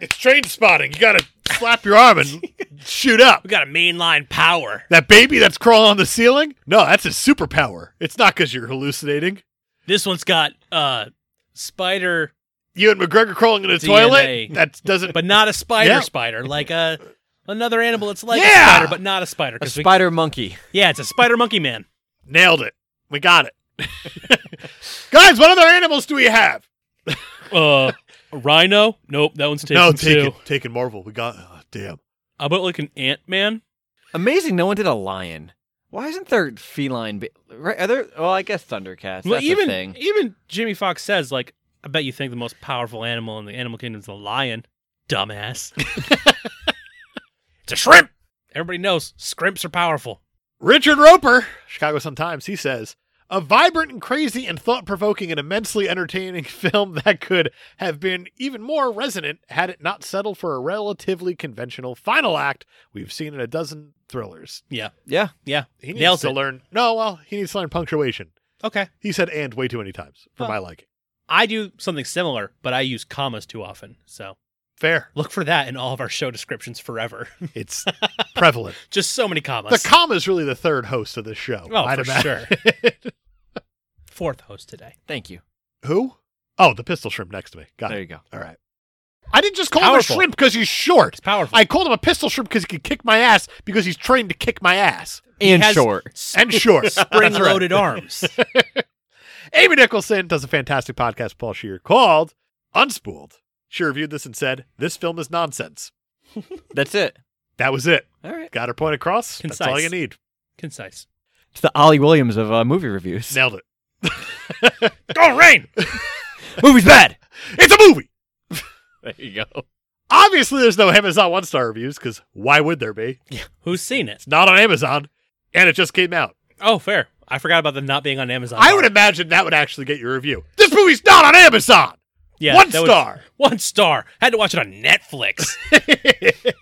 Speaker 1: it's train spotting. You got to slap your arm and shoot up.
Speaker 2: we got a mainline power.
Speaker 1: That baby that's crawling on the ceiling? No, that's a superpower. It's not because you're hallucinating.
Speaker 2: This one's got uh spider,
Speaker 1: You and McGregor crawling in a
Speaker 2: DNA.
Speaker 1: toilet? That doesn't.
Speaker 2: but not a spider
Speaker 1: Yeah.
Speaker 2: spider, like a another animal. It's like
Speaker 1: Yeah!
Speaker 2: a spider, but not a spider.
Speaker 3: a
Speaker 2: 'cause we-
Speaker 3: spider monkey.
Speaker 2: yeah, it's a spider monkey man.
Speaker 1: Nailed it. We got it. [laughs] Guys, what other animals do we have?
Speaker 2: Uh, a rhino? Nope, that one's taken
Speaker 1: no,
Speaker 2: too.
Speaker 1: taking, taking Marvel. We got. Oh, damn.
Speaker 2: How about like an ant man?
Speaker 3: Amazing, no one did a lion. Why isn't there feline? Ba- right? Are there? Well, I guess Thundercats.
Speaker 2: Well,
Speaker 3: that's
Speaker 2: even
Speaker 3: a thing.
Speaker 2: even Jimmy Fox says like, I bet you think the most powerful animal in the animal kingdom is the lion,
Speaker 3: [laughs]
Speaker 2: dumbass.
Speaker 1: It's a shrimp.
Speaker 2: Everybody knows scrimps are powerful.
Speaker 1: Richard Roper, Chicago Sun Times, he says, a vibrant and crazy and thought provoking and immensely entertaining [laughs] film that could have been even more resonant had it not settled for a relatively conventional final act we've seen in a dozen thrillers.
Speaker 3: Yeah.
Speaker 2: Yeah,
Speaker 1: He needs
Speaker 2: nails
Speaker 1: to
Speaker 2: it.
Speaker 1: learn. No, well, he needs to learn punctuation.
Speaker 2: Okay,
Speaker 1: He said and way too many times for
Speaker 2: Huh.
Speaker 1: my liking.
Speaker 2: I do something similar, but I use commas too often. So [laughs]
Speaker 1: Fair.
Speaker 2: look for that in all of our show descriptions forever. [laughs]
Speaker 1: It's prevalent.
Speaker 2: Just so many commas.
Speaker 1: The comma is really the third host of this show.
Speaker 2: Oh,
Speaker 1: I'd
Speaker 2: for
Speaker 1: imagine. [laughs]
Speaker 2: Fourth host today.
Speaker 3: Thank you.
Speaker 1: Who? Oh, the pistol shrimp next to me. Got
Speaker 3: There
Speaker 1: it.
Speaker 3: you go.
Speaker 1: All right. I didn't just call
Speaker 2: Powerful.
Speaker 1: him a shrimp because he's short.
Speaker 2: It's powerful.
Speaker 1: I called him a pistol shrimp because he could kick my ass because he's trained to kick my ass.
Speaker 3: And
Speaker 2: has-
Speaker 3: short.
Speaker 2: [laughs]
Speaker 1: And short. [laughs] That's right.
Speaker 2: Spring-loaded arms. [laughs]
Speaker 1: Amy Nicholson does a fantastic podcast with Paul Shear called Unspooled. She reviewed this and said, This film is nonsense.
Speaker 3: That's it.
Speaker 1: That was it.
Speaker 3: All right.
Speaker 1: Got her point across. That's all
Speaker 2: Concise.
Speaker 1: you need.
Speaker 2: Concise.
Speaker 3: It's the Ollie Williams of uh, movie reviews.
Speaker 1: Nailed it.
Speaker 2: Go rain.
Speaker 3: Movie's bad.
Speaker 1: It's a movie.
Speaker 3: There you go.
Speaker 1: Obviously, there's no Amazon one star reviews because why would there be?
Speaker 2: Who's seen it?
Speaker 1: It's not on Amazon and it just came out.
Speaker 2: Oh, fair. I forgot about them not being on Amazon.
Speaker 1: I would imagine that would actually get your review. This movie's not on Amazon.
Speaker 2: Yeah,
Speaker 1: one
Speaker 2: that would- [laughs]
Speaker 1: star.
Speaker 2: one star. Had to watch it on Netflix. [laughs]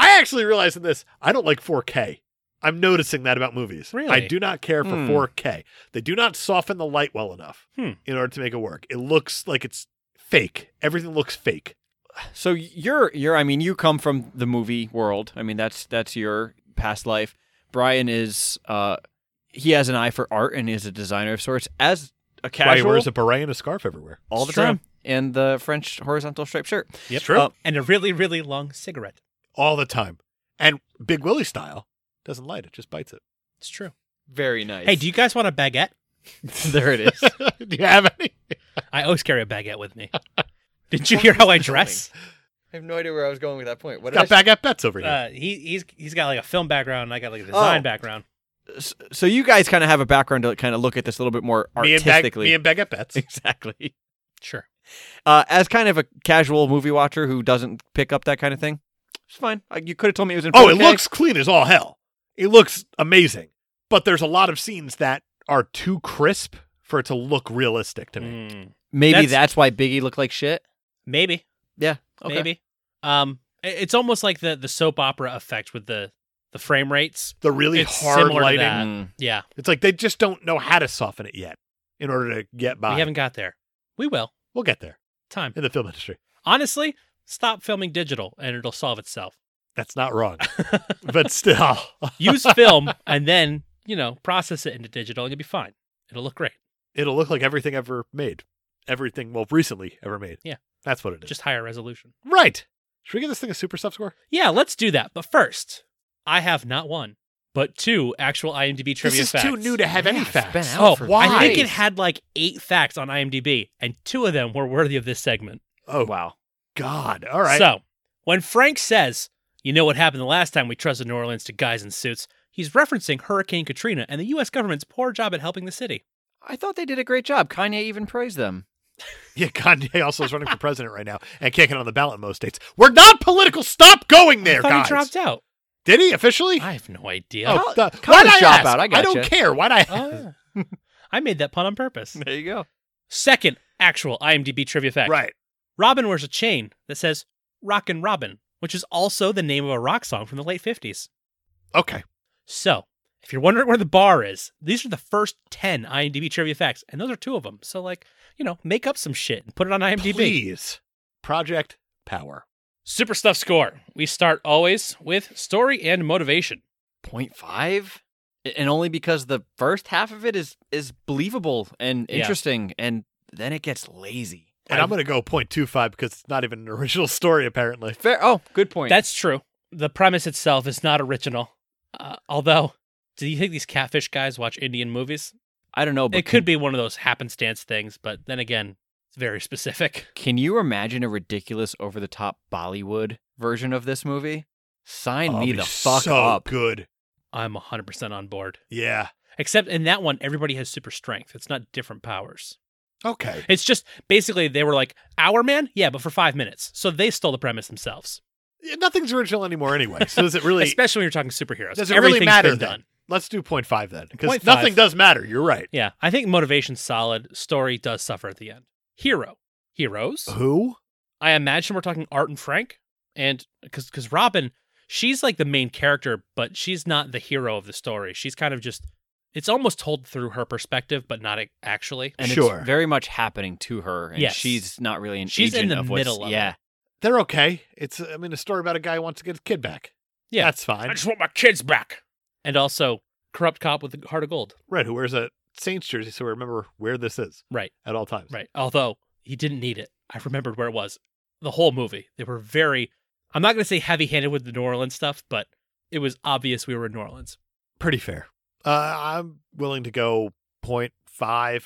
Speaker 1: I actually realized in this, I don't like 4K. I'm noticing that about movies.
Speaker 2: Really?
Speaker 1: I do not care for
Speaker 3: Hmm.
Speaker 1: 4K. They do not soften the light well enough
Speaker 2: Hmm.
Speaker 1: in order to make it work. It looks like it's fake. Everything looks fake.
Speaker 3: So you're you're I mean you come from the movie world. I mean that's that's your past life. Brian is uh he has an eye for art and is a designer of sorts as a
Speaker 1: Why he
Speaker 3: casual
Speaker 1: wears a beret and a scarf everywhere.
Speaker 3: all the
Speaker 2: It's true.
Speaker 3: time and the French horizontal striped shirt.
Speaker 1: It's true.
Speaker 3: Uh,
Speaker 2: and a really, really long cigarette.
Speaker 1: all the time. And Big Willie style doesn't light it, just bites it. [laughs]
Speaker 2: It's true.
Speaker 3: Very nice.
Speaker 2: Hey, do you guys want a baguette?
Speaker 3: there it is.
Speaker 1: do you have any?
Speaker 2: I always carry a baguette with
Speaker 1: [laughs]
Speaker 2: me. Did you hear how I dress?
Speaker 3: [laughs] I have no idea where I was going with that point. What
Speaker 1: Got back at bets over here.
Speaker 2: Uh, he, he's he's got like a film background, and I got like a design
Speaker 3: Oh.
Speaker 2: background.
Speaker 3: so you guys kind of have a background to kind of look at this a little bit more
Speaker 1: me and back,
Speaker 3: artistically.
Speaker 1: me [laughs] and back at bets.
Speaker 3: exactly.
Speaker 2: Sure.
Speaker 3: Uh, as kind of a casual movie watcher who doesn't pick up that kind of thing. It's fine. Uh, You could have told me it was in
Speaker 1: Oh, it
Speaker 3: 4K.
Speaker 1: looks clean as all hell. It looks amazing. But there's a lot of scenes that are too crisp for it to look realistic to me.
Speaker 2: Mm,
Speaker 3: Maybe
Speaker 2: That's-
Speaker 3: that's, why Biggie looked like shit.
Speaker 2: maybe.
Speaker 3: Yeah. Okay.
Speaker 2: Maybe. Um, i- it's almost like the the soap opera effect with the the frame rates.
Speaker 1: The really
Speaker 2: It's
Speaker 1: hard
Speaker 2: similar to
Speaker 1: lighting.
Speaker 2: that. Yeah,
Speaker 1: It's like they just don't know how to soften it yet in order to get by.
Speaker 2: we haven't got there. We will.
Speaker 1: we'll get there
Speaker 2: Time.
Speaker 1: in the film industry.
Speaker 2: Honestly, stop filming digital, and it'll
Speaker 1: [laughs]
Speaker 2: solve itself.
Speaker 1: That's not
Speaker 2: [laughs]
Speaker 1: wrong. but still, [laughs]
Speaker 2: Use film, and then you know process it into digital, and you'll be fine. It'll look great.
Speaker 1: it'll look like everything ever made. Everything, well, recently ever made.
Speaker 2: Yeah.
Speaker 1: That's what it is.
Speaker 2: Just higher resolution.
Speaker 1: right. Should we give this thing a super sub score?
Speaker 2: Yeah, let's do that. But first, I have not one, but two actual IMDb trivia
Speaker 1: this is
Speaker 2: facts.
Speaker 1: too new to have any
Speaker 3: Yeah, it's been
Speaker 1: facts.
Speaker 3: out
Speaker 2: Oh,
Speaker 3: for
Speaker 1: why?
Speaker 2: I think it
Speaker 3: days.
Speaker 2: had like eight facts on IMDb, and two of them were worthy of this segment.
Speaker 1: Oh,
Speaker 3: Wow.
Speaker 1: God. All right.
Speaker 2: So, when Frank says, "You know what happened the last time we trusted New Orleans to guys in suits," he's referencing Hurricane Katrina and the U.S. government's poor job at helping the city.
Speaker 3: I thought they did a great job. Kanye even praised them.
Speaker 1: Yeah, Kanye also is running for president right now and can't get on the ballot in most states. We're not political. Stop going there,
Speaker 2: I thought
Speaker 1: guys.
Speaker 2: he
Speaker 1: [laughs]
Speaker 2: dropped out.
Speaker 1: Did he officially?
Speaker 2: I have no idea.
Speaker 1: oh,
Speaker 3: Col-
Speaker 1: duh.
Speaker 3: college
Speaker 1: Why'd I
Speaker 3: dropout,
Speaker 1: ask?
Speaker 3: I
Speaker 1: I don't
Speaker 3: gotcha.
Speaker 1: care. Why'd I?
Speaker 2: Oh. [laughs] I made that pun on purpose.
Speaker 1: [laughs]
Speaker 3: There you go.
Speaker 2: Second actual IMDb trivia fact.
Speaker 1: Right.
Speaker 2: Robin wears a chain that says Rockin' Robin, which is also the name of a rock song from the late 50s.
Speaker 1: Okay.
Speaker 2: So, if you're wondering where the bar is, these are the first 10 IMDb trivia facts, and those are two of them. So, like, you know, make up some shit and put it on IMDb.
Speaker 1: Please. Project Power.
Speaker 2: Super Stuff Score. We start always with story and motivation.
Speaker 3: Point five, and only because the first half of it is is believable and
Speaker 2: Yeah.
Speaker 3: interesting, and then it gets lazy.
Speaker 1: And I'm going to go 0.25 because it's not even an original [laughs] story, apparently.
Speaker 3: Fair. Oh, good point.
Speaker 2: That's true. The premise itself is not original. Uh, although, do you think these catfish guys watch Indian movies?
Speaker 3: I don't know, but
Speaker 2: It could be one of those happenstance things, but then again, it's very specific. [laughs]
Speaker 3: Can you imagine a ridiculous, over the top Bollywood version of this movie? Sign
Speaker 1: Oh,
Speaker 3: me
Speaker 1: it'd
Speaker 3: the
Speaker 1: be
Speaker 3: fuck
Speaker 1: so
Speaker 3: up.
Speaker 1: good.
Speaker 2: I'm 100% on board.
Speaker 1: Yeah.
Speaker 2: Except in that one, everybody has super strength. It's not different powers.
Speaker 1: Okay.
Speaker 2: It's just basically they were like, Our man? Yeah, but for five minutes. So they stole the premise themselves.
Speaker 1: Yeah, Nothing's original anymore anyway. So does it
Speaker 3: [laughs]
Speaker 1: really?
Speaker 2: Especially when you're talking superheroes.
Speaker 1: Does it really
Speaker 2: Everything's
Speaker 1: matter
Speaker 2: been
Speaker 1: then?
Speaker 2: done.
Speaker 1: let's do 0.5 then because
Speaker 2: 0.5.
Speaker 1: nothing does matter. You're right.
Speaker 2: Yeah, I think motivation's solid. Story does suffer at the end. Hero. Heroes.
Speaker 1: Who?
Speaker 2: I imagine we're talking Art and Frank, and because because Robin, she's like the main character, but she's not the hero of the story. She's kind of just it's almost told through her perspective, but not ac- actually.
Speaker 3: And
Speaker 1: Sure.
Speaker 3: it's very much happening to her, and
Speaker 2: Yes.
Speaker 3: she's not really an
Speaker 2: She's in
Speaker 3: agent
Speaker 2: the
Speaker 3: of what's-
Speaker 2: middle of it.
Speaker 3: yeah.
Speaker 1: They're okay. It's I mean a story about a guy who wants to get his kid back.
Speaker 2: Yeah.
Speaker 1: that's fine.
Speaker 2: want my kids back. And also, corrupt cop with a heart of gold.
Speaker 1: Right, who wears a Saints jersey, so we remember where this is.
Speaker 2: Right.
Speaker 1: at all times.
Speaker 2: Right. Although he didn't need it. I remembered where it was. The whole movie. They were very I'm not gonna say heavy handed with the New Orleans stuff, but it was obvious we were in New Orleans.
Speaker 1: pretty fair. Uh, I'm willing to go 0.5,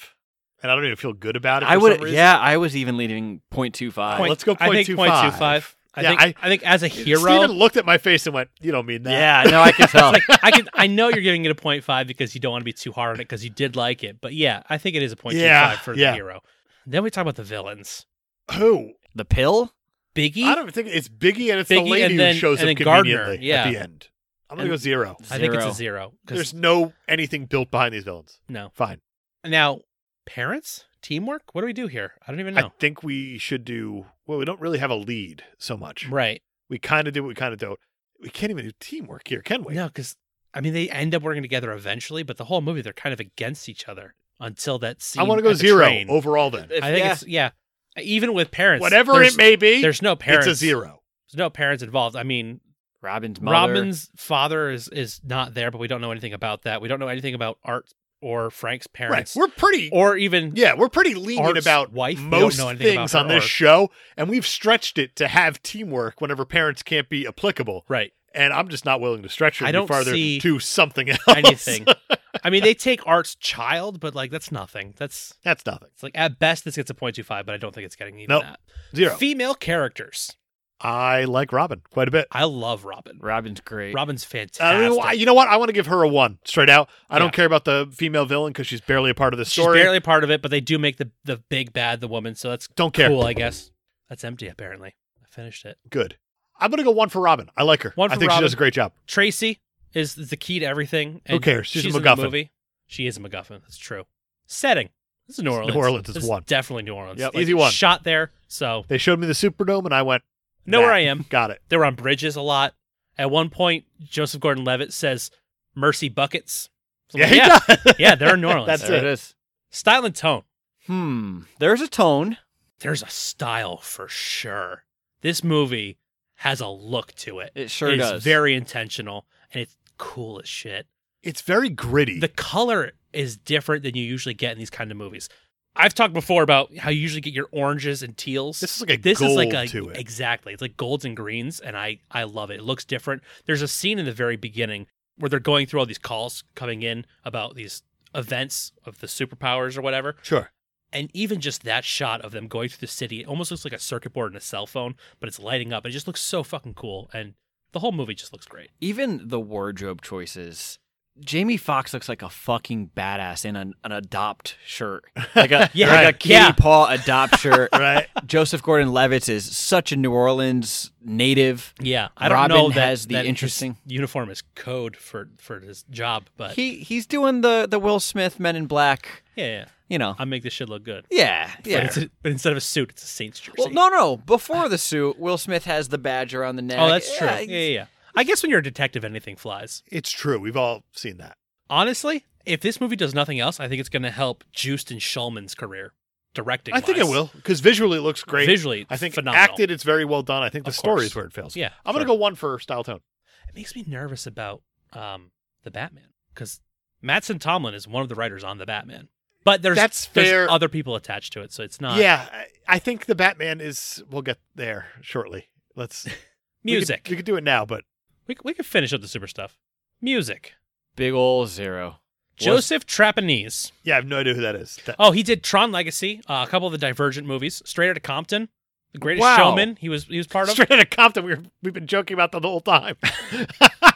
Speaker 1: and I don't even feel good about it.
Speaker 3: I
Speaker 1: for
Speaker 3: would.
Speaker 1: some reason.
Speaker 3: Yeah, I was even leading 0.25.
Speaker 1: Point- let's go
Speaker 2: I think
Speaker 1: 0.25.
Speaker 2: 0.25. I
Speaker 1: Yeah,
Speaker 2: think I,
Speaker 1: I-
Speaker 2: think as a hero
Speaker 1: Steven [laughs] looked at my face and went, "You don't mean that."
Speaker 3: yeah, no, I [laughs] can tell.
Speaker 2: It's like I can I know you're giving it a point five because you don't want to be too hard on it because you did like it, but yeah, I think it is a point two
Speaker 1: Yeah,
Speaker 2: five for
Speaker 1: yeah.
Speaker 2: the hero. Then we talk about the villains.
Speaker 1: Who?
Speaker 3: the pill.
Speaker 2: Biggie.
Speaker 1: I don't even think it's Biggie, and it's
Speaker 2: Biggie
Speaker 1: the lady
Speaker 2: and then-
Speaker 1: who shows
Speaker 2: and
Speaker 1: up
Speaker 2: then Gardner,
Speaker 1: conveniently
Speaker 2: yeah.
Speaker 1: at the end. I'm gonna
Speaker 3: And-
Speaker 1: go zero.
Speaker 2: I think it's a
Speaker 3: Zero.
Speaker 2: zero. 'cause-
Speaker 1: There's no anything built behind these villains.
Speaker 2: no.
Speaker 1: Fine.
Speaker 2: Now, parents, teamwork. What do we do here? I don't even
Speaker 1: I
Speaker 2: know.
Speaker 1: think we should do. Well, we don't really have a lead so much.
Speaker 2: right.
Speaker 1: We kind of do. We kind of don't. We can't even do teamwork here, can we?
Speaker 2: No, because I mean they end up working together eventually, but the whole movie they're kind of against each other until that scene.
Speaker 1: I want to go
Speaker 2: at the
Speaker 1: zero
Speaker 2: train.
Speaker 1: overall. Then
Speaker 2: I think it's yeah. Even with parents,
Speaker 1: whatever
Speaker 2: there's-
Speaker 1: it may be,
Speaker 2: there's no parents.
Speaker 1: it's a zero.
Speaker 2: There's no parents involved. I mean,
Speaker 3: Robin's mother.
Speaker 2: Robin's father is is not there, but we don't know anything about that. We don't know anything about Art or Frank's parents,
Speaker 1: Right. We're pretty.
Speaker 2: or even
Speaker 1: yeah, we're pretty lenient
Speaker 2: Art's
Speaker 1: about
Speaker 2: wife? We don't
Speaker 1: most
Speaker 2: know anything about
Speaker 1: things
Speaker 2: her
Speaker 1: on this
Speaker 2: arc.
Speaker 1: show, and we've stretched it to have teamwork whenever parents can't be applicable. [laughs]
Speaker 2: right
Speaker 1: And I'm just not willing to stretch it
Speaker 2: I
Speaker 1: any
Speaker 2: don't
Speaker 1: farther
Speaker 2: see
Speaker 1: to something else. [laughs]
Speaker 2: anything. I mean, they take Art's child, but like that's nothing. That's
Speaker 1: That's nothing.
Speaker 2: it's like at best this gets a point two five, but I don't think it's getting even
Speaker 1: Nope.
Speaker 2: that.
Speaker 1: Zero.
Speaker 2: Female characters,
Speaker 1: I like Robin quite a bit. Uh,
Speaker 2: I love Robin.
Speaker 3: Robin's great.
Speaker 2: Robin's
Speaker 1: I
Speaker 2: fantastic.
Speaker 1: don't know why- you know what? I want to give her a one straight out. I
Speaker 2: Yeah.
Speaker 1: don't care about the female villain because she's barely a part of the
Speaker 2: She's
Speaker 1: story.
Speaker 2: barely a part of it, but they do make the the big bad the woman, so that's
Speaker 1: Don't care.
Speaker 2: cool, I guess. That's empty apparently. I finished it.
Speaker 1: Good. I'm gonna go one for Robin. I like her.
Speaker 2: One
Speaker 1: I
Speaker 2: for
Speaker 1: think she
Speaker 2: Robin.
Speaker 1: does a great job.
Speaker 2: Tracy is the key to everything.
Speaker 1: Who cares? She's a
Speaker 2: in the
Speaker 1: MacGuffin.
Speaker 2: movie. She is a MacGuffin. That's true. Setting. This is New Orleans.
Speaker 1: Orleans is
Speaker 2: This
Speaker 1: one.
Speaker 2: Definitely New Orleans.
Speaker 1: Yep, easy one.
Speaker 2: Shot there. So
Speaker 1: They showed me the Superdome, and I went,
Speaker 2: know where
Speaker 1: Nah.
Speaker 2: I am.
Speaker 1: "Got it."
Speaker 2: They were on bridges a lot. At one point, Joseph Gordon-Levitt says, "Mercy buckets." So I'm
Speaker 1: Yeah, he
Speaker 2: like, yeah,
Speaker 1: does. [laughs]
Speaker 2: yeah, they're in New Orleans.
Speaker 1: That's
Speaker 3: there it
Speaker 1: it.
Speaker 3: is.
Speaker 2: [laughs] Style and tone.
Speaker 3: Hmm. There's a tone.
Speaker 2: There's a style for sure. This movie has a look to it.
Speaker 3: It sure
Speaker 2: it's
Speaker 3: does.
Speaker 2: very intentional and it's cool as shit.
Speaker 1: It's very gritty.
Speaker 2: the color is different than you usually get in these kind of movies. I've talked before about how you usually get your oranges and teals.
Speaker 1: This is like a
Speaker 2: this is like
Speaker 1: gold
Speaker 2: a
Speaker 1: to it.
Speaker 2: exactly. It's like golds and greens, and I I love it. It looks different. There's a scene in the very beginning where they're going through all these calls coming in about these events of the superpowers or whatever,
Speaker 1: sure.
Speaker 2: and even just that shot of them going through the city, it almost looks like a circuit board and a cell phone, but it's lighting up. It just looks so fucking cool, and the whole movie just looks great.
Speaker 3: Even the wardrobe choices Jamie Fox looks like a fucking badass in an, an adopt shirt, like a
Speaker 2: Yeah.
Speaker 3: like a
Speaker 2: Right.
Speaker 3: Kitty
Speaker 2: Yeah.
Speaker 3: Paw adopt shirt.
Speaker 1: right?
Speaker 3: Joseph Gordon-Levitt is such a New Orleans native.
Speaker 2: Yeah, I don't
Speaker 3: Robin
Speaker 2: know that
Speaker 3: has the
Speaker 2: that his
Speaker 3: interesting-
Speaker 2: uniform is code for for his job, but
Speaker 3: He he's doing the the Will Smith Men in Black.
Speaker 2: yeah, yeah,
Speaker 3: You know,
Speaker 2: I make this shit look good.
Speaker 3: yeah,
Speaker 2: But,
Speaker 3: yeah.
Speaker 2: it's a- but instead of a suit, it's a Saints jersey.
Speaker 3: Well, no, no. Before the suit, Will Smith has the badge around the neck.
Speaker 2: oh, that's true.
Speaker 3: Yeah,
Speaker 2: Yeah, yeah, yeah. I guess when you're a detective, anything flies.
Speaker 1: [laughs] It's true. We've all seen that.
Speaker 2: Honestly, if this movie does nothing else, I think it's going to help Juiced and Shulman's career directing.
Speaker 1: I think it
Speaker 2: wise.
Speaker 1: will because visually it looks great.
Speaker 2: Visually,
Speaker 1: I think
Speaker 2: phenomenal.
Speaker 1: acted, it's very well done. I think the
Speaker 2: Of
Speaker 1: story
Speaker 2: course.
Speaker 1: is where it fails.
Speaker 2: Yeah,
Speaker 1: I'm gonna
Speaker 2: sure.
Speaker 1: go one for style tone.
Speaker 2: It makes me nervous about um, the Batman because Matson Tomlin is one of the writers on the Batman, but there's
Speaker 1: That's
Speaker 2: there's
Speaker 1: fair.
Speaker 2: other people attached to it, so it's not
Speaker 1: yeah, I, I think the Batman is. We'll get there shortly. Let's
Speaker 2: music.
Speaker 1: We could, we could do it now, but
Speaker 2: We, we can finish up the super stuff. Music.
Speaker 3: Big ol' zero.
Speaker 2: Joseph Trapanese.
Speaker 1: yeah, I have no idea who that is. That-
Speaker 2: Oh, he did Tron Legacy, uh, a couple of the Divergent movies, Straight Outta Compton, The Greatest
Speaker 3: Wow.
Speaker 2: Showman. He was he was part of
Speaker 1: Straight [laughs] out of Compton, we were, we've been joking about that the whole
Speaker 2: [laughs]
Speaker 1: time.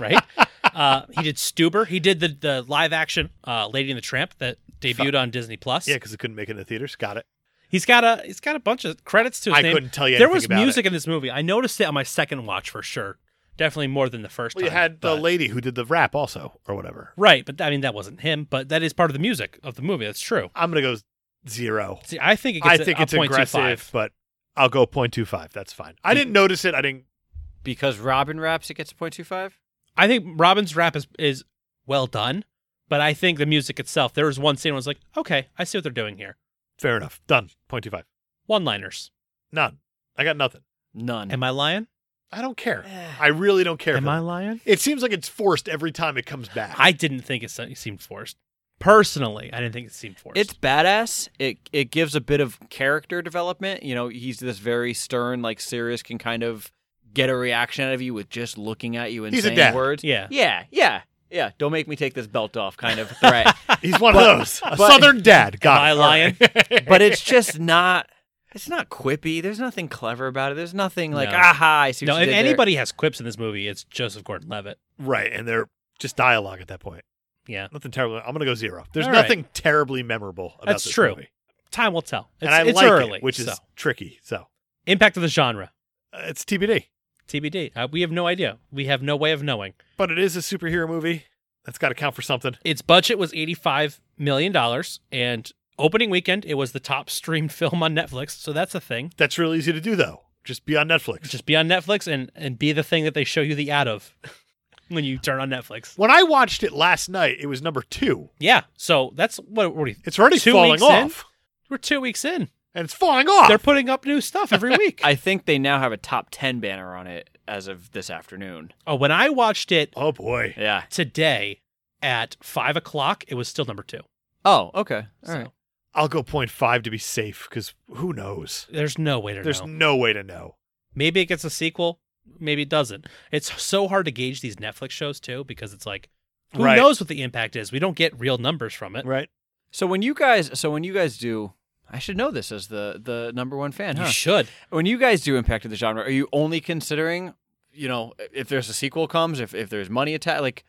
Speaker 2: right. [laughs] Uh, he did Stuber. He did the the live action uh, Lady and the Tramp that debuted on Disney Plus.
Speaker 1: yeah, because it couldn't make it in the theaters. Got it.
Speaker 2: He's got a he's got a bunch of credits to his
Speaker 1: I
Speaker 2: name.
Speaker 1: couldn't tell you.
Speaker 2: there
Speaker 1: anything
Speaker 2: was
Speaker 1: about
Speaker 2: music
Speaker 1: It.
Speaker 2: in this movie. I noticed it on my second watch for sure. Definitely more than the first
Speaker 1: Well, you
Speaker 2: time.
Speaker 1: had the
Speaker 2: but-
Speaker 1: lady who did the rap also, or whatever.
Speaker 2: right, but I mean that wasn't him, but that is part of the music of the movie. That's true.
Speaker 1: I'm gonna go zero.
Speaker 2: See, I think it
Speaker 1: I
Speaker 2: gets
Speaker 1: think
Speaker 2: a,
Speaker 1: it's
Speaker 2: a
Speaker 1: aggressive,
Speaker 2: 0.25.
Speaker 1: but I'll go 0.25. That's fine. I didn't notice it. I didn't.
Speaker 3: Because Robin raps, it gets a point two five.
Speaker 2: I think Robin's rap is is well done, but I think the music itself. There was one scene where I was like, okay, I see what they're doing here.
Speaker 1: Fair enough. Done. 0.25.
Speaker 2: One liners.
Speaker 1: None. I got nothing.
Speaker 3: None.
Speaker 2: Am I lying?
Speaker 1: I don't
Speaker 2: [sighs]
Speaker 1: care. I really don't care.
Speaker 2: Am
Speaker 1: for
Speaker 2: I
Speaker 1: that.
Speaker 2: lying?
Speaker 1: It seems like it's forced every time it comes back.
Speaker 2: I didn't think it se- seemed forced. Personally, I didn't think it seemed forced.
Speaker 3: It's badass. It it gives a bit of character development. You know, he's this very stern, like serious, can kind of get a reaction out of you with just looking at you and
Speaker 1: He's a
Speaker 3: saying
Speaker 1: dad.
Speaker 3: words.
Speaker 2: yeah.
Speaker 3: yeah, yeah, yeah. Don't make me take this belt off, kind of threat.
Speaker 2: [laughs]
Speaker 1: He's one
Speaker 3: But-
Speaker 1: of those. A
Speaker 3: but-
Speaker 1: Southern dad. Got
Speaker 2: Am I
Speaker 1: it. All [laughs]
Speaker 2: lying?
Speaker 1: right.
Speaker 3: but it's just not. It's not quippy. There's nothing clever about it. There's nothing like
Speaker 2: No.
Speaker 3: aha. I see what
Speaker 2: No,
Speaker 3: you
Speaker 2: if
Speaker 3: did there."
Speaker 2: anybody has quips in this movie, it's Joseph Gordon-Levitt.
Speaker 1: right. And they're just dialogue at that point.
Speaker 2: Yeah.
Speaker 1: Nothing terrible. I'm going to go zero. There's
Speaker 2: All right.
Speaker 1: nothing terribly memorable about
Speaker 2: That's
Speaker 1: this
Speaker 2: true.
Speaker 1: movie.
Speaker 2: Time will tell. It's,
Speaker 1: And I
Speaker 2: it's
Speaker 1: like
Speaker 2: early,
Speaker 1: it, which is
Speaker 2: so.
Speaker 1: tricky. So
Speaker 2: impact of the genre.
Speaker 1: uh, it's TBD.
Speaker 2: TBD. Uh, we have no idea. We have no way of knowing.
Speaker 1: But it is a superhero movie. That's got to count for something.
Speaker 2: Its budget was $85 million, and opening weekend, it was the top streamed [laughs] film on Netflix. So that's a thing.
Speaker 1: That's really easy to do, though. Just be on Netflix.
Speaker 2: Just be on Netflix and, and be the thing that they show you the ad of [laughs] when you turn on Netflix.
Speaker 1: when I watched it last night, it was number two.
Speaker 2: Yeah. So that's what what are we,
Speaker 1: It's already
Speaker 2: Two
Speaker 1: falling
Speaker 2: weeks in?
Speaker 1: off.
Speaker 2: we're two weeks in.
Speaker 1: And it's falling off.
Speaker 2: They're putting up new stuff
Speaker 3: [laughs]
Speaker 2: every week.
Speaker 3: Ah. I think they now have a top ten banner on it as of this afternoon.
Speaker 2: oh, when I watched it
Speaker 1: oh, boy.
Speaker 3: Yeah.
Speaker 2: today at five o'clock, it was still number two.
Speaker 3: Oh, okay. All
Speaker 2: So
Speaker 3: right.
Speaker 1: I'll go 0.5 to be safe because who knows?
Speaker 2: there's no way to
Speaker 1: There's
Speaker 2: know.
Speaker 1: no way to know.
Speaker 2: Maybe it gets a sequel. Maybe it doesn't. It's so hard to gauge these Netflix shows too because it's like, who
Speaker 1: Right.
Speaker 2: knows what the impact is? We don't get real numbers from it.
Speaker 1: Right?
Speaker 3: So when you guys, so when you guys do, I should know this as the the number one fan,
Speaker 2: You
Speaker 3: huh?
Speaker 2: should.
Speaker 3: when you guys do Impact of the Genre, are you only considering, you know, if there's a sequel comes, if if there's money attached, like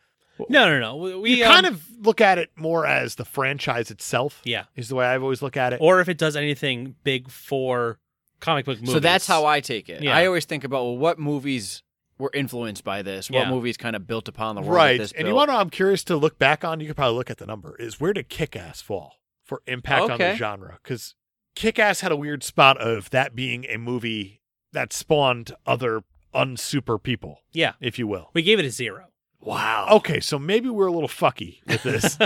Speaker 2: No, no, no. We, we,
Speaker 1: you kind
Speaker 2: um,
Speaker 1: of look at it more as the franchise itself.
Speaker 2: Yeah.
Speaker 1: Is the way I've always looked at it.
Speaker 2: or if it does anything big for comic book movies.
Speaker 3: so that's how I take it.
Speaker 2: Yeah.
Speaker 3: I always think about well, what movies were influenced by this, what
Speaker 2: Yeah.
Speaker 3: movies kind of built upon the world, that
Speaker 1: right.
Speaker 3: This
Speaker 1: And
Speaker 3: built.
Speaker 1: you want to, I'm curious to look back on, you could probably look at the number, is where did Kick Ass fall for impact on the
Speaker 3: Okay.
Speaker 1: genre? Because Kick Ass had a weird spot of that being a movie that spawned other unsuper people,
Speaker 2: Yeah,
Speaker 1: if you will.
Speaker 2: we gave it a zero.
Speaker 1: Wow.
Speaker 3: Oh,
Speaker 1: Okay. So maybe we're a little fucky with this.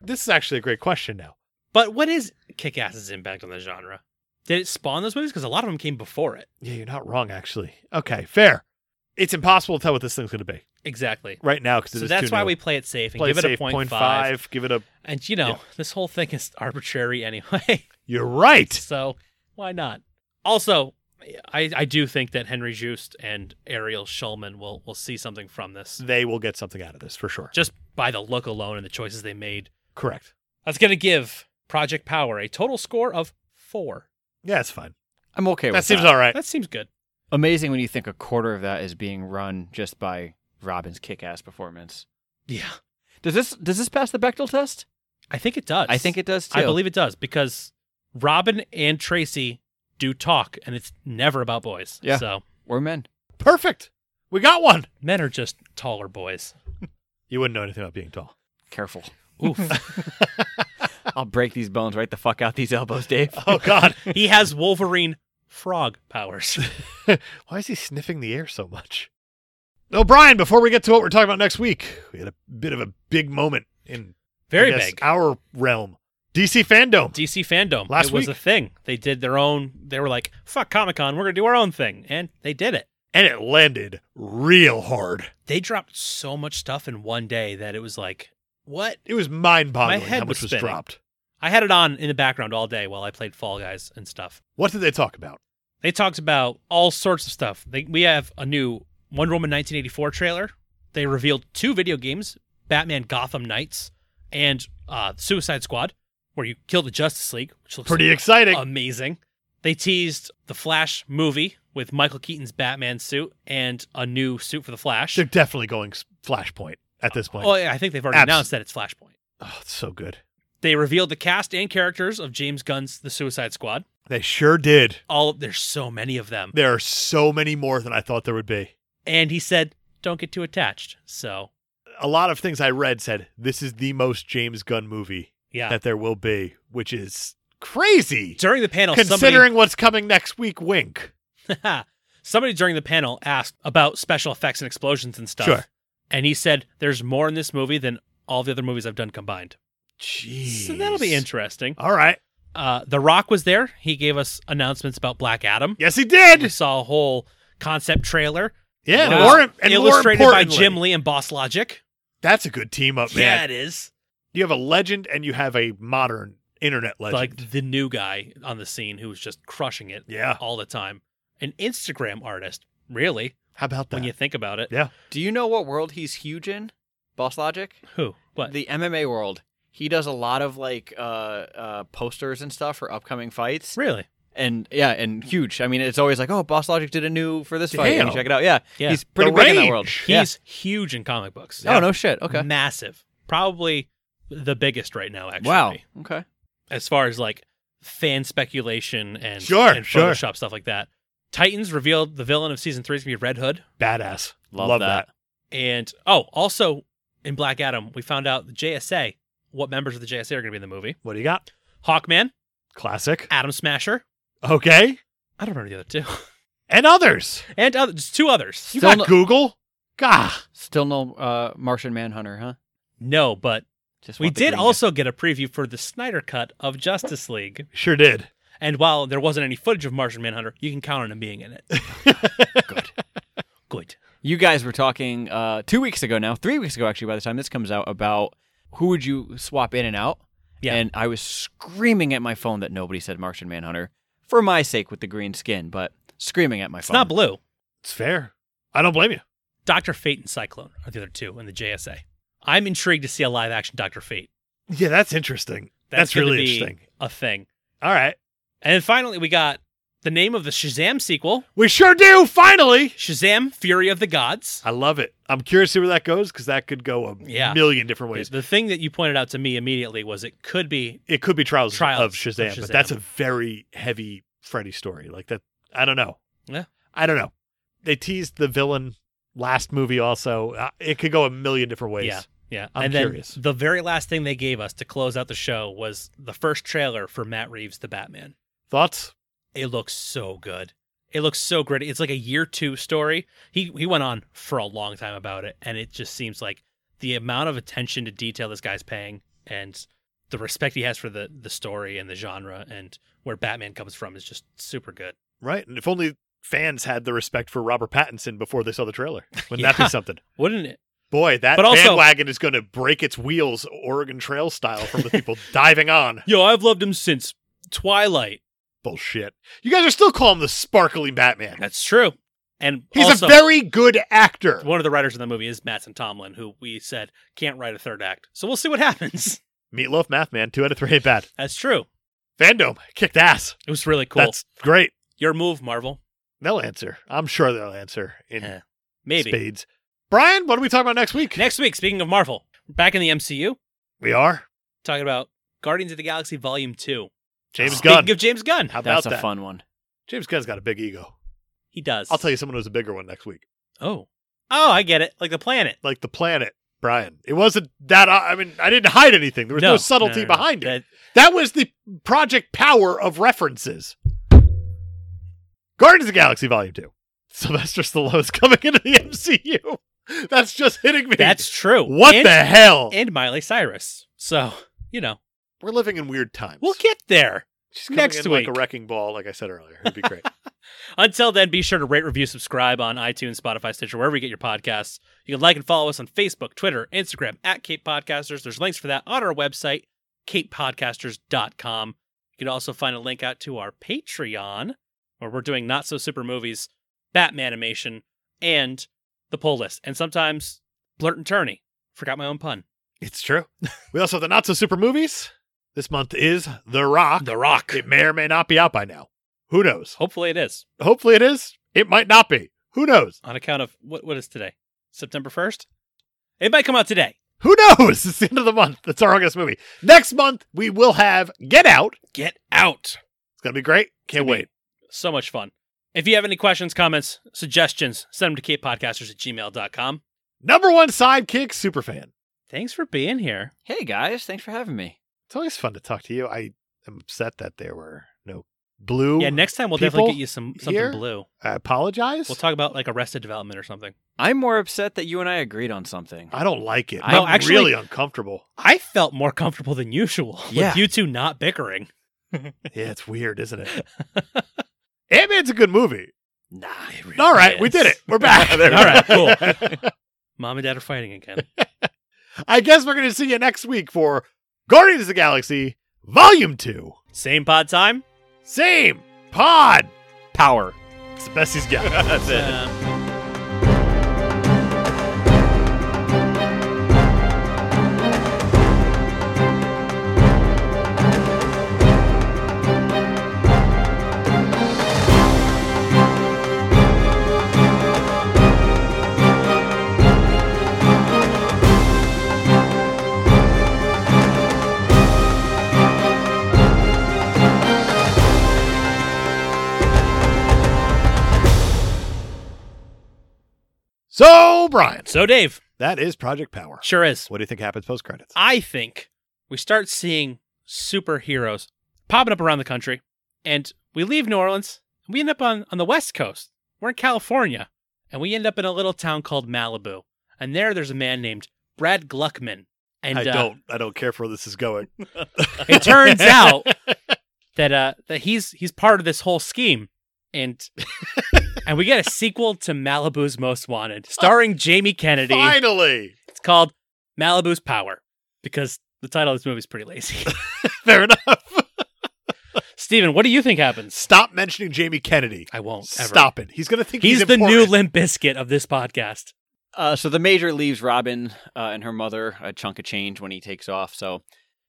Speaker 1: this is actually a great question now.
Speaker 2: But what is Kick-Ass's impact on the genre? Did it spawn those movies? Because a lot of them came before it.
Speaker 1: Yeah, you're not wrong, actually. Okay, fair. It's impossible to tell what this thing's going to be
Speaker 2: Exactly.
Speaker 1: right now because
Speaker 2: So that's why we play it safe and
Speaker 1: play
Speaker 2: give it
Speaker 1: safe,
Speaker 2: a point
Speaker 1: point
Speaker 2: five.
Speaker 1: five, Give it a.
Speaker 2: And you know,
Speaker 1: Yeah.
Speaker 2: this whole thing is [laughs] arbitrary anyway.
Speaker 1: You're right.
Speaker 2: [laughs] so why not? Also, I, I do think that Henry Joost and Ariel Schulman will will see something from this.
Speaker 1: They will get something out of this for sure.
Speaker 2: Just by the look alone and the choices they made.
Speaker 1: Correct.
Speaker 2: That's gonna give Project Power a total score of four.
Speaker 1: Yeah, it's fine.
Speaker 3: I'm okay
Speaker 1: that
Speaker 3: with
Speaker 1: seems
Speaker 3: that.
Speaker 1: all right.
Speaker 2: That seems good.
Speaker 3: Amazing when you think a quarter of that is being run just by Robin's kick-ass performance.
Speaker 2: Yeah.
Speaker 3: Does this does this pass the Bechtel test?
Speaker 2: I think it does.
Speaker 3: I think it does too.
Speaker 2: I believe it does because Robin and Tracy do talk, and it's never about boys.
Speaker 3: Yeah.
Speaker 2: So
Speaker 3: we're men.
Speaker 1: Perfect. We got one.
Speaker 2: men are just taller
Speaker 3: [laughs]
Speaker 2: boys.
Speaker 1: You wouldn't know anything about being
Speaker 2: [laughs]
Speaker 1: tall.
Speaker 3: Careful.
Speaker 2: Oof.
Speaker 3: I'll break these bones right the fuck out these elbows, Dave.
Speaker 1: Oh God. [laughs]
Speaker 2: he has Wolverine frog
Speaker 3: [laughs]
Speaker 2: powers.
Speaker 1: Why is he sniffing the air so much? No, Brian, before we get to what we're talking about next week, we had a bit of a big moment in
Speaker 2: Very
Speaker 1: I guess,
Speaker 2: big.
Speaker 1: our realm. DC fandom.
Speaker 2: DC fandom.
Speaker 1: Last
Speaker 2: it was
Speaker 1: week.
Speaker 2: a thing. They did their own. They were like, "Fuck Comic Con, we're gonna do our own thing," and they did it.
Speaker 1: and it landed real hard.
Speaker 2: They dropped so much stuff in one day that it was like, "What?"
Speaker 1: It was mind boggling
Speaker 2: My head
Speaker 1: how much
Speaker 2: was
Speaker 1: was
Speaker 2: spinning.
Speaker 1: dropped.
Speaker 2: I had it on in the background all day while I played Fall Guys and stuff.
Speaker 1: What did they talk about?
Speaker 2: They talked about all sorts of stuff. They, we have a new Wonder Woman 1984 trailer. They revealed two video games Batman Gotham Knights and uh, Suicide Squad, where you kill the Justice League, which looks
Speaker 1: Pretty exciting.
Speaker 2: Uh, amazing. They teased the Flash movie with Michael Keaton's Batman suit and a new suit for the Flash.
Speaker 1: They're definitely going s- Flashpoint at this point.
Speaker 2: Oh, yeah, I think they've already
Speaker 1: Abs-
Speaker 2: announced that it's Flashpoint.
Speaker 1: Oh, it's so good.
Speaker 2: They revealed the cast and characters of James Gunn's The Suicide Squad.
Speaker 1: They sure did.
Speaker 2: All there's so many of them.
Speaker 1: There are so many more than I thought there would be.
Speaker 2: And he said, "Don't get too attached." So,
Speaker 1: A lot of things I read said this is the most James Gunn movie
Speaker 2: yeah.
Speaker 1: that there will be, which is crazy.
Speaker 2: during the panel,
Speaker 1: Considering what's coming next week, wink.
Speaker 2: somebody, [laughs] somebody during the panel asked about special effects and explosions and stuff.
Speaker 1: Sure.
Speaker 2: And he said, "There's more in this movie than all the other movies I've done combined."
Speaker 1: Jeez.
Speaker 2: So that'll be interesting.
Speaker 1: All right.
Speaker 2: Uh, the Rock was there. He gave us announcements about Black Adam.
Speaker 1: Yes, he
Speaker 2: We
Speaker 1: did.
Speaker 2: saw a whole concept trailer.
Speaker 1: Yeah. and
Speaker 2: Wow.
Speaker 1: more- and more
Speaker 2: illustrated by
Speaker 1: importantly-
Speaker 2: Jim Lee and Boss Logic.
Speaker 1: That's a good team up, man.
Speaker 2: Yeah, it is.
Speaker 1: You have a legend and you have a modern internet legend.
Speaker 2: Like the new guy on the scene who was just crushing it
Speaker 1: yeah.
Speaker 2: all the time. An Instagram artist, really,
Speaker 1: How about that?
Speaker 2: when you think about it.
Speaker 1: Yeah.
Speaker 3: [laughs] Do you know what world he's huge in? Boss Logic?
Speaker 2: Who? What?
Speaker 3: The MMA world. He does a lot of like uh, uh, posters and stuff for upcoming fights.
Speaker 2: really?
Speaker 3: And yeah, and huge. I mean, it's always like, oh, Boss Logic did a new for this fight. And
Speaker 1: Damn.
Speaker 3: you check it out. Yeah.
Speaker 2: Yeah.
Speaker 3: He's pretty
Speaker 1: The
Speaker 3: big in that
Speaker 1: range.
Speaker 3: world.
Speaker 2: He's
Speaker 3: Yeah.
Speaker 2: huge in comic books.
Speaker 3: Oh, no shit. Okay.
Speaker 2: Massive. Probably the biggest right now, actually.
Speaker 3: Wow. Okay.
Speaker 2: as far as like fan speculation and,
Speaker 1: Sure,
Speaker 2: and
Speaker 1: sure.
Speaker 2: Photoshop stuff like that. Titans revealed the villain of season three is gonna be Red Hood.
Speaker 1: Badass.
Speaker 3: Love
Speaker 1: that.
Speaker 3: that.
Speaker 2: And oh, also in Black Adam, we found out the JSA, what members of the JSA are gonna be in the movie.
Speaker 1: What do you got?
Speaker 2: Hawkman,
Speaker 1: Classic.
Speaker 2: Adam Smasher.
Speaker 1: Okay.
Speaker 2: I don't remember the other two. [laughs]
Speaker 1: And others.
Speaker 2: And other, just two others.
Speaker 1: You
Speaker 3: Still
Speaker 1: got
Speaker 3: no-
Speaker 1: Google? Gah.
Speaker 3: Still no uh, Martian Manhunter, huh?
Speaker 2: No, but
Speaker 3: Just
Speaker 2: we
Speaker 3: want the
Speaker 2: did
Speaker 3: green
Speaker 2: also get a preview for the Snyder cut of Justice League.
Speaker 1: Sure did.
Speaker 2: And while there wasn't any footage of Martian Manhunter, you can count on him being in
Speaker 3: [laughs]
Speaker 2: it. Good. Good.
Speaker 3: guy. You guys were talking uh, two weeks ago now, three weeks ago actually. By the time this comes out, about who would you swap in and out?
Speaker 2: Yeah.
Speaker 3: And I was screaming at my phone that nobody said Martian Manhunter for my sake with the green skin, but screaming at my
Speaker 2: It's
Speaker 3: phone.
Speaker 2: not blue.
Speaker 1: It's fair. I don't blame you.
Speaker 2: Doctor Fate and Cyclone are the other two in the JSA. I'm intrigued to see a live action Doctor Fate.
Speaker 1: Yeah, that's interesting. That's,
Speaker 2: gonna
Speaker 1: really
Speaker 2: be
Speaker 1: interesting.
Speaker 2: A thing.
Speaker 1: All right.
Speaker 2: And then finally, we got the name of the Shazam sequel,
Speaker 1: We sure do, finally.
Speaker 2: Shazam: Fury of the Gods.
Speaker 1: I love it. I'm curious to see where that goes because that could go a
Speaker 2: Yeah.
Speaker 1: million different
Speaker 2: The,
Speaker 1: ways.
Speaker 2: the thing that you pointed out to me immediately was it could be
Speaker 1: It could be Trials,
Speaker 2: Trials
Speaker 1: of, Shazam,
Speaker 2: of
Speaker 1: but
Speaker 2: Shazam.
Speaker 1: that's a very heavy Freddy story. Like that, I don't know.
Speaker 2: Yeah.
Speaker 1: I don't know. They teased the villain last movie also. Uh, It could go a million different ways.
Speaker 2: yeah, yeah.
Speaker 1: I'm
Speaker 2: and
Speaker 1: curious.
Speaker 2: then the very last thing they gave us to close out the show was the first trailer for Matt Reeves' The Batman.
Speaker 1: Thoughts?
Speaker 2: It looks so good. It looks so gritty. It's like a year two story. He he went on for a long time about it, and it just seems like the amount of attention to detail this guy's paying and the respect he has for the the story and the genre and where Batman comes from is just super good.
Speaker 1: Right. And if only fans had the respect for Robert Pattinson before they saw the trailer.
Speaker 2: [laughs]
Speaker 1: Wouldn't that
Speaker 2: Yeah.
Speaker 1: be something?
Speaker 2: Wouldn't it?
Speaker 1: Boy, that
Speaker 2: But also-
Speaker 1: bandwagon is going to break its wheels Oregon Trail style from the people diving on.
Speaker 2: Yo, I've loved him since Twilight.
Speaker 1: Bullshit. You guys are still calling him the sparkling Batman.
Speaker 2: That's true. And
Speaker 1: He's
Speaker 2: also,
Speaker 1: a very good actor.
Speaker 2: one of the writers in the movie is Matson Tomlin, who we said can't write a third act. So we'll see what happens. [laughs]
Speaker 1: Meatloaf Math Man, two out of three ain't bad.
Speaker 2: That's true.
Speaker 1: Fandom kicked ass.
Speaker 2: It was really cool.
Speaker 1: That's great.
Speaker 2: Your move, Marvel.
Speaker 1: They'll answer. I'm sure they'll answer in
Speaker 2: Eh, Maybe.
Speaker 1: spades. Brian, what are we talking about next week?
Speaker 2: Next week, speaking of Marvel, Back in the MCU,
Speaker 1: We are
Speaker 2: talking about Guardians of the Galaxy Volume Two.
Speaker 1: James
Speaker 2: Speaking
Speaker 1: Gunn.
Speaker 2: of James Gunn,
Speaker 1: How about
Speaker 3: That's a
Speaker 1: that?
Speaker 3: fun one.
Speaker 1: James Gunn's got a big ego.
Speaker 2: he does.
Speaker 1: I'll tell you someone who's a bigger one next week,
Speaker 2: Oh, oh, I get it. Like the planet.
Speaker 1: like the planet. Brian, it wasn't that. I I mean, I didn't hide anything. There was no, subtlety behind it. That was the Project Power of references. Guardians of the Galaxy Volume 2. [laughs] Sylvester Stallone's coming into the MCU. That's just hitting me. [laughs]
Speaker 2: that's true.
Speaker 1: what
Speaker 2: and,
Speaker 1: the hell?
Speaker 2: And Miley Cyrus. So you know,
Speaker 1: We're living in weird times.
Speaker 2: we'll get there.
Speaker 1: She's coming
Speaker 2: next
Speaker 1: in like
Speaker 2: week.
Speaker 1: a wrecking ball, like I said earlier. It'd be
Speaker 2: [laughs]
Speaker 1: great.
Speaker 2: Until then, be sure to rate, review, subscribe on iTunes, Spotify, Stitcher, wherever you get your podcasts. You can like and follow us on Facebook, Twitter, Instagram, at Cape Podcasters. There's links for that on our website, capepodcasters.com. You can also find a link out to our Patreon, where we're doing not so super movies, Batman animation, and the poll list, and sometimes Blurt and Tourney. Forgot my own pun.
Speaker 1: it's true. We also have the not so super movies. This month is The Rock.
Speaker 2: The Rock.
Speaker 1: It may or may not be out by now. Who knows?
Speaker 2: Hopefully it is,
Speaker 1: Hopefully it is. It might not be. Who knows?
Speaker 2: on account of what what is today? September 1st? It might come out today.
Speaker 1: Who knows? [laughs] It's the end of the month. That's our August movie. Next month, we will have Get Out.
Speaker 2: Get out.
Speaker 1: It's gonna be great. Can't
Speaker 2: gonna be-
Speaker 1: wait.
Speaker 2: so much fun. If you have any questions, comments, suggestions, send them to capepodcasters at gmail.com.
Speaker 1: Number one sidekick, superfan.
Speaker 2: Thanks for being here.
Speaker 3: Hey guys, thanks for having me.
Speaker 1: It's always fun to talk to you. I am upset that there were no blue.
Speaker 2: yeah, next time we'll
Speaker 1: people
Speaker 2: definitely get you some something
Speaker 1: here?
Speaker 2: blue.
Speaker 1: I apologize.
Speaker 2: We'll talk about like arrested development or something.
Speaker 3: I'm more upset that you and I agreed on something.
Speaker 1: I don't like it.
Speaker 3: I- No,
Speaker 1: I'm
Speaker 2: actually-
Speaker 1: really uncomfortable.
Speaker 2: I felt more comfortable than usual [laughs]
Speaker 3: Yeah.
Speaker 2: with you two not bickering.
Speaker 1: Yeah, it's weird, isn't it? [laughs] Ant Man's a good movie.
Speaker 3: Nah.
Speaker 1: All right, we did it. We're back.
Speaker 2: [laughs] All right, cool. Mom and Dad are fighting again.
Speaker 1: [laughs]
Speaker 2: [laughs]
Speaker 1: I guess we're gonna see you next week for Guardians of the Galaxy Volume Two.
Speaker 2: Same pod time.
Speaker 1: Same pod.
Speaker 3: Power.
Speaker 1: It's the best he's
Speaker 2: [laughs]
Speaker 1: got.
Speaker 2: Um,
Speaker 1: So, Brian,
Speaker 2: so Dave,
Speaker 1: that is Project Power.
Speaker 2: sure is.
Speaker 1: What do you think happens post credits?
Speaker 2: I think we start seeing superheroes popping up around the country, and we leave New Orleans. And we end up on, on the West Coast. We're in California, and we end up in a little town called Malibu. And there, there's a man named Brad Gluckman. And
Speaker 1: I
Speaker 2: uh,
Speaker 1: don't. I don't care for where this is going. [laughs]
Speaker 2: it turns out that uh, that he's he's part of this whole scheme,
Speaker 1: [laughs]
Speaker 2: and and we get a sequel to Malibu's Most Wanted, starring Jamie Kennedy.
Speaker 1: Finally,
Speaker 2: It's called Malibu's Power because the title of this movie is pretty lazy.
Speaker 1: fair enough.
Speaker 2: Steven, what do you think happens?
Speaker 1: Stop mentioning Jamie Kennedy.
Speaker 2: I won't ever.
Speaker 1: Stop it. He's gonna think he's,
Speaker 2: He's, the new
Speaker 1: important.
Speaker 2: Limp Biscuit of this [laughs] podcast.
Speaker 3: Uh, so the major leaves Robin uh, and her mother a chunk of change when he takes off. So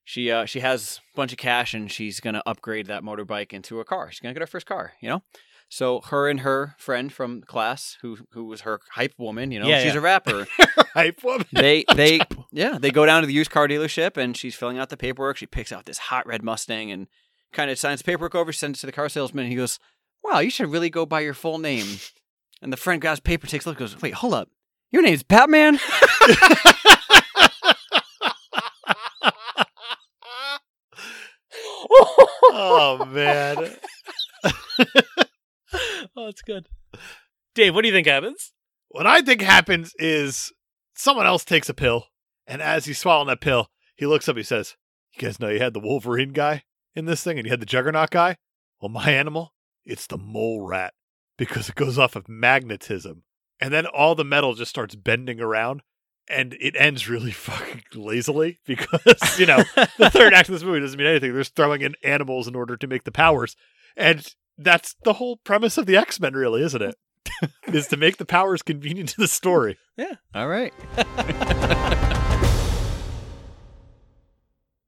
Speaker 3: she uh, she has a bunch of cash and she's gonna upgrade that motorbike into a car. She's gonna get her first car, you know. So her and her friend from class, who who was her hype woman, you know,
Speaker 2: Yeah,
Speaker 3: she's
Speaker 2: yeah.
Speaker 3: a rapper.
Speaker 1: [laughs] hype
Speaker 2: [laughs]
Speaker 1: woman.
Speaker 3: [laughs] they they yeah they go down to the used car dealership and she's filling out the paperwork. She picks out this hot red Mustang and kind of signs the paperwork over. Sends it to the car salesman. And he goes, "Wow, you should really go by your full name." And the friend grabs paper, takes a look, goes, "Wait, hold up, your name's Batman."
Speaker 1: [laughs] oh man.
Speaker 2: Oh, that's good. Dave, what do you think happens?
Speaker 1: What I think happens is someone else takes a pill, and as he's swallowing that pill, he looks up. He says, "You guys know you had the Wolverine guy in this thing, and you had the Juggernaut guy. Well, my animal, it's the mole rat because it goes off of magnetism, and then all the metal just starts bending around, and it ends really [laughs] fucking lazily because you know the third act of this movie doesn't mean anything. They're just throwing in animals in order to make the powers, and that's the whole premise of the X Men, really, isn't it? is to make the powers convenient to the story.
Speaker 3: All right.